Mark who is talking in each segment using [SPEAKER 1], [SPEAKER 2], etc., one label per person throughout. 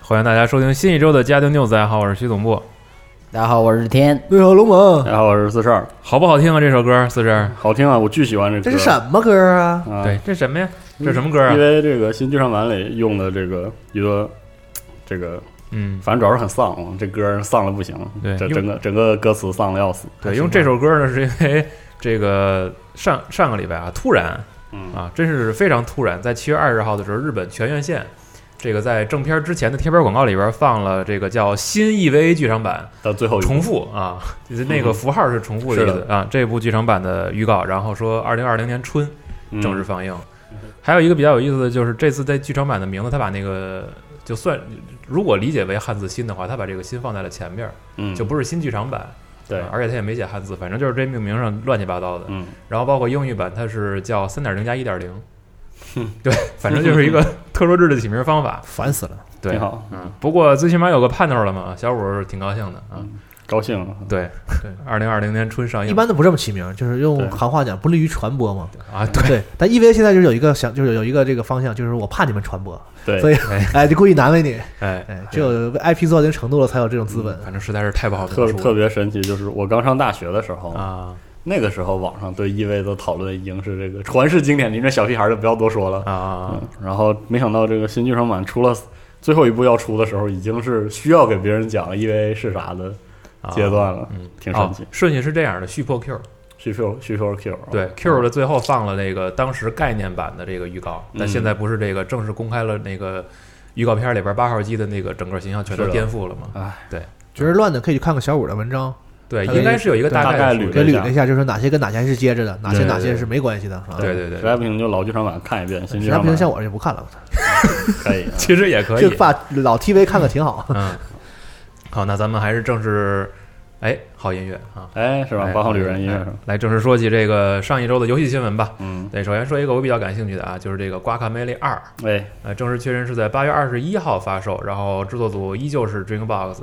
[SPEAKER 1] 欢迎大家收听新一周的《家庭 news》，大家好，我是徐总部。
[SPEAKER 2] 大家好，我是天。
[SPEAKER 3] 对啊好龙门，
[SPEAKER 4] 然后我是四十二，
[SPEAKER 1] 好不好听啊？这首歌，四十。
[SPEAKER 4] 好听啊，我巨喜欢这歌。
[SPEAKER 3] 这是什么歌啊？
[SPEAKER 4] 啊？
[SPEAKER 1] 对，这什么呀？这是什么歌啊
[SPEAKER 4] 因？为这个新剧场版里用的这个一个这个，
[SPEAKER 1] 嗯，
[SPEAKER 4] 反正主要是很丧，这歌丧的不行，
[SPEAKER 1] 对
[SPEAKER 4] 这
[SPEAKER 1] 用
[SPEAKER 4] 整个整个歌词丧的要死。
[SPEAKER 1] 对，用这首歌呢，是因为这个上上个礼拜啊，突然
[SPEAKER 4] 嗯
[SPEAKER 1] 啊，真是非常突然，在七月二十号的时候，日本全院线这个在正片之前的贴片广告里边放了这个叫新 EVA 剧场版
[SPEAKER 4] 到最后一
[SPEAKER 1] 重复啊，就是那个符号是重复的意
[SPEAKER 4] 嗯是
[SPEAKER 1] 思啊，这部剧场版的预告，然后说二零二零年春正式
[SPEAKER 4] 嗯
[SPEAKER 1] 放映。还有一个比较有意思的就是，这次在剧场版的名字，他把那个就算如果理解为汉字“新”的话，他把这个“新”放在了前面，
[SPEAKER 4] 嗯
[SPEAKER 1] 就不是新剧场版。
[SPEAKER 4] 对
[SPEAKER 1] 啊而且他也没写汉字，反正就是这命名上乱七八糟的。
[SPEAKER 4] 嗯
[SPEAKER 1] 然后包括英语版，它是叫三点零加一点零，对，反正就是一 个特殊制的起名方法。
[SPEAKER 3] 烦死了！
[SPEAKER 1] 对
[SPEAKER 4] 挺，好，嗯，
[SPEAKER 1] 不过最起码有个盼头了嘛，小五挺高兴的啊。
[SPEAKER 4] 高兴啊。
[SPEAKER 1] 对对，二零二零年春上
[SPEAKER 3] 一
[SPEAKER 1] 映
[SPEAKER 3] 般都不这么起名，就是用
[SPEAKER 4] 对
[SPEAKER 3] 行话讲，不利于传播嘛。
[SPEAKER 1] 啊，哎 对，
[SPEAKER 3] 对，但 EVA 现在就是有一个想，就是有一个这个方向，就是我怕你们传播，
[SPEAKER 4] 对，
[SPEAKER 3] 所以
[SPEAKER 1] 哎
[SPEAKER 3] 哎，就故意难为你。
[SPEAKER 1] 哎，嗯
[SPEAKER 3] 哎，只有 IP 做到一定程度了，才有这种资本。
[SPEAKER 1] 反正实在是太不好
[SPEAKER 4] 特
[SPEAKER 1] 描述
[SPEAKER 4] 特
[SPEAKER 1] 了
[SPEAKER 4] 别神奇，就是我刚上大学的时候，
[SPEAKER 1] 啊
[SPEAKER 4] 那个时候网上对 EV 的讨论已经是这个传世经典，你这小屁孩儿就不要多说了。
[SPEAKER 1] 啊
[SPEAKER 4] 嗯，然后没想到这个新剧场版出了最后一部要出的时候，已经是需要给别人讲 EVA 是啥的
[SPEAKER 1] 啊
[SPEAKER 4] 阶段了，
[SPEAKER 1] 嗯，
[SPEAKER 4] 挺神奇
[SPEAKER 1] 哦。顺序是这样的，续破 Q，
[SPEAKER 4] 需求需求 Q 啊
[SPEAKER 1] 对 Q 的最后放了那个当时概念版的这个预告，但
[SPEAKER 4] 嗯
[SPEAKER 1] 现在不是这个正式公开了那个预告片里边八号机的那个整个形象全都
[SPEAKER 4] 是的啊
[SPEAKER 1] 颠覆了嘛？
[SPEAKER 4] 唉，
[SPEAKER 3] 觉得乱的可以去看看小五的文章，
[SPEAKER 1] 对，
[SPEAKER 3] 它那
[SPEAKER 1] 应该是有一个
[SPEAKER 3] 对
[SPEAKER 1] 大
[SPEAKER 4] 大概
[SPEAKER 1] 的
[SPEAKER 4] 率
[SPEAKER 1] 数
[SPEAKER 3] 给
[SPEAKER 1] 据
[SPEAKER 3] 捋了一下，就是哪些跟哪些是接着的，哪些
[SPEAKER 4] 对对
[SPEAKER 3] 哪些
[SPEAKER 4] 对
[SPEAKER 3] 是没关系的啊。
[SPEAKER 1] 对对对
[SPEAKER 4] 实在不行就老剧场版看一遍，新
[SPEAKER 3] 实
[SPEAKER 4] 剧
[SPEAKER 3] 在
[SPEAKER 4] 场
[SPEAKER 3] 不行，
[SPEAKER 4] 版
[SPEAKER 3] 像我就不看了，
[SPEAKER 4] 可以啊。
[SPEAKER 1] 其实也可
[SPEAKER 3] 就
[SPEAKER 1] 以。
[SPEAKER 3] 把老 TV 看看挺好。
[SPEAKER 1] 嗯，好，那咱们还是正式，哎，好音乐啊，
[SPEAKER 4] 哎，是吧？
[SPEAKER 1] 哎
[SPEAKER 4] 八号旅人音乐
[SPEAKER 1] 哎
[SPEAKER 4] 是吧？
[SPEAKER 1] 来正式说起这个上一周的游戏新闻吧。
[SPEAKER 4] 嗯，
[SPEAKER 1] 对，首先说一个我比较感兴趣的啊，就是这个《瓜卡梅利二》，
[SPEAKER 4] 哎，
[SPEAKER 1] 呃，正式确认是在八月二十一号发售，然后制作组依旧是 Dreambox，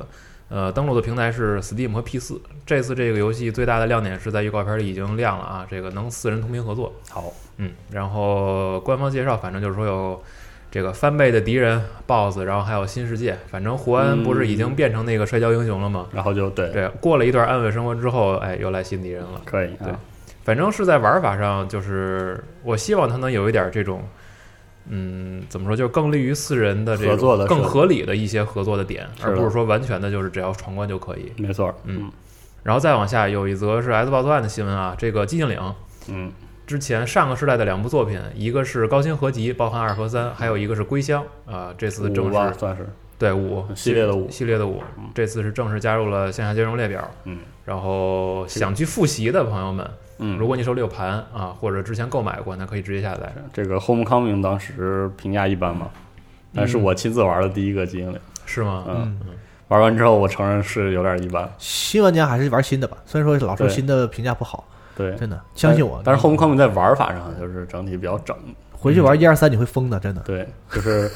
[SPEAKER 1] 呃，登录的平台是 Steam 和 P 四。这次这个游戏最大的亮点是在预告片里已经亮了啊，这个能四人同屏合作。
[SPEAKER 4] 好，
[SPEAKER 1] 嗯，然后官方介绍，反正就是说有这个翻倍的敌人 BOSS，然后还有新世界，反正胡安不是已经变成那个摔跤英雄了吗？
[SPEAKER 4] 然后就对，
[SPEAKER 1] 对，过了一段安稳生活之后，哎，又来新敌人了。
[SPEAKER 4] 可以啊，
[SPEAKER 1] 对反正是在玩法上，就是我希望它能有一点这种，嗯，怎么说，就是更利于四人的这种
[SPEAKER 4] 合作的
[SPEAKER 1] 更
[SPEAKER 4] 是
[SPEAKER 1] 合理的一些合作的点，
[SPEAKER 4] 是的
[SPEAKER 1] 而不是说完全的就是只要闯关就可以。
[SPEAKER 4] 没错，
[SPEAKER 1] 嗯
[SPEAKER 4] 嗯
[SPEAKER 1] 然后再往下有一则是 S b o x One 的新闻啊，这个寂静岭
[SPEAKER 4] 嗯，
[SPEAKER 1] 之前上个世代的两部作品，一个是高清合集，包含二和三，还有一个是归乡啊、这次正
[SPEAKER 4] 五吧
[SPEAKER 1] 式
[SPEAKER 4] 算是，
[SPEAKER 1] 对五
[SPEAKER 4] 系列的五
[SPEAKER 1] 系列的五，这次是正式加入了线下兼容列表。
[SPEAKER 4] 嗯
[SPEAKER 1] 然后想去复习的朋友们，
[SPEAKER 4] 嗯
[SPEAKER 1] 如。果你手里有盘啊，或者之前购买过，那可以直接下载。
[SPEAKER 4] 这个《Homecoming》当时评价一般嘛，但
[SPEAKER 1] 嗯
[SPEAKER 4] 是我亲自玩的第一个精灵，
[SPEAKER 1] 是吗？
[SPEAKER 4] 嗯，玩完之后我承认是有点一般，
[SPEAKER 3] 新玩家还是玩新的吧，虽然说老说
[SPEAKER 4] 对
[SPEAKER 3] 新的评价不好，
[SPEAKER 4] 对，
[SPEAKER 3] 真的相信我。
[SPEAKER 4] 但是 Homecoming 在玩法上就是整体比较 整，
[SPEAKER 3] 回去玩一二三你会疯的，真的。
[SPEAKER 4] 对，就是，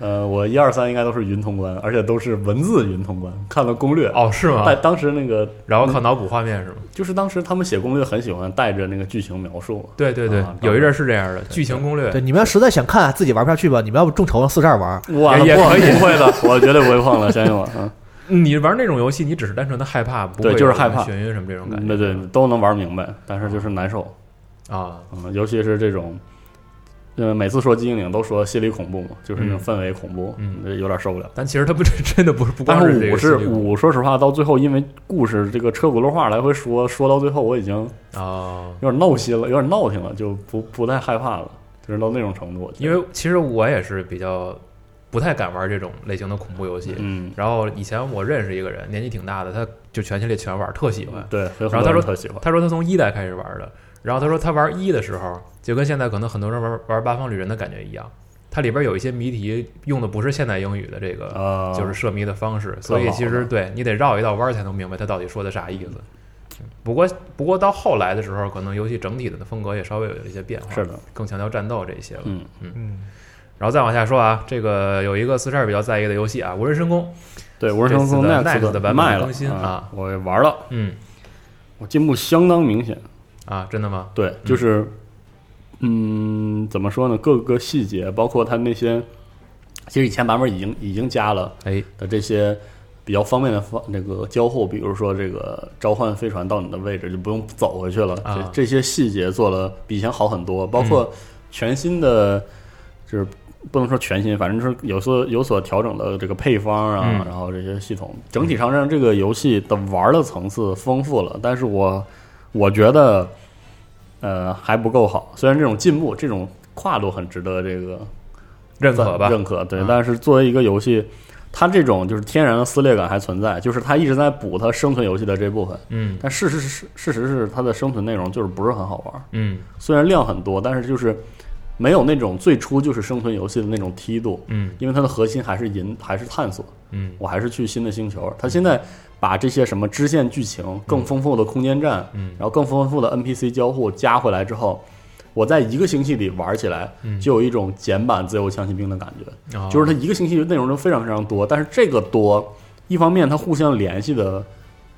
[SPEAKER 4] 呃，我一二三应该都是云通关，而且都是文字云通关，看了攻略。
[SPEAKER 1] 哦，是吗？
[SPEAKER 4] 但当时那个
[SPEAKER 1] 然后靠脑补画面是吗？
[SPEAKER 4] 就是当时他们写攻略很喜欢带着那个剧情描述，
[SPEAKER 1] 对对对
[SPEAKER 4] 啊，
[SPEAKER 1] 有一阵儿是这样的，剧情攻略
[SPEAKER 3] 对，你们要实在想看，自己玩不下去吧，你们要不众筹让四十二玩，
[SPEAKER 4] 哇，
[SPEAKER 1] 也也
[SPEAKER 4] 不
[SPEAKER 1] 可以
[SPEAKER 4] 不会的，我绝对不会碰的，相信我。嗯，
[SPEAKER 1] 你玩那种游戏，你只是单纯的害怕，不会
[SPEAKER 4] 对就
[SPEAKER 1] 有
[SPEAKER 4] 是
[SPEAKER 1] 什么
[SPEAKER 4] 害怕
[SPEAKER 1] 眩晕什么这种感觉。
[SPEAKER 4] 对对，都能玩明白，但是就是难受，
[SPEAKER 1] 啊，
[SPEAKER 4] 嗯，尤其是这种。呃，每次说精灵都说心理恐怖嘛，就是那种
[SPEAKER 1] 嗯
[SPEAKER 4] 氛围恐怖，
[SPEAKER 1] 嗯
[SPEAKER 4] 这有点受不了。
[SPEAKER 1] 但其实它不 真的不是不
[SPEAKER 4] 但
[SPEAKER 1] 光
[SPEAKER 4] 是
[SPEAKER 1] 这
[SPEAKER 4] 五
[SPEAKER 1] 个
[SPEAKER 4] 是
[SPEAKER 1] 心理恐
[SPEAKER 4] 五，说实话，到最后因为故事这个车轱辘话来回说，说到最后我已经
[SPEAKER 1] 啊。
[SPEAKER 4] 有点闹心了，有点闹挺了，就不不太害怕了，就是到那种程度。我觉得
[SPEAKER 1] 因为其实我也是比较不太敢玩这种类型的恐怖游戏。
[SPEAKER 4] 嗯，
[SPEAKER 1] 然后以前我认识一个人，年纪挺大的，他就全系列全玩，特喜欢。
[SPEAKER 4] 对，然
[SPEAKER 1] 然后他说
[SPEAKER 4] 特喜欢，
[SPEAKER 1] 他说他从一代开始玩的，然后他说他玩一的时候，就跟现在可能很多人玩玩八方旅人的感觉一样，它里边有一些谜题用的不是现代英语的这个
[SPEAKER 4] 啊，
[SPEAKER 1] 就是设谜的方
[SPEAKER 4] 哦
[SPEAKER 1] 式，所以其实对你得绕一道弯儿才能明白它到底说的啥意思。嗯不过，不过到后来的时候，可能游戏整体的风格也稍微有一些变化，
[SPEAKER 4] 是的，
[SPEAKER 1] 更强调战斗这些了。
[SPEAKER 4] 嗯
[SPEAKER 3] 嗯，
[SPEAKER 1] 然后再往下说啊，这个有一个四十二比较在意的游戏啊，《无人深宫》。
[SPEAKER 4] 对，无人
[SPEAKER 1] 这
[SPEAKER 4] 生
[SPEAKER 1] 次
[SPEAKER 4] 从
[SPEAKER 1] 的
[SPEAKER 4] Next
[SPEAKER 1] Next 的版本
[SPEAKER 4] 卖了
[SPEAKER 1] 更新啊
[SPEAKER 4] 我也玩了，
[SPEAKER 1] 嗯
[SPEAKER 4] 我进步相当明显。
[SPEAKER 1] 啊，真的吗？
[SPEAKER 4] 对，就是，嗯，怎么说呢？各个细节，包括它那些，其实以前版本已经已经加了
[SPEAKER 1] 哎，
[SPEAKER 4] 的这些比较方便的方那个交互，比如说这个召唤飞船到你的位置，就不用走回去了。
[SPEAKER 1] 啊嗯
[SPEAKER 4] 这这些细节做了比以前好很多，包括全新的，就是不能说全新，反正就是有所有所调整的这个配方啊，
[SPEAKER 1] 嗯
[SPEAKER 4] 然后这些系统，整体上让这个游戏的玩的层次丰富了。但是我我觉得，呃，还不够好。虽然这种进步，这种跨度很值得这个
[SPEAKER 1] 认可吧？
[SPEAKER 4] 认可对。
[SPEAKER 1] 嗯
[SPEAKER 4] 但是作为一个游戏，它这种就是天然的撕裂感还存在，就是它一直在补它生存游戏的这部分。
[SPEAKER 1] 嗯
[SPEAKER 4] 但事实是，事实是它的生存内容就是不是很好玩。
[SPEAKER 1] 嗯
[SPEAKER 4] 虽然量很多，但是就是没有那种最初就是生存游戏的那种梯度，
[SPEAKER 1] 嗯
[SPEAKER 4] 因为它的核心还是银，还是探索。
[SPEAKER 1] 嗯
[SPEAKER 4] 我还是去新的星球。它现在把这些什么支线剧情、更丰富的空间站，
[SPEAKER 1] 嗯
[SPEAKER 4] 然后更丰富的 NPC 交互加回来之后，我在一个星期里玩起来，
[SPEAKER 1] 嗯
[SPEAKER 4] 就有一种简版自由枪骑兵的感觉。
[SPEAKER 1] 哦
[SPEAKER 4] 就是它一个星期内容都非常非常多，但是这个多，一方面它互相联系的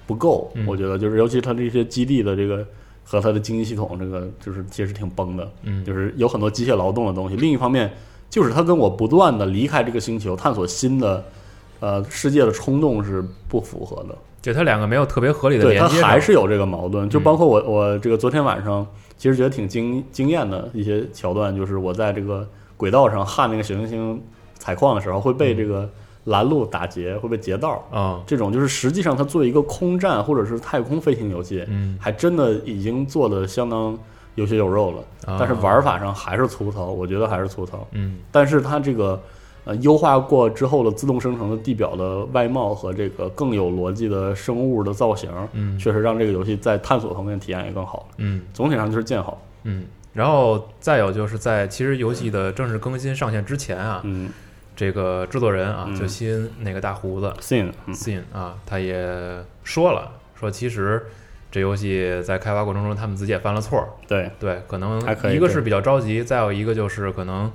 [SPEAKER 4] 不够，
[SPEAKER 1] 嗯
[SPEAKER 4] 我觉得就是尤其它这些基地的这个和它的经济系统，这个就是其实挺崩的，
[SPEAKER 1] 嗯
[SPEAKER 4] 就是有很多机械劳动的东西。另一方面，就是它跟我不断的离开这个星球，探索新的。呃，世界的冲动是不符合的，
[SPEAKER 1] 就它两个没有特别合理的
[SPEAKER 4] 对，
[SPEAKER 1] 连
[SPEAKER 4] 它
[SPEAKER 1] 接上，嗯
[SPEAKER 4] 还是有这个矛盾。就包括我，我这个昨天晚上其实觉得挺惊惊艳的一些桥段，就是我在这个轨道上焊那个小行星采矿的时候，会被这个拦路打劫，会被劫道。
[SPEAKER 1] 嗯
[SPEAKER 4] 这种就是实际上它作为一个空战或者是太空飞行游戏，
[SPEAKER 1] 嗯，
[SPEAKER 4] 还真的已经做的相当有血有肉了。
[SPEAKER 1] 啊
[SPEAKER 4] 但是玩法上还是粗糙，我觉得还是粗糙。
[SPEAKER 1] 嗯
[SPEAKER 4] 但是它这个呃优化过之后的自动生成的地表的外貌和这个更有逻辑的生物的造型，
[SPEAKER 1] 嗯
[SPEAKER 4] 确实让这个游戏在探索方面体验也更好了。
[SPEAKER 1] 嗯
[SPEAKER 4] 总体上就是见好，
[SPEAKER 1] 嗯。然后再有就是在其实游戏的正式更新上线之前啊，
[SPEAKER 4] 嗯
[SPEAKER 1] 这个制作人啊，
[SPEAKER 4] 嗯
[SPEAKER 1] 就新那个大胡子
[SPEAKER 4] ，sin，嗯
[SPEAKER 1] Sin 啊，他也说了，说其实这游戏在开发过程中他们自己也犯了错儿，
[SPEAKER 4] 对，
[SPEAKER 1] 对，可能
[SPEAKER 4] 还可以
[SPEAKER 1] 一个
[SPEAKER 4] 对
[SPEAKER 1] 是比较着急，再有一个就是可能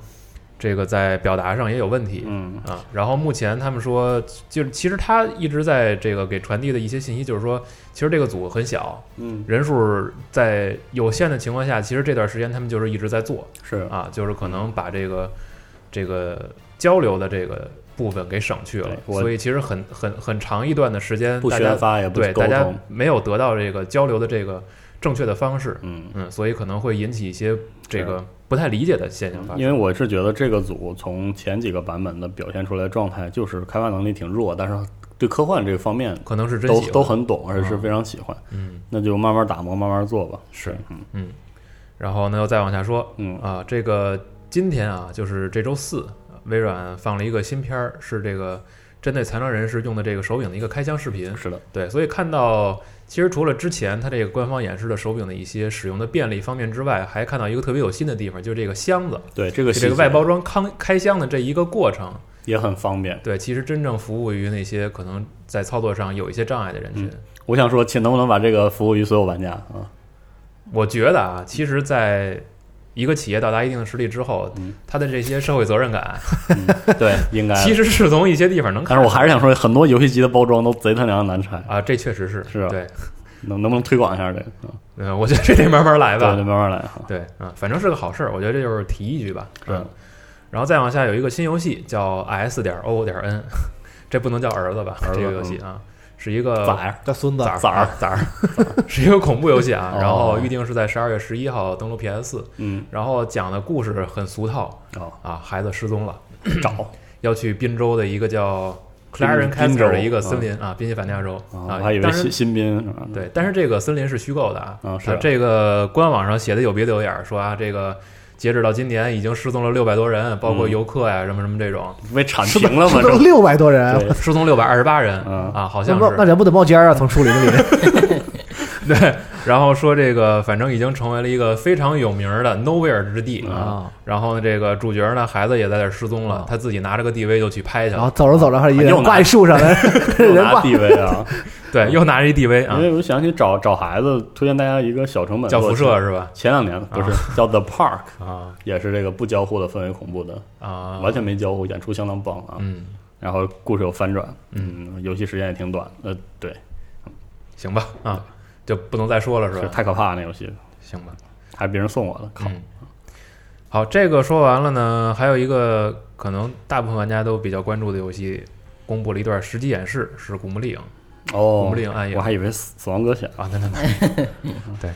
[SPEAKER 1] 这个在表达上也有问题，
[SPEAKER 4] 嗯
[SPEAKER 1] 啊，然后目前他们说，就是其实他一直在这个给传递的一些信息，就是说，其实这个组很小，
[SPEAKER 4] 嗯
[SPEAKER 1] 人数在有限的情况下，其实这段时间他们就是一直在做
[SPEAKER 4] 是，
[SPEAKER 1] 啊，就是可能把这个这个交流的这个部分给省去了
[SPEAKER 4] 对，我
[SPEAKER 1] 所以其实很很很长一段的时间，
[SPEAKER 4] 不
[SPEAKER 1] 大家
[SPEAKER 4] 宣发也不
[SPEAKER 1] 对
[SPEAKER 4] 沟
[SPEAKER 1] 大家
[SPEAKER 4] 通，
[SPEAKER 1] 没有得到这个交流的这个正确的方式，
[SPEAKER 4] 嗯。
[SPEAKER 1] 嗯，所以可能会引起一些这个不太理解的现象发
[SPEAKER 4] 因
[SPEAKER 1] 生。
[SPEAKER 4] 为我是觉得这个组从前几个版本的表现出来的状态，就是开发能力挺弱，但是对科幻这个方面
[SPEAKER 1] 可能是真
[SPEAKER 4] 都
[SPEAKER 1] 喜欢啊
[SPEAKER 4] 都很懂，而且是非常喜欢。
[SPEAKER 1] 嗯
[SPEAKER 4] 那就慢慢打磨，慢慢做吧。
[SPEAKER 1] 是
[SPEAKER 4] 嗯
[SPEAKER 1] 嗯，然后呢又再往下说，
[SPEAKER 4] 嗯
[SPEAKER 1] 啊，这个今天啊，就是这周四，微软放了一个新片儿，是这个针对残障人士用的这个手柄的一个开箱视频。
[SPEAKER 4] 是的，
[SPEAKER 1] 对，所以看到其实除了之前它这个官方演示的手柄的一些使用的便利方面之外，还看到一个特别有新的地方，就是这个箱子，
[SPEAKER 4] 对这
[SPEAKER 1] 就
[SPEAKER 4] 个
[SPEAKER 1] 这
[SPEAKER 4] 细
[SPEAKER 1] 个
[SPEAKER 4] 节
[SPEAKER 1] 外包装开开箱的这一个过程。
[SPEAKER 4] 也很方便。
[SPEAKER 1] 对，其实真正服务于那些可能在操作上有一些障碍的人群。
[SPEAKER 4] 我想说，请能不能把这个服务于所有玩家啊？
[SPEAKER 1] 我觉得啊，其实，在一个企业到达一定的实力之后，
[SPEAKER 4] 嗯
[SPEAKER 1] 它的这些社会责任感，
[SPEAKER 4] 对，应 该。
[SPEAKER 1] 其，实是从一些地方能看
[SPEAKER 4] 哎
[SPEAKER 1] 到
[SPEAKER 4] 但是我
[SPEAKER 1] 的。
[SPEAKER 4] 还是想说，很多游戏机的包装都贼他娘难拆，
[SPEAKER 1] 啊，这确实是
[SPEAKER 4] 是啊
[SPEAKER 1] 对，
[SPEAKER 4] 能能不能推广一下这个？啊
[SPEAKER 1] 嗯，我觉得这得慢慢来
[SPEAKER 4] 对，
[SPEAKER 1] 吧
[SPEAKER 4] 就慢，慢来哈。
[SPEAKER 1] 对，啊，反正是个好事儿，我觉得这就是提一句吧，
[SPEAKER 4] 是
[SPEAKER 1] 嗯然后再往下有一个新游戏叫 S 点 O 点 N，这 不能叫儿子吧？
[SPEAKER 4] 儿子嗯
[SPEAKER 1] 这个游戏啊， 是一个
[SPEAKER 4] 咋样？
[SPEAKER 3] 这孙子
[SPEAKER 1] 呃崽儿
[SPEAKER 4] 崽儿
[SPEAKER 1] 崽儿， 是一个恐怖游戏啊
[SPEAKER 4] 哦。
[SPEAKER 1] 然后预定是在十二月十一号登陆 PS，
[SPEAKER 4] 嗯，
[SPEAKER 1] 然后讲的故事很俗套
[SPEAKER 4] 哦，
[SPEAKER 1] 啊，孩子失踪了，
[SPEAKER 4] 找
[SPEAKER 1] 要去宾州的一个叫克
[SPEAKER 4] 宾
[SPEAKER 1] 拉 a r e n
[SPEAKER 4] 宾
[SPEAKER 1] Kessler
[SPEAKER 4] 州
[SPEAKER 1] 的一个
[SPEAKER 4] 啊
[SPEAKER 1] 森林啊，宾夕法尼亚州
[SPEAKER 4] 啊
[SPEAKER 1] 啊，
[SPEAKER 4] 我还以为
[SPEAKER 1] 当时
[SPEAKER 4] 新新兵是吧？
[SPEAKER 1] 对，但是这个森林是虚构的啊，
[SPEAKER 4] 嗯啊是啊
[SPEAKER 1] 它这个官网上写的有鼻子有眼儿，说啊，这个截止到今年已经失踪了六百多人，包括
[SPEAKER 4] 嗯
[SPEAKER 1] 游客呀、什么什么这种，
[SPEAKER 4] 被铲平 了嘛，
[SPEAKER 3] 都
[SPEAKER 4] 这
[SPEAKER 3] 六百多人，
[SPEAKER 4] 对
[SPEAKER 1] 失踪六百二十八人、
[SPEAKER 4] 嗯
[SPEAKER 1] 啊，好
[SPEAKER 3] 那
[SPEAKER 1] 像
[SPEAKER 3] 冒那
[SPEAKER 1] 是
[SPEAKER 3] 人不得冒尖儿啊？从树林里，
[SPEAKER 1] 对。然后说这个反正已经成为了一个非常有名的 nowhere 之地
[SPEAKER 4] 嗯
[SPEAKER 3] 啊，
[SPEAKER 1] 然后呢，这个主角呢孩子也在这儿失踪了，他自己拿着个 DV 就去拍去
[SPEAKER 3] 然
[SPEAKER 1] 了，
[SPEAKER 3] 后走着走着，还有一人
[SPEAKER 4] 又拿
[SPEAKER 3] 挂一树上哎来，
[SPEAKER 4] 又
[SPEAKER 3] 人
[SPEAKER 4] 拿
[SPEAKER 3] 挂
[SPEAKER 4] 地位啊，
[SPEAKER 1] 对，又拿着一 DV 啊
[SPEAKER 4] 因，为我想起找找孩子，推荐大家一个小成本
[SPEAKER 1] 叫辐射
[SPEAKER 4] 是
[SPEAKER 1] 是吧？
[SPEAKER 4] 前两年不是叫 The Park，
[SPEAKER 1] 啊
[SPEAKER 4] 也是这个不交互的氛围恐怖的，
[SPEAKER 1] 啊，
[SPEAKER 4] 完全没交互，演出相当棒啊。
[SPEAKER 1] 嗯，
[SPEAKER 4] 然后故事有反转，嗯，游戏时间也挺短，呃，对，
[SPEAKER 1] 行吧啊，就不能再说了是
[SPEAKER 4] 是
[SPEAKER 1] 吧？
[SPEAKER 4] 太可怕了那游戏，
[SPEAKER 1] 行吧。
[SPEAKER 4] 还是别人送我的，靠，
[SPEAKER 1] 嗯好，这个说完了呢，还有一个可能大部分玩家都比较关注的游戏，公布了一段实际演示，是《古墓丽影》
[SPEAKER 4] 哦，
[SPEAKER 1] 古墓丽影暗影
[SPEAKER 4] 我还以为死死亡搁浅，
[SPEAKER 1] 啊，那那那，对，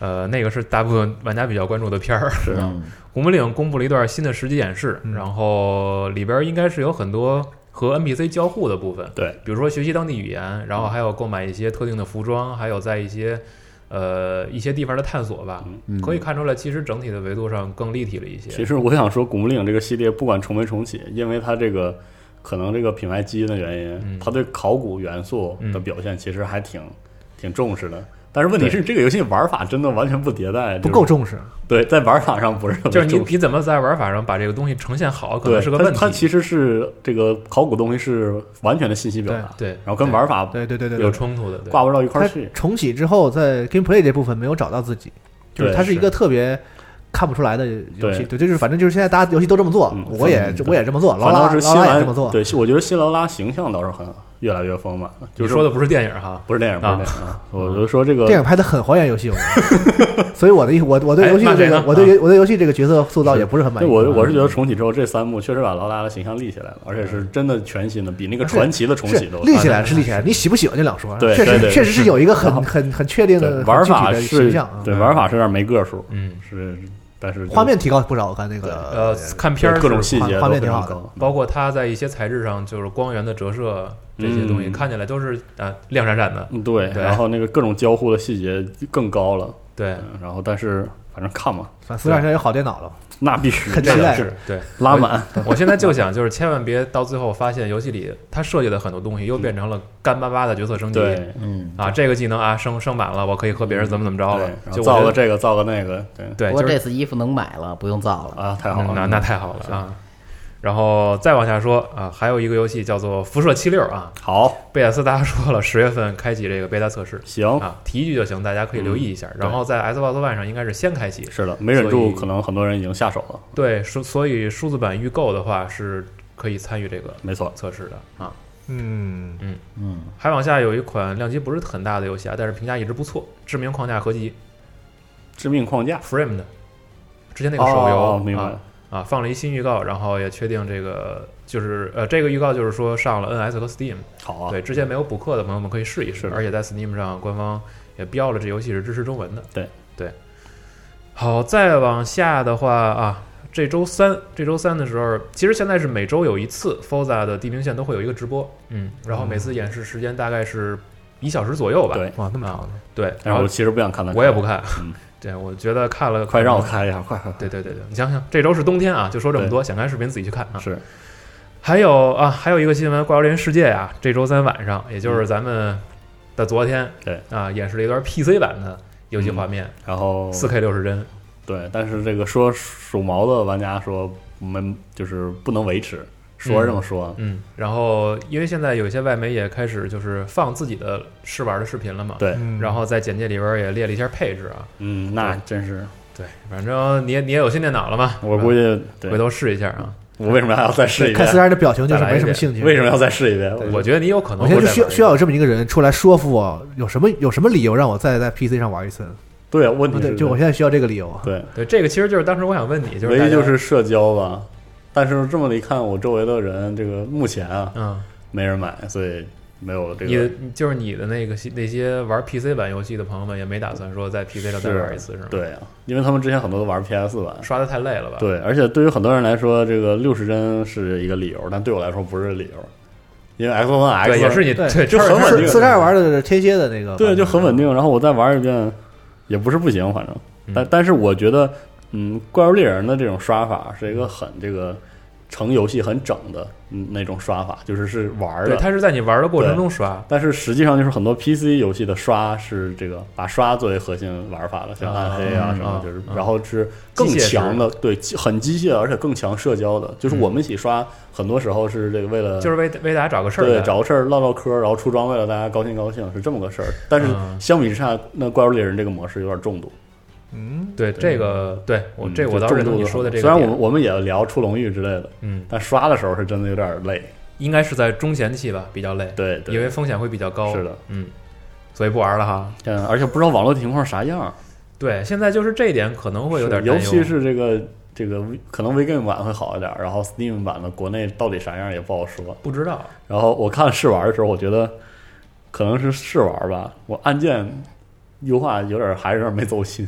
[SPEAKER 1] 呃，那个是大部分玩家比较关注的片儿。
[SPEAKER 4] 是
[SPEAKER 2] 嗯，
[SPEAKER 1] 古墓丽影公布了一段新的实际演示，
[SPEAKER 3] 嗯
[SPEAKER 1] 然后里边应该是有很多和 NPC 交互的部分，
[SPEAKER 4] 对，
[SPEAKER 1] 比如说学习当地语言，然后还有购买一些特定的服装，还有在一些呃一些地方的探索吧，
[SPEAKER 2] 嗯
[SPEAKER 1] 可以看出来，其实整体的维度上更立体了一些。
[SPEAKER 4] 其实我想说，《古墓丽影》这个系列不管重没重启，因为它这个可能这个品牌基因的原因，
[SPEAKER 1] 嗯
[SPEAKER 4] 它对考古元素的表现其实还挺、挺重视的。但是问题是，这个游戏玩法真的完全不迭代，
[SPEAKER 3] 不
[SPEAKER 4] 就是
[SPEAKER 3] 够重视。
[SPEAKER 4] 对，在玩法上不是特别
[SPEAKER 1] 就是你
[SPEAKER 4] 重视
[SPEAKER 1] 你怎么在玩法上把这个东西呈现好，可
[SPEAKER 4] 对
[SPEAKER 1] 能是个问题。
[SPEAKER 4] 它。它其实是这个考古东西是完全的信息表达，
[SPEAKER 1] 对，
[SPEAKER 4] 然后跟玩法
[SPEAKER 3] 对对对对
[SPEAKER 1] 有
[SPEAKER 3] 对，
[SPEAKER 1] 冲突的，对
[SPEAKER 4] 挂不到一块
[SPEAKER 3] 他
[SPEAKER 4] 儿去。
[SPEAKER 3] 重启之后，在 gameplay 这部分没有找到自己，就是
[SPEAKER 4] 对
[SPEAKER 3] 它是一
[SPEAKER 1] 是
[SPEAKER 3] 个特别看不出来的游戏。对，
[SPEAKER 4] 对
[SPEAKER 3] 就是反正就是现在大家游戏都这么做
[SPEAKER 4] 嗯，
[SPEAKER 3] 我也
[SPEAKER 4] 嗯
[SPEAKER 3] 我也这么做，劳
[SPEAKER 4] 反
[SPEAKER 3] 拉
[SPEAKER 4] 倒是新
[SPEAKER 3] 劳拉也这么
[SPEAKER 4] 兰
[SPEAKER 3] 做。
[SPEAKER 4] 对，我觉得新劳拉形象倒是很越来越丰满了。就
[SPEAKER 1] 你
[SPEAKER 4] 是
[SPEAKER 1] 说的不是电影哈。
[SPEAKER 4] 不是电影，不是电影，啊我就说这个
[SPEAKER 3] 电影拍的很还原游戏，我觉得所以我的意我我对
[SPEAKER 1] 哎
[SPEAKER 3] 游戏的
[SPEAKER 1] 骂谁
[SPEAKER 3] 这个
[SPEAKER 1] 呢
[SPEAKER 3] 我对游我对游戏这个角色塑造也不是很满
[SPEAKER 4] 对
[SPEAKER 3] 意。
[SPEAKER 4] 我我是觉得重启之后这三幕确实把劳拉的形象立起来了，而且是真的全新的，比那个传奇的重
[SPEAKER 3] 是
[SPEAKER 4] 启都啊
[SPEAKER 3] 立起来是立起来，你喜不喜欢这两说？啊
[SPEAKER 4] 对
[SPEAKER 3] 确
[SPEAKER 4] 对对
[SPEAKER 3] 实确实是有一个
[SPEAKER 4] 然后
[SPEAKER 3] 很很很确定
[SPEAKER 4] 对
[SPEAKER 3] 的
[SPEAKER 4] 玩法
[SPEAKER 3] 很具体的
[SPEAKER 4] 是
[SPEAKER 3] 形象啊，
[SPEAKER 4] 对玩法是有点没个数，
[SPEAKER 1] 嗯，
[SPEAKER 4] 是但是
[SPEAKER 3] 画面提高不少，我看那个
[SPEAKER 1] 呃，看片儿
[SPEAKER 4] 各
[SPEAKER 1] 是
[SPEAKER 4] 种细节
[SPEAKER 3] 画
[SPEAKER 4] 都
[SPEAKER 3] 面
[SPEAKER 4] 非
[SPEAKER 3] 挺
[SPEAKER 4] 常
[SPEAKER 3] 好的
[SPEAKER 4] 高，
[SPEAKER 1] 包括它在一些材质上，就是光源的折射这些东西，
[SPEAKER 4] 嗯
[SPEAKER 1] 看起来都是啊亮闪闪的。
[SPEAKER 4] 嗯对，
[SPEAKER 1] 对
[SPEAKER 4] 然后那个各种交互的细节更高了，
[SPEAKER 1] 对，
[SPEAKER 4] 嗯然后但是反正看嘛，
[SPEAKER 3] 反思两下有好电脑了，
[SPEAKER 4] 那必须
[SPEAKER 3] 很
[SPEAKER 4] 这
[SPEAKER 3] 期
[SPEAKER 4] 个
[SPEAKER 3] 待
[SPEAKER 4] 是
[SPEAKER 1] 对，
[SPEAKER 4] 拉满，
[SPEAKER 1] 我现在就想，就是千万别到最后发现游戏里它设计的很多东西又变成了干巴巴的角色升级。
[SPEAKER 4] 对。
[SPEAKER 2] 嗯，
[SPEAKER 1] 啊，这个技能啊升升满了，我可以和别人怎么怎么着
[SPEAKER 4] 嗯对
[SPEAKER 1] 了。
[SPEAKER 4] 然
[SPEAKER 1] 就
[SPEAKER 4] 后
[SPEAKER 1] 我
[SPEAKER 4] 造
[SPEAKER 1] 觉
[SPEAKER 4] 个
[SPEAKER 1] 得
[SPEAKER 4] 这个，造个那个，对
[SPEAKER 1] 对，
[SPEAKER 2] 不过
[SPEAKER 1] 就是
[SPEAKER 2] 这次衣服能买了，不用造了。
[SPEAKER 4] 啊，太好
[SPEAKER 1] 嗯那
[SPEAKER 4] 了！
[SPEAKER 1] 那太好了啊。然后再往下说啊，还有一个游戏叫做《辐射七六》啊，
[SPEAKER 4] 好，
[SPEAKER 1] 贝塔斯达说了十月份开启这个贝塔测试
[SPEAKER 4] 行，
[SPEAKER 1] 啊，提一句就行，大家可以留意一下。
[SPEAKER 4] 嗯
[SPEAKER 1] 然后在 Xbox One 上应该是先开启，
[SPEAKER 4] 是的，没忍
[SPEAKER 1] 所
[SPEAKER 4] 住，
[SPEAKER 1] 以
[SPEAKER 4] 可能很多人已经下手了，
[SPEAKER 1] 对，数所以数字版预购的话是可以参与这个
[SPEAKER 4] 没错，
[SPEAKER 1] 测试的啊。
[SPEAKER 3] 嗯，
[SPEAKER 2] 嗯，
[SPEAKER 1] 还往下有一款量级不是很大的游戏啊，但是评价一直不错，《致命框架合集
[SPEAKER 4] 致命框架》
[SPEAKER 1] Frame 的，之前那个手游、
[SPEAKER 4] 哦明白
[SPEAKER 1] 啊
[SPEAKER 4] 了，
[SPEAKER 1] 啊，放了一新预告，然后也确定这个就是呃，这个预告就是说上了 NS 和 Steam，、
[SPEAKER 4] 好啊，
[SPEAKER 1] 对，之前没有补课的朋友们可以试一试
[SPEAKER 4] 是，的
[SPEAKER 1] 而且在 Steam 上官方也标了这游戏是支持中文的，
[SPEAKER 4] 对
[SPEAKER 1] 对。好，再往下的话啊，这周三这周三的时候，其实现在是每周有一次 Forza 的地平线都会有一个直播，嗯，然后每次演示时间大概是一小时左右吧，
[SPEAKER 4] 对，
[SPEAKER 3] 哇，那么
[SPEAKER 1] 啊
[SPEAKER 3] 长呢，
[SPEAKER 1] 对，然
[SPEAKER 4] 但是
[SPEAKER 1] 后
[SPEAKER 4] 我其实不想看他，
[SPEAKER 1] 我也不看
[SPEAKER 4] 嗯，
[SPEAKER 1] 对，我觉得看了
[SPEAKER 4] 快让我。看 一下，快快
[SPEAKER 1] 对对对对，你想想，这周是冬天啊，就说这么
[SPEAKER 4] 啊对
[SPEAKER 1] 多，想看视频自己去看啊。
[SPEAKER 4] 快！是
[SPEAKER 1] 还有啊，还有一个新闻，《怪物猎人世界》啊，这周三晚上，也就是咱们的昨天，
[SPEAKER 4] 嗯对嗯
[SPEAKER 1] 啊，演示了一段 PC 版的游戏画面，
[SPEAKER 4] 然后
[SPEAKER 1] 四、K 六十
[SPEAKER 4] 哦
[SPEAKER 1] 帧，
[SPEAKER 4] 对，但是这个说属毛的玩家说我们就是不能维持，说是这么说，
[SPEAKER 1] 嗯，然后因为现在有一些外媒也开始就是放自己的试玩的视频了嘛，
[SPEAKER 4] 对，
[SPEAKER 3] 嗯
[SPEAKER 1] 然后在简介里边也列了一下配置啊，
[SPEAKER 4] 嗯，那真是
[SPEAKER 1] 对，反正你也你也有新电脑了嘛，
[SPEAKER 4] 我
[SPEAKER 1] 是吧
[SPEAKER 4] 估计，
[SPEAKER 1] 回
[SPEAKER 4] 对，
[SPEAKER 1] 头试一下啊，
[SPEAKER 4] 我为什么还要再试一
[SPEAKER 3] 看
[SPEAKER 4] 遍
[SPEAKER 3] 四？然的表情就是
[SPEAKER 1] 再来一
[SPEAKER 3] 没什么
[SPEAKER 1] 遍
[SPEAKER 3] 兴趣，
[SPEAKER 4] 为什么要再试一遍？
[SPEAKER 1] 我觉得你有可能
[SPEAKER 3] 我
[SPEAKER 1] 会
[SPEAKER 3] 现在就
[SPEAKER 1] 再
[SPEAKER 3] 需要
[SPEAKER 1] 玩一
[SPEAKER 3] 需要有
[SPEAKER 1] 遍
[SPEAKER 3] 这么一个人出来说服我，有什么有什么理由让我再在 PC 上玩一次？
[SPEAKER 4] 对，问题
[SPEAKER 3] 对，
[SPEAKER 4] 是
[SPEAKER 3] 就我现在需要这个理由。啊
[SPEAKER 4] 对，
[SPEAKER 1] 对这个其实就是当时我想问你，就是
[SPEAKER 4] 唯
[SPEAKER 1] 大
[SPEAKER 4] 一
[SPEAKER 1] 家
[SPEAKER 4] 就是社交吧。但是这么一看，我周围的人，这个目前啊
[SPEAKER 1] 嗯，
[SPEAKER 4] 没人买，所以没有这
[SPEAKER 1] 你的
[SPEAKER 4] 个。
[SPEAKER 1] 就是你的那个那些玩 PC 版游戏的朋友们也没打算说在 PC 上再玩一次是吗？
[SPEAKER 4] 对啊，因为他们之前很多都玩 PS 版，
[SPEAKER 1] 刷的太累了吧？，
[SPEAKER 4] 对，而且对于很多人来说，这个六十帧是一个理由，但对我来说不是理由，因为 X One
[SPEAKER 1] 对，
[SPEAKER 4] X
[SPEAKER 1] 也是你
[SPEAKER 3] 对
[SPEAKER 1] 对，
[SPEAKER 4] 就很
[SPEAKER 1] 这
[SPEAKER 4] 稳定
[SPEAKER 3] 四四十二玩的是天蝎的那个版本，啊
[SPEAKER 1] 嗯
[SPEAKER 4] 对，就很稳定。然后我再玩一遍也不是不行，反正，但但是我觉得嗯，怪物猎人的这种刷法是一个很这个成游戏很整的嗯那种刷法，就是是玩儿
[SPEAKER 1] 对，
[SPEAKER 4] 的。
[SPEAKER 1] 它是在你玩的过程中刷。
[SPEAKER 4] 但是实际上就是很多 PC 游戏的刷是这个把刷作为核心玩法了，像暗黑啊
[SPEAKER 1] 嗯
[SPEAKER 4] 什么，
[SPEAKER 1] 嗯
[SPEAKER 4] 就是
[SPEAKER 1] 嗯
[SPEAKER 4] 然后是更
[SPEAKER 1] 机械式
[SPEAKER 4] 强的，对，很机械而且更强社交的。就是我们一起刷，很多时候是这个为
[SPEAKER 1] 嗯
[SPEAKER 4] 了
[SPEAKER 1] 就是为为大家找个事儿
[SPEAKER 4] 对
[SPEAKER 1] 干，
[SPEAKER 4] 找个事儿唠唠嗑，然后出装为了大家高兴高兴是这么个事儿。但是
[SPEAKER 1] 嗯
[SPEAKER 4] 相比之下，那怪物猎人这个模式有点重度。
[SPEAKER 3] 嗯，
[SPEAKER 1] 对这个，对我
[SPEAKER 4] 嗯
[SPEAKER 1] 这我
[SPEAKER 4] 就
[SPEAKER 1] 倒是
[SPEAKER 4] 重
[SPEAKER 1] 认
[SPEAKER 4] 度
[SPEAKER 1] 同你
[SPEAKER 4] 的
[SPEAKER 1] 说的这个
[SPEAKER 4] 虽
[SPEAKER 1] 点。
[SPEAKER 4] 然我们我们也聊出龙域之类的，
[SPEAKER 1] 嗯，
[SPEAKER 4] 但刷的时候是真的有点累。
[SPEAKER 1] 应该是在中前期吧，比较累，
[SPEAKER 4] 对对，
[SPEAKER 1] 因为风险会比较高。
[SPEAKER 4] 是的，
[SPEAKER 1] 嗯，所以不玩了哈。
[SPEAKER 4] 嗯，而且不知道网络情况啥样，
[SPEAKER 1] 对，现在就是这一点可能会有点
[SPEAKER 4] 是
[SPEAKER 1] 担
[SPEAKER 4] 尤
[SPEAKER 1] 忧，
[SPEAKER 4] 其是这个这个可能 Vgame 版会好一点，然后 Steam 版的国内到底啥样也不好说。
[SPEAKER 1] 不知道
[SPEAKER 4] 然后我看试玩的时候，我觉得可能是试玩吧，我按键优化有点还是有点没走心。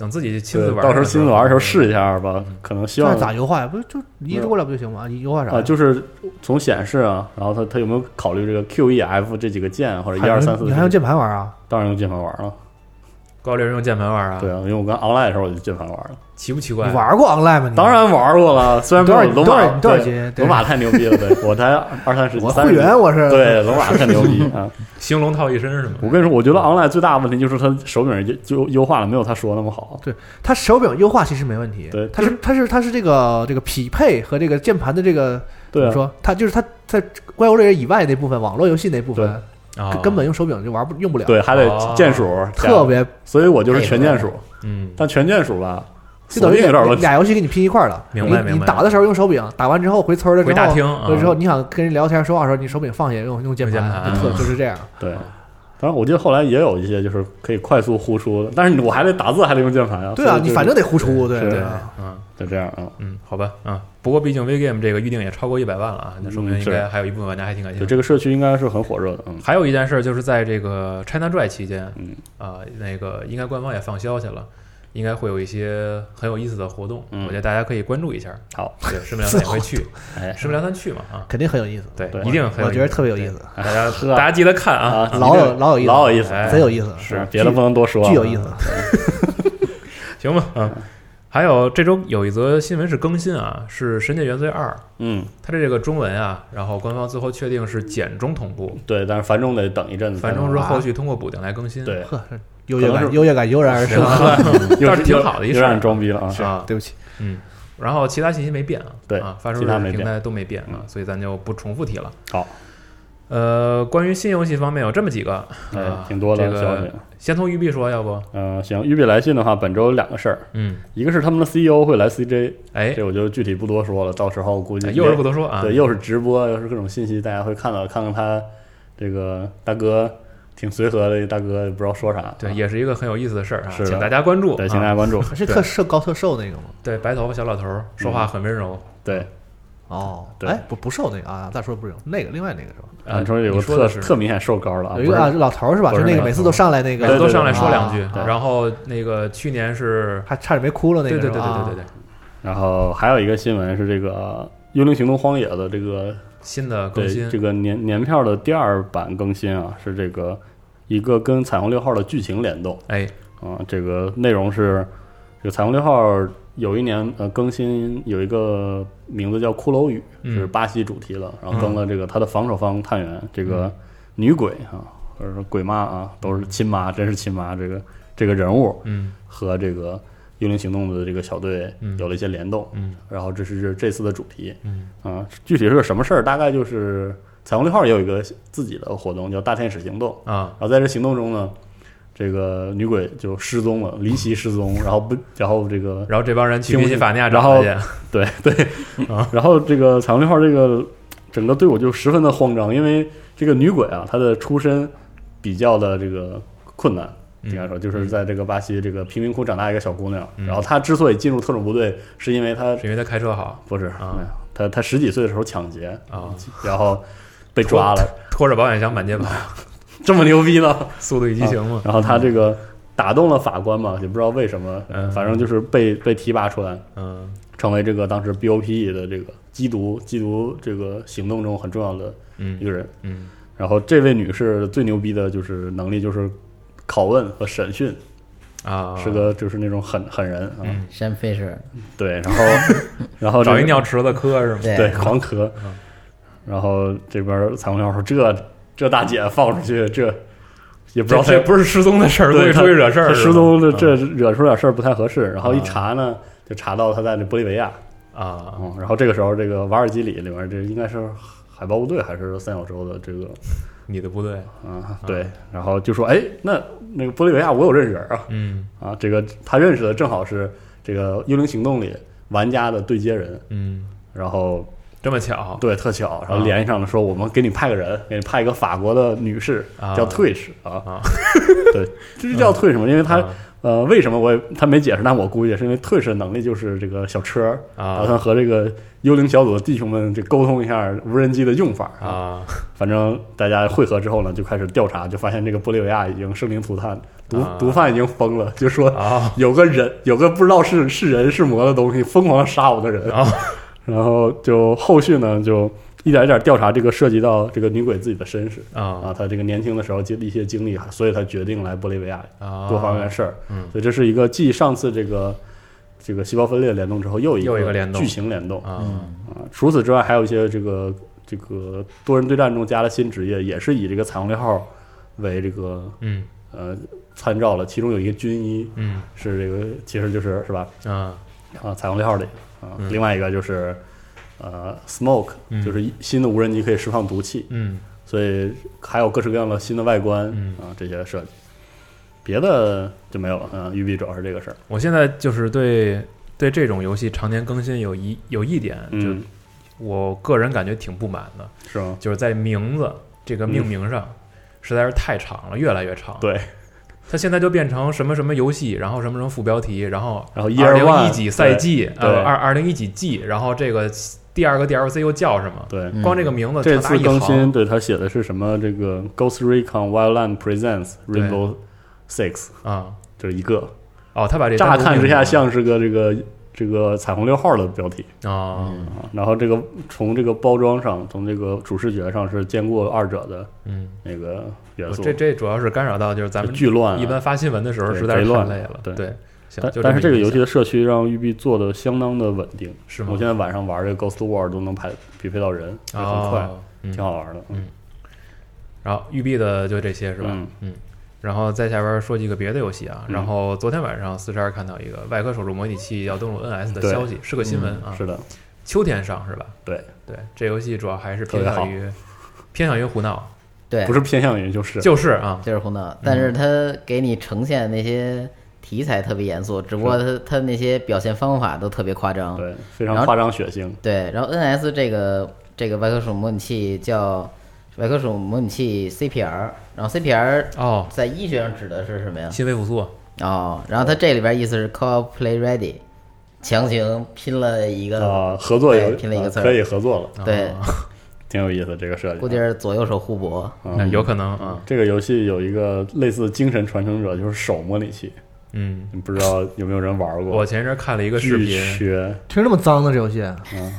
[SPEAKER 1] 等自己亲
[SPEAKER 4] 对，
[SPEAKER 1] 自玩，嗯
[SPEAKER 4] 到时候亲自玩的时候试一下吧，可能希
[SPEAKER 3] 那
[SPEAKER 4] 望
[SPEAKER 3] 咋优化呀？不是就你移植过来不就行吗？你优化啥呀？
[SPEAKER 4] 啊，就是从显示啊，然后它它有没有考虑这个 Q E F 这几个键或者一
[SPEAKER 3] 还
[SPEAKER 4] 二
[SPEAKER 3] 能
[SPEAKER 4] 三四？
[SPEAKER 3] 你还用键盘玩啊？
[SPEAKER 4] 当然用键盘玩了，
[SPEAKER 1] 高丽人用键盘玩啊，
[SPEAKER 4] 对，啊，因为我刚 online 的时候我就键盘玩了，
[SPEAKER 1] 奇不奇
[SPEAKER 3] 你
[SPEAKER 1] 怪？
[SPEAKER 3] 玩过 online 吗？你
[SPEAKER 4] 当然玩过了，虽然没
[SPEAKER 3] 多少
[SPEAKER 4] 有龙
[SPEAKER 3] 多
[SPEAKER 4] 马
[SPEAKER 3] 少嗯多少级
[SPEAKER 4] 对
[SPEAKER 3] 对
[SPEAKER 4] 龙马太牛逼 了，对我才二三十，
[SPEAKER 3] 我
[SPEAKER 4] 三
[SPEAKER 3] 会
[SPEAKER 4] 十级
[SPEAKER 3] 员我是，
[SPEAKER 4] 对龙马太 牛逼啊！
[SPEAKER 1] 兴隆套一身是吗？
[SPEAKER 4] 我跟你说，我觉得 online 最大的问题就是它手柄就就优化了，没有他说那么好。
[SPEAKER 3] 它手柄优化其实没问题，
[SPEAKER 4] 对
[SPEAKER 3] 它是它是它是这个这个匹配和这个键盘的这个怎
[SPEAKER 4] 对
[SPEAKER 3] 么
[SPEAKER 4] 啊，
[SPEAKER 3] 说？它就是它在怪物猎人以外那部分网络游戏那部分，
[SPEAKER 1] 啊，
[SPEAKER 3] 根本用手柄就玩不用不了，
[SPEAKER 4] 对，还得
[SPEAKER 1] 哦
[SPEAKER 4] 键鼠，
[SPEAKER 3] 特，别
[SPEAKER 4] 所以我就是全键鼠，
[SPEAKER 1] 嗯，
[SPEAKER 4] 但全键鼠吧，
[SPEAKER 3] 就等于
[SPEAKER 4] 锁定有点
[SPEAKER 3] 俩
[SPEAKER 4] 问题。
[SPEAKER 3] 俩游戏给你拼一块儿了。
[SPEAKER 1] 明白
[SPEAKER 3] 你
[SPEAKER 1] 明
[SPEAKER 3] 你
[SPEAKER 1] 白
[SPEAKER 3] 打的时候用手柄，打完之后回村儿了之
[SPEAKER 1] 回
[SPEAKER 3] 后，
[SPEAKER 1] 大厅啊
[SPEAKER 3] 回之后你想跟人聊天说话的时候，你手柄放下用用键
[SPEAKER 1] 用键
[SPEAKER 3] 盘，
[SPEAKER 1] 盘啊
[SPEAKER 3] 就特就是这样。
[SPEAKER 4] 对，当然我记得后来也有一些就是可以快速呼出，但是我还得打字，还得用键盘啊。
[SPEAKER 3] 对啊
[SPEAKER 4] 所，以就
[SPEAKER 3] 你
[SPEAKER 4] 是
[SPEAKER 3] 反正得胡出，对
[SPEAKER 4] 是
[SPEAKER 3] 对
[SPEAKER 1] 对
[SPEAKER 3] 啊，
[SPEAKER 1] 嗯
[SPEAKER 4] 就这样啊。
[SPEAKER 1] 嗯，好吧，嗯，不过毕竟 VGame 这个预定也超过一百万了啊，那说明
[SPEAKER 4] 嗯
[SPEAKER 1] 应
[SPEAKER 4] 是
[SPEAKER 1] 该还有一部分玩家还挺感兴
[SPEAKER 4] 就
[SPEAKER 1] 趣。
[SPEAKER 4] 这个社区应该是很火热的，嗯，
[SPEAKER 1] 还有一件事儿就是在这个 China Dry 期间，
[SPEAKER 4] 嗯
[SPEAKER 1] 啊、那个应该官方也放消息了，应该会有一些很有意思的活动，
[SPEAKER 4] 嗯
[SPEAKER 1] 我觉得大家可以关注一下。
[SPEAKER 4] 好，
[SPEAKER 1] 对，师妹良三也会去，
[SPEAKER 4] 哎，
[SPEAKER 1] 师妹良三去嘛啊，
[SPEAKER 3] 肯定很有意思，
[SPEAKER 1] 对，
[SPEAKER 4] 对
[SPEAKER 1] 一定很有意
[SPEAKER 3] 我
[SPEAKER 1] 思
[SPEAKER 3] 觉得特别有意思，
[SPEAKER 1] 大家大家记得看啊，
[SPEAKER 4] 啊
[SPEAKER 3] 老有
[SPEAKER 4] 一定
[SPEAKER 3] 老有意思，
[SPEAKER 4] 老有意思，
[SPEAKER 1] 哎
[SPEAKER 3] 贼有意思，
[SPEAKER 4] 是别的不能多说，啊
[SPEAKER 3] 巨有意思。。
[SPEAKER 1] 行吧，嗯。还有这周有一则新闻是更新啊，是《神界原罪二》，
[SPEAKER 4] 嗯，
[SPEAKER 1] 它的这个中文啊，然后官方最后确定是简中同步，
[SPEAKER 4] 对，但是繁中得等一阵子才
[SPEAKER 1] 繁
[SPEAKER 4] 能
[SPEAKER 1] 中是
[SPEAKER 4] 玩，
[SPEAKER 1] 后续通过补丁来更新，
[SPEAKER 4] 对，
[SPEAKER 3] 呵，这 优越
[SPEAKER 4] 可能
[SPEAKER 3] 感，
[SPEAKER 4] 是
[SPEAKER 3] 优越感油然而生。
[SPEAKER 1] 倒是挺好的一
[SPEAKER 4] 又
[SPEAKER 1] 事儿
[SPEAKER 4] 又让人装逼了啊，
[SPEAKER 1] 啊，
[SPEAKER 3] 对不起，
[SPEAKER 1] 嗯，然后其他信息没变啊，
[SPEAKER 4] 对
[SPEAKER 1] 啊，发售
[SPEAKER 4] 其他没
[SPEAKER 1] 日
[SPEAKER 4] 变
[SPEAKER 1] 平台都没变啊，
[SPEAKER 4] 嗯
[SPEAKER 1] 所以咱就不重复提了。
[SPEAKER 4] 好，
[SPEAKER 1] 呃，关于新游戏方面有这么几个，
[SPEAKER 4] 哎
[SPEAKER 1] 啊，，
[SPEAKER 4] 挺多
[SPEAKER 1] 这
[SPEAKER 4] 的消息
[SPEAKER 1] 个。先从育碧说，要不，
[SPEAKER 4] 嗯，行，育碧来信的话，本周有两个事儿，
[SPEAKER 1] 嗯，
[SPEAKER 4] 一个是他们的 CEO 会来 CJ，
[SPEAKER 1] 哎，
[SPEAKER 4] 这我就具体不多说了，到时候估计
[SPEAKER 1] 哎又是不多说啊，
[SPEAKER 4] 对，又是直播，又是各种信息，大家会看到看看他这个大哥挺随和的，大哥也不知道说啥。
[SPEAKER 1] 对，
[SPEAKER 4] 啊
[SPEAKER 1] 也是一个很有意思的事儿啊，
[SPEAKER 4] 是的
[SPEAKER 1] 请大家关注，
[SPEAKER 4] 对，请大
[SPEAKER 1] 啊
[SPEAKER 4] 家 关注。
[SPEAKER 3] 是特瘦高特瘦那个吗？
[SPEAKER 1] 对白头发小老头儿说
[SPEAKER 4] 嗯
[SPEAKER 1] 话很温柔，
[SPEAKER 4] 对，
[SPEAKER 3] 哦，
[SPEAKER 4] 对
[SPEAKER 3] 哎，不不瘦那个啊，大叔不是那个，另外那个是吧？
[SPEAKER 1] 啊
[SPEAKER 4] 你说有
[SPEAKER 1] 你
[SPEAKER 4] 个
[SPEAKER 1] 说
[SPEAKER 4] 特
[SPEAKER 1] 的是
[SPEAKER 4] 特明显瘦高了啊，
[SPEAKER 3] 有一个
[SPEAKER 4] 不
[SPEAKER 3] 啊，
[SPEAKER 4] 是
[SPEAKER 3] 是老头儿是吧？
[SPEAKER 1] 不
[SPEAKER 3] 就是那
[SPEAKER 1] 那
[SPEAKER 3] 个
[SPEAKER 1] 个
[SPEAKER 3] 每次都上来那
[SPEAKER 1] 每
[SPEAKER 3] 个，
[SPEAKER 1] 次
[SPEAKER 4] 对
[SPEAKER 1] 都
[SPEAKER 4] 对
[SPEAKER 1] 上来
[SPEAKER 4] 对
[SPEAKER 1] 说两
[SPEAKER 3] 啊
[SPEAKER 1] 句
[SPEAKER 3] 啊，
[SPEAKER 1] 然后那个去年是，
[SPEAKER 3] 还差点没哭了那
[SPEAKER 1] 对
[SPEAKER 3] 个
[SPEAKER 1] 对
[SPEAKER 3] 是
[SPEAKER 1] 对
[SPEAKER 3] 吧。
[SPEAKER 1] 对对对对
[SPEAKER 3] 啊，，
[SPEAKER 4] 然后还有一个新闻是这个呃《幽灵行动：荒野》的这个
[SPEAKER 1] 新的更
[SPEAKER 4] 对
[SPEAKER 1] 新
[SPEAKER 4] 这，个年年票的第二版更新啊，是这个一个跟《彩虹六号》的剧情联动
[SPEAKER 1] 哎，
[SPEAKER 4] 啊、这个内容是这个《彩虹六号》有一年呃更新有一个名字叫《骷髅语》，是
[SPEAKER 1] 嗯，嗯
[SPEAKER 4] 巴西主题了，然后跟了这个他的防守方探员，这个女鬼啊，或者说鬼妈啊，都是亲妈，真是亲妈，这个这个人物
[SPEAKER 1] 嗯
[SPEAKER 4] 和这个幽灵行动的这个小队
[SPEAKER 1] 嗯
[SPEAKER 4] 有了一些联动，
[SPEAKER 1] 嗯
[SPEAKER 4] 然后这是这次的主题
[SPEAKER 1] 嗯，
[SPEAKER 4] 啊，具体是个什么事儿？大概就是彩虹六号也有一个自己的活动叫大天使行动，
[SPEAKER 1] 啊，
[SPEAKER 4] 然后在这行动中呢。这个女鬼就失踪了，离奇失踪，然后不，然后这个
[SPEAKER 1] 然后这帮人去
[SPEAKER 4] 听
[SPEAKER 1] 宾
[SPEAKER 4] 不
[SPEAKER 1] 夕
[SPEAKER 4] 清
[SPEAKER 1] 法尼亚找
[SPEAKER 4] 然后
[SPEAKER 1] 他去，
[SPEAKER 4] 对 对
[SPEAKER 1] 啊，
[SPEAKER 4] 然后这个彩虹六号这个整个队伍就十分的慌张，因为这个女鬼啊，她的出身比较的这个困难，
[SPEAKER 1] 嗯
[SPEAKER 4] 应该说就是在这个巴西这个贫民窟长大一个小姑娘。
[SPEAKER 1] 嗯
[SPEAKER 4] 然后她之所以进入特种部队，是因为她
[SPEAKER 1] 是因为他开车好
[SPEAKER 4] 不是，
[SPEAKER 1] 啊
[SPEAKER 4] 哎呀她她十几岁的时候抢劫，
[SPEAKER 1] 啊，
[SPEAKER 4] 然后被抓了，
[SPEAKER 1] 拖着保险箱满街跑，
[SPEAKER 4] 这么牛逼呢？
[SPEAKER 1] 速度与激
[SPEAKER 4] 啊
[SPEAKER 1] 情嘛，
[SPEAKER 4] 然后她这个打动了法官嘛，也不知道为什么
[SPEAKER 1] 嗯，
[SPEAKER 4] 反正就是被被提拔出来。
[SPEAKER 1] 嗯
[SPEAKER 4] 成为这个当时 BOP E 的这个缉毒缉毒这个行动中很重要的一
[SPEAKER 1] 嗯
[SPEAKER 4] 个人。
[SPEAKER 1] 嗯，
[SPEAKER 4] 然后这位女士最牛逼的就是能力就是拷问和审讯
[SPEAKER 1] 啊，
[SPEAKER 4] 是个就是那种狠狠人啊，
[SPEAKER 1] 嗯
[SPEAKER 2] 山飞是，
[SPEAKER 4] 对， 然后然后这
[SPEAKER 1] 找
[SPEAKER 4] 个
[SPEAKER 1] 一嗯尿池子磕是吗？
[SPEAKER 2] 对
[SPEAKER 4] 对，狂咳。然后这边彩虹鸟说：“这这大姐放出去，这也不知
[SPEAKER 1] 这
[SPEAKER 4] 道她
[SPEAKER 1] 也不是失踪的事儿，
[SPEAKER 4] 对
[SPEAKER 1] 故意
[SPEAKER 4] 她
[SPEAKER 1] 出去惹事儿
[SPEAKER 4] 她
[SPEAKER 1] 是吧，
[SPEAKER 4] 失踪了，
[SPEAKER 1] 啊
[SPEAKER 4] 这惹出点事儿不太合适。”然后一查呢，就查到她在那玻利维亚。
[SPEAKER 1] 啊，
[SPEAKER 4] 嗯，然后这个时候，这个瓦尔基里里面这应该是海豹部队还是三角洲的这个
[SPEAKER 1] 你的不对，
[SPEAKER 4] 啊，对。然后就说：“哎，那那个玻利维亚我有认识人啊
[SPEAKER 1] 嗯
[SPEAKER 4] 啊，这个他认识的正好是这个《幽灵行动》里玩家的对接人。
[SPEAKER 1] 嗯，”
[SPEAKER 4] 然后
[SPEAKER 1] 这么巧，
[SPEAKER 4] 对，特巧，然
[SPEAKER 1] 啊
[SPEAKER 4] 后联系上了，说我们给你派个人，给你派一个法国的女士，
[SPEAKER 1] 啊
[SPEAKER 4] 叫退士啊，
[SPEAKER 1] 啊
[SPEAKER 4] 对，这就叫退什么？因为她
[SPEAKER 1] 啊
[SPEAKER 4] 呃，为什么我也她没解释，但我估计是因为退士的能力就是这个小车，打算
[SPEAKER 1] 啊
[SPEAKER 4] 和这个幽灵小组的弟兄们这沟通一下无人机的用法。
[SPEAKER 1] 啊
[SPEAKER 4] 反正大家汇合之后呢，就开始调查，就发现这个玻利维亚已经生灵涂炭，毒
[SPEAKER 1] 啊
[SPEAKER 4] 毒贩已经疯了，就说
[SPEAKER 1] 啊
[SPEAKER 4] 有个人，有个不知道是是人是魔的东西，疯狂地杀我的人
[SPEAKER 1] 啊！
[SPEAKER 4] 然后就后续呢，就一点一点调查这个涉及到这个女鬼自己的身世啊，
[SPEAKER 1] 啊
[SPEAKER 4] 她这个年轻的时候经历一些经历，所以她决定来玻利维亚
[SPEAKER 1] 啊，
[SPEAKER 4] 多方面的事儿。
[SPEAKER 1] 嗯
[SPEAKER 4] 所以这是一个继上次这个这个细胞分裂联动之后又一
[SPEAKER 1] 又一个
[SPEAKER 4] 个
[SPEAKER 1] 联动
[SPEAKER 4] 剧情联动啊。
[SPEAKER 1] 啊
[SPEAKER 3] 嗯
[SPEAKER 4] 除此之外，还有一些这个这个多人对战中加了新职业，也是以这个彩虹六号为这个
[SPEAKER 1] 嗯
[SPEAKER 4] 呃参照了，其中有一个军医。
[SPEAKER 1] 嗯
[SPEAKER 4] 是这个，其实就是是吧？
[SPEAKER 1] 啊
[SPEAKER 4] 啊，彩虹六号里啊，
[SPEAKER 1] 嗯
[SPEAKER 4] 另外一个就是呃，smoke，、
[SPEAKER 1] 嗯
[SPEAKER 4] 就是一新的无人机可以释放毒气，
[SPEAKER 1] 嗯
[SPEAKER 4] 所以还有各式各样的新的外观、
[SPEAKER 1] 嗯
[SPEAKER 4] 啊这些设计，别的就没有了。嗯，育碧主要是这个事儿，
[SPEAKER 1] 我现在就是对对这种游戏常年更新有一有一点，就
[SPEAKER 4] 嗯，
[SPEAKER 1] 我个人感觉挺不满的，
[SPEAKER 4] 是吗？
[SPEAKER 1] 就是在名字这个命名上实在是太长了，越来越长。
[SPEAKER 4] 对，
[SPEAKER 1] 它现在就变成什么什么游戏，然后什么什么副标题，然后
[SPEAKER 4] 然后
[SPEAKER 1] 二
[SPEAKER 4] year
[SPEAKER 1] 零
[SPEAKER 4] one
[SPEAKER 1] 一几赛季，
[SPEAKER 4] 对
[SPEAKER 1] 呃，二二零一几季，然后这个第二个 DLC 又叫什么？
[SPEAKER 4] 对。
[SPEAKER 2] 嗯
[SPEAKER 1] 光这个名字
[SPEAKER 4] 这
[SPEAKER 1] 长达
[SPEAKER 4] 次
[SPEAKER 1] 一
[SPEAKER 4] 更新
[SPEAKER 1] 行，
[SPEAKER 4] 对他写的是什么？这个 Ghost Recon Wildland Presents Rainbow Six，
[SPEAKER 1] 啊、
[SPEAKER 4] 就是一个，
[SPEAKER 1] 哦，他把这
[SPEAKER 4] 乍
[SPEAKER 1] 单独
[SPEAKER 4] 看之
[SPEAKER 1] 命名
[SPEAKER 4] 下
[SPEAKER 1] 了
[SPEAKER 4] 像是个这个这个彩虹六号的标题，
[SPEAKER 1] 啊，
[SPEAKER 4] 啊，然后这个从这个包装上，从这个主视觉上是兼顾二者的
[SPEAKER 1] 嗯，
[SPEAKER 4] 那个元素，
[SPEAKER 1] 哦这这主要是干扰到就是咱们
[SPEAKER 4] 巨乱、啊。
[SPEAKER 1] 一般发新闻的时候
[SPEAKER 4] 对
[SPEAKER 1] 实在是
[SPEAKER 4] 贼
[SPEAKER 1] 太
[SPEAKER 4] 乱
[SPEAKER 1] 累了，
[SPEAKER 4] 对
[SPEAKER 1] 对，行
[SPEAKER 4] 但，
[SPEAKER 1] 就
[SPEAKER 4] 但是这
[SPEAKER 1] 么
[SPEAKER 4] 个
[SPEAKER 1] 一
[SPEAKER 4] 游戏
[SPEAKER 1] 想
[SPEAKER 4] 的社区让育碧做的相当的稳定，
[SPEAKER 1] 是吗
[SPEAKER 4] 我现在晚上玩这个 Ghost War 都能排匹配到人，也很快，
[SPEAKER 1] 哦，嗯
[SPEAKER 4] 挺好玩的。嗯，
[SPEAKER 1] 然后育碧的就这些是吧？
[SPEAKER 4] 嗯
[SPEAKER 1] 然后再下边说几个别的游戏啊。
[SPEAKER 4] 嗯
[SPEAKER 1] 然后昨天晚上四十二看到一个外科手术模拟器要登陆 NS 的
[SPEAKER 4] 对嗯
[SPEAKER 1] 消息，是个新闻啊。
[SPEAKER 4] 是的，
[SPEAKER 1] 秋天上是吧？
[SPEAKER 4] 对
[SPEAKER 1] 对，这游戏主要还是
[SPEAKER 4] 特
[SPEAKER 1] 偏
[SPEAKER 4] 别好
[SPEAKER 1] 向于偏向于胡闹，
[SPEAKER 2] 对，
[SPEAKER 4] 不是偏向于就是
[SPEAKER 1] 就是啊，
[SPEAKER 2] 就是胡闹，但是他给你呈现的那些题材特别严肃，只不过他他那些表现方法都特别夸张。
[SPEAKER 4] 对，非常
[SPEAKER 2] 然后
[SPEAKER 4] 夸张血腥。
[SPEAKER 2] 对，然后 NS 这个这个外科鼠模拟器叫外科鼠模拟器 CPR，然后 CPR
[SPEAKER 1] 哦，
[SPEAKER 2] 在医学上指的是什
[SPEAKER 4] 嗯
[SPEAKER 2] 么呀？
[SPEAKER 1] 心肺复苏
[SPEAKER 2] 哦，然后它这里边意思是 call play ready，强行拼了一个，
[SPEAKER 4] 啊，合作
[SPEAKER 2] 对
[SPEAKER 4] 有啊
[SPEAKER 2] 拼了一个字儿
[SPEAKER 4] 可以合作了，
[SPEAKER 2] 对，
[SPEAKER 4] 挺有意思这个设计。
[SPEAKER 2] 估计是左右手互搏。
[SPEAKER 4] 嗯
[SPEAKER 1] 那有可能啊，
[SPEAKER 4] 这个游戏有一个类似精神传承者，就是手模拟器，
[SPEAKER 1] 嗯。
[SPEAKER 4] 你不知道有没有人玩过？
[SPEAKER 1] 我前一阵看了一个视
[SPEAKER 4] 巨
[SPEAKER 1] 频，
[SPEAKER 4] 缺，
[SPEAKER 3] 听着那么脏的这游戏，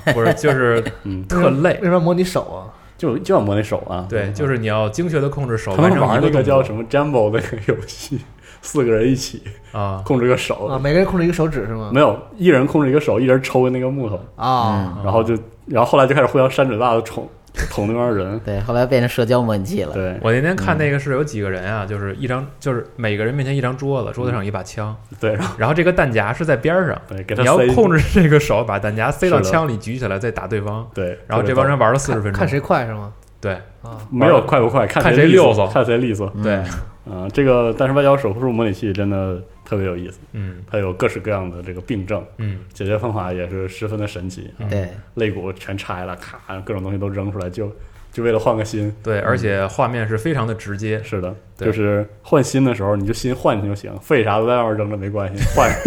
[SPEAKER 4] 哎
[SPEAKER 1] 不是就是
[SPEAKER 4] 嗯
[SPEAKER 1] 特累
[SPEAKER 3] 为，什么要摸你手啊？
[SPEAKER 4] 就就要摸那手啊。
[SPEAKER 1] 对，就是你要精确的控制手，
[SPEAKER 4] 他们
[SPEAKER 1] 完成
[SPEAKER 4] 玩
[SPEAKER 1] 一
[SPEAKER 4] 那
[SPEAKER 1] 动
[SPEAKER 4] 个叫
[SPEAKER 1] 作
[SPEAKER 4] 什么 Jumbo 那个游戏，四个人一起
[SPEAKER 1] 啊，
[SPEAKER 4] 控制个
[SPEAKER 3] 啊，
[SPEAKER 4] 手，
[SPEAKER 3] 每个人控制一个手指是吗？
[SPEAKER 4] 没有一人控制一个手，一人抽那个木头，
[SPEAKER 2] 嗯
[SPEAKER 3] 啊，
[SPEAKER 1] 啊
[SPEAKER 4] 然后就然后后来就开始互相扇嘴巴子捅捅那 边人。
[SPEAKER 2] 对，后来变成社交模拟器了。
[SPEAKER 4] 对
[SPEAKER 1] 我那天看那个是有几个人啊，就是一张，就是每个人面前一张桌子，桌子上有一把枪，
[SPEAKER 4] 对，然后
[SPEAKER 1] 然后这个弹夹是在边儿上，
[SPEAKER 4] 对给他
[SPEAKER 1] 你要
[SPEAKER 4] 塞
[SPEAKER 1] 控制这个手把弹夹塞到
[SPEAKER 4] 是的
[SPEAKER 1] 枪里举起来再打对方，
[SPEAKER 4] 对，
[SPEAKER 1] 然后这帮人玩了四十分
[SPEAKER 3] 看
[SPEAKER 1] 钟，
[SPEAKER 3] 看谁快是吗？
[SPEAKER 1] 对
[SPEAKER 3] 啊，
[SPEAKER 4] 没有快不快，
[SPEAKER 1] 看
[SPEAKER 4] 谁
[SPEAKER 1] 谁
[SPEAKER 4] 利
[SPEAKER 1] 溜
[SPEAKER 4] 索
[SPEAKER 1] 索
[SPEAKER 4] 看谁利索。
[SPEAKER 1] 对，
[SPEAKER 4] 嗯，这个但是外交手术模拟器真的特别有意思，
[SPEAKER 1] 嗯
[SPEAKER 4] 它有各式各样的这个病症，
[SPEAKER 1] 嗯
[SPEAKER 4] 解决方法也是十分的神奇。
[SPEAKER 2] 对，
[SPEAKER 4] 肋骨全拆了，咔，各种东西都扔出来，就就为了换个新。
[SPEAKER 1] 对，而且
[SPEAKER 4] 嗯
[SPEAKER 1] 画面是非常的直接，
[SPEAKER 4] 是的，
[SPEAKER 1] 对
[SPEAKER 4] 就是换新的时候你就新换就行，废啥都在外面扔着没关系，换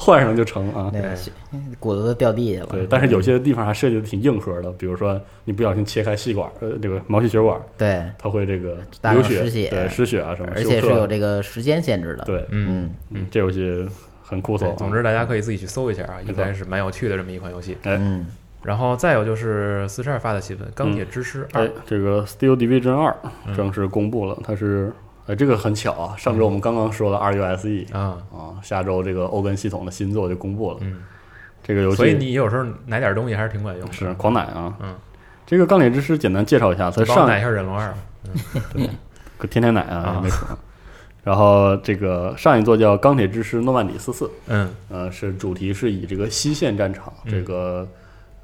[SPEAKER 4] 换上就成啊。
[SPEAKER 2] 那个血骨头都掉地下了。
[SPEAKER 4] 对，但是有些地方还设计的挺硬核的，比如说你不小心切开细管，呃，这个毛细血管，
[SPEAKER 2] 对，
[SPEAKER 4] 它会这个
[SPEAKER 2] 大
[SPEAKER 4] 流
[SPEAKER 2] 量
[SPEAKER 4] 血，
[SPEAKER 2] 失血
[SPEAKER 4] 对，失血啊什么，
[SPEAKER 2] 而且
[SPEAKER 4] 休
[SPEAKER 2] 是
[SPEAKER 4] 克
[SPEAKER 2] 有这个时间限制的。，
[SPEAKER 4] 对，
[SPEAKER 1] 嗯。
[SPEAKER 2] 嗯，
[SPEAKER 4] 嗯，这游戏很酷啊
[SPEAKER 1] 对
[SPEAKER 4] 搜。，
[SPEAKER 1] 总，之大家可以自己去搜一下啊，应该是蛮有趣的这么一款游戏。
[SPEAKER 4] 哎
[SPEAKER 2] 嗯，
[SPEAKER 1] 然后再有就是四
[SPEAKER 4] 嗯
[SPEAKER 1] 十二发的新闻，《钢铁之师二
[SPEAKER 4] 哎
[SPEAKER 2] 嗯
[SPEAKER 4] 哎》，这个《Steel Division 二》正式公布了，它是呃，这个很巧啊，上周我们刚刚说了 RUSE
[SPEAKER 1] 啊，
[SPEAKER 4] 啊，下周这个欧根系统的新作就公布了，
[SPEAKER 1] 嗯，
[SPEAKER 4] 这个游戏
[SPEAKER 1] 所以你有时候奶点东西还是挺管用的。
[SPEAKER 4] 是狂奶啊，
[SPEAKER 1] 嗯，
[SPEAKER 4] 这个钢铁之师简单介绍一下，它
[SPEAKER 1] 你帮我
[SPEAKER 4] 上
[SPEAKER 1] 奶一下忍龙二，
[SPEAKER 4] 可天天奶
[SPEAKER 1] 啊
[SPEAKER 4] 啊，没错。然后这个上一座叫《钢铁之师诺曼底四四》，
[SPEAKER 1] 嗯
[SPEAKER 4] 呃，是主题是以这个西线战场
[SPEAKER 1] 嗯
[SPEAKER 4] 这个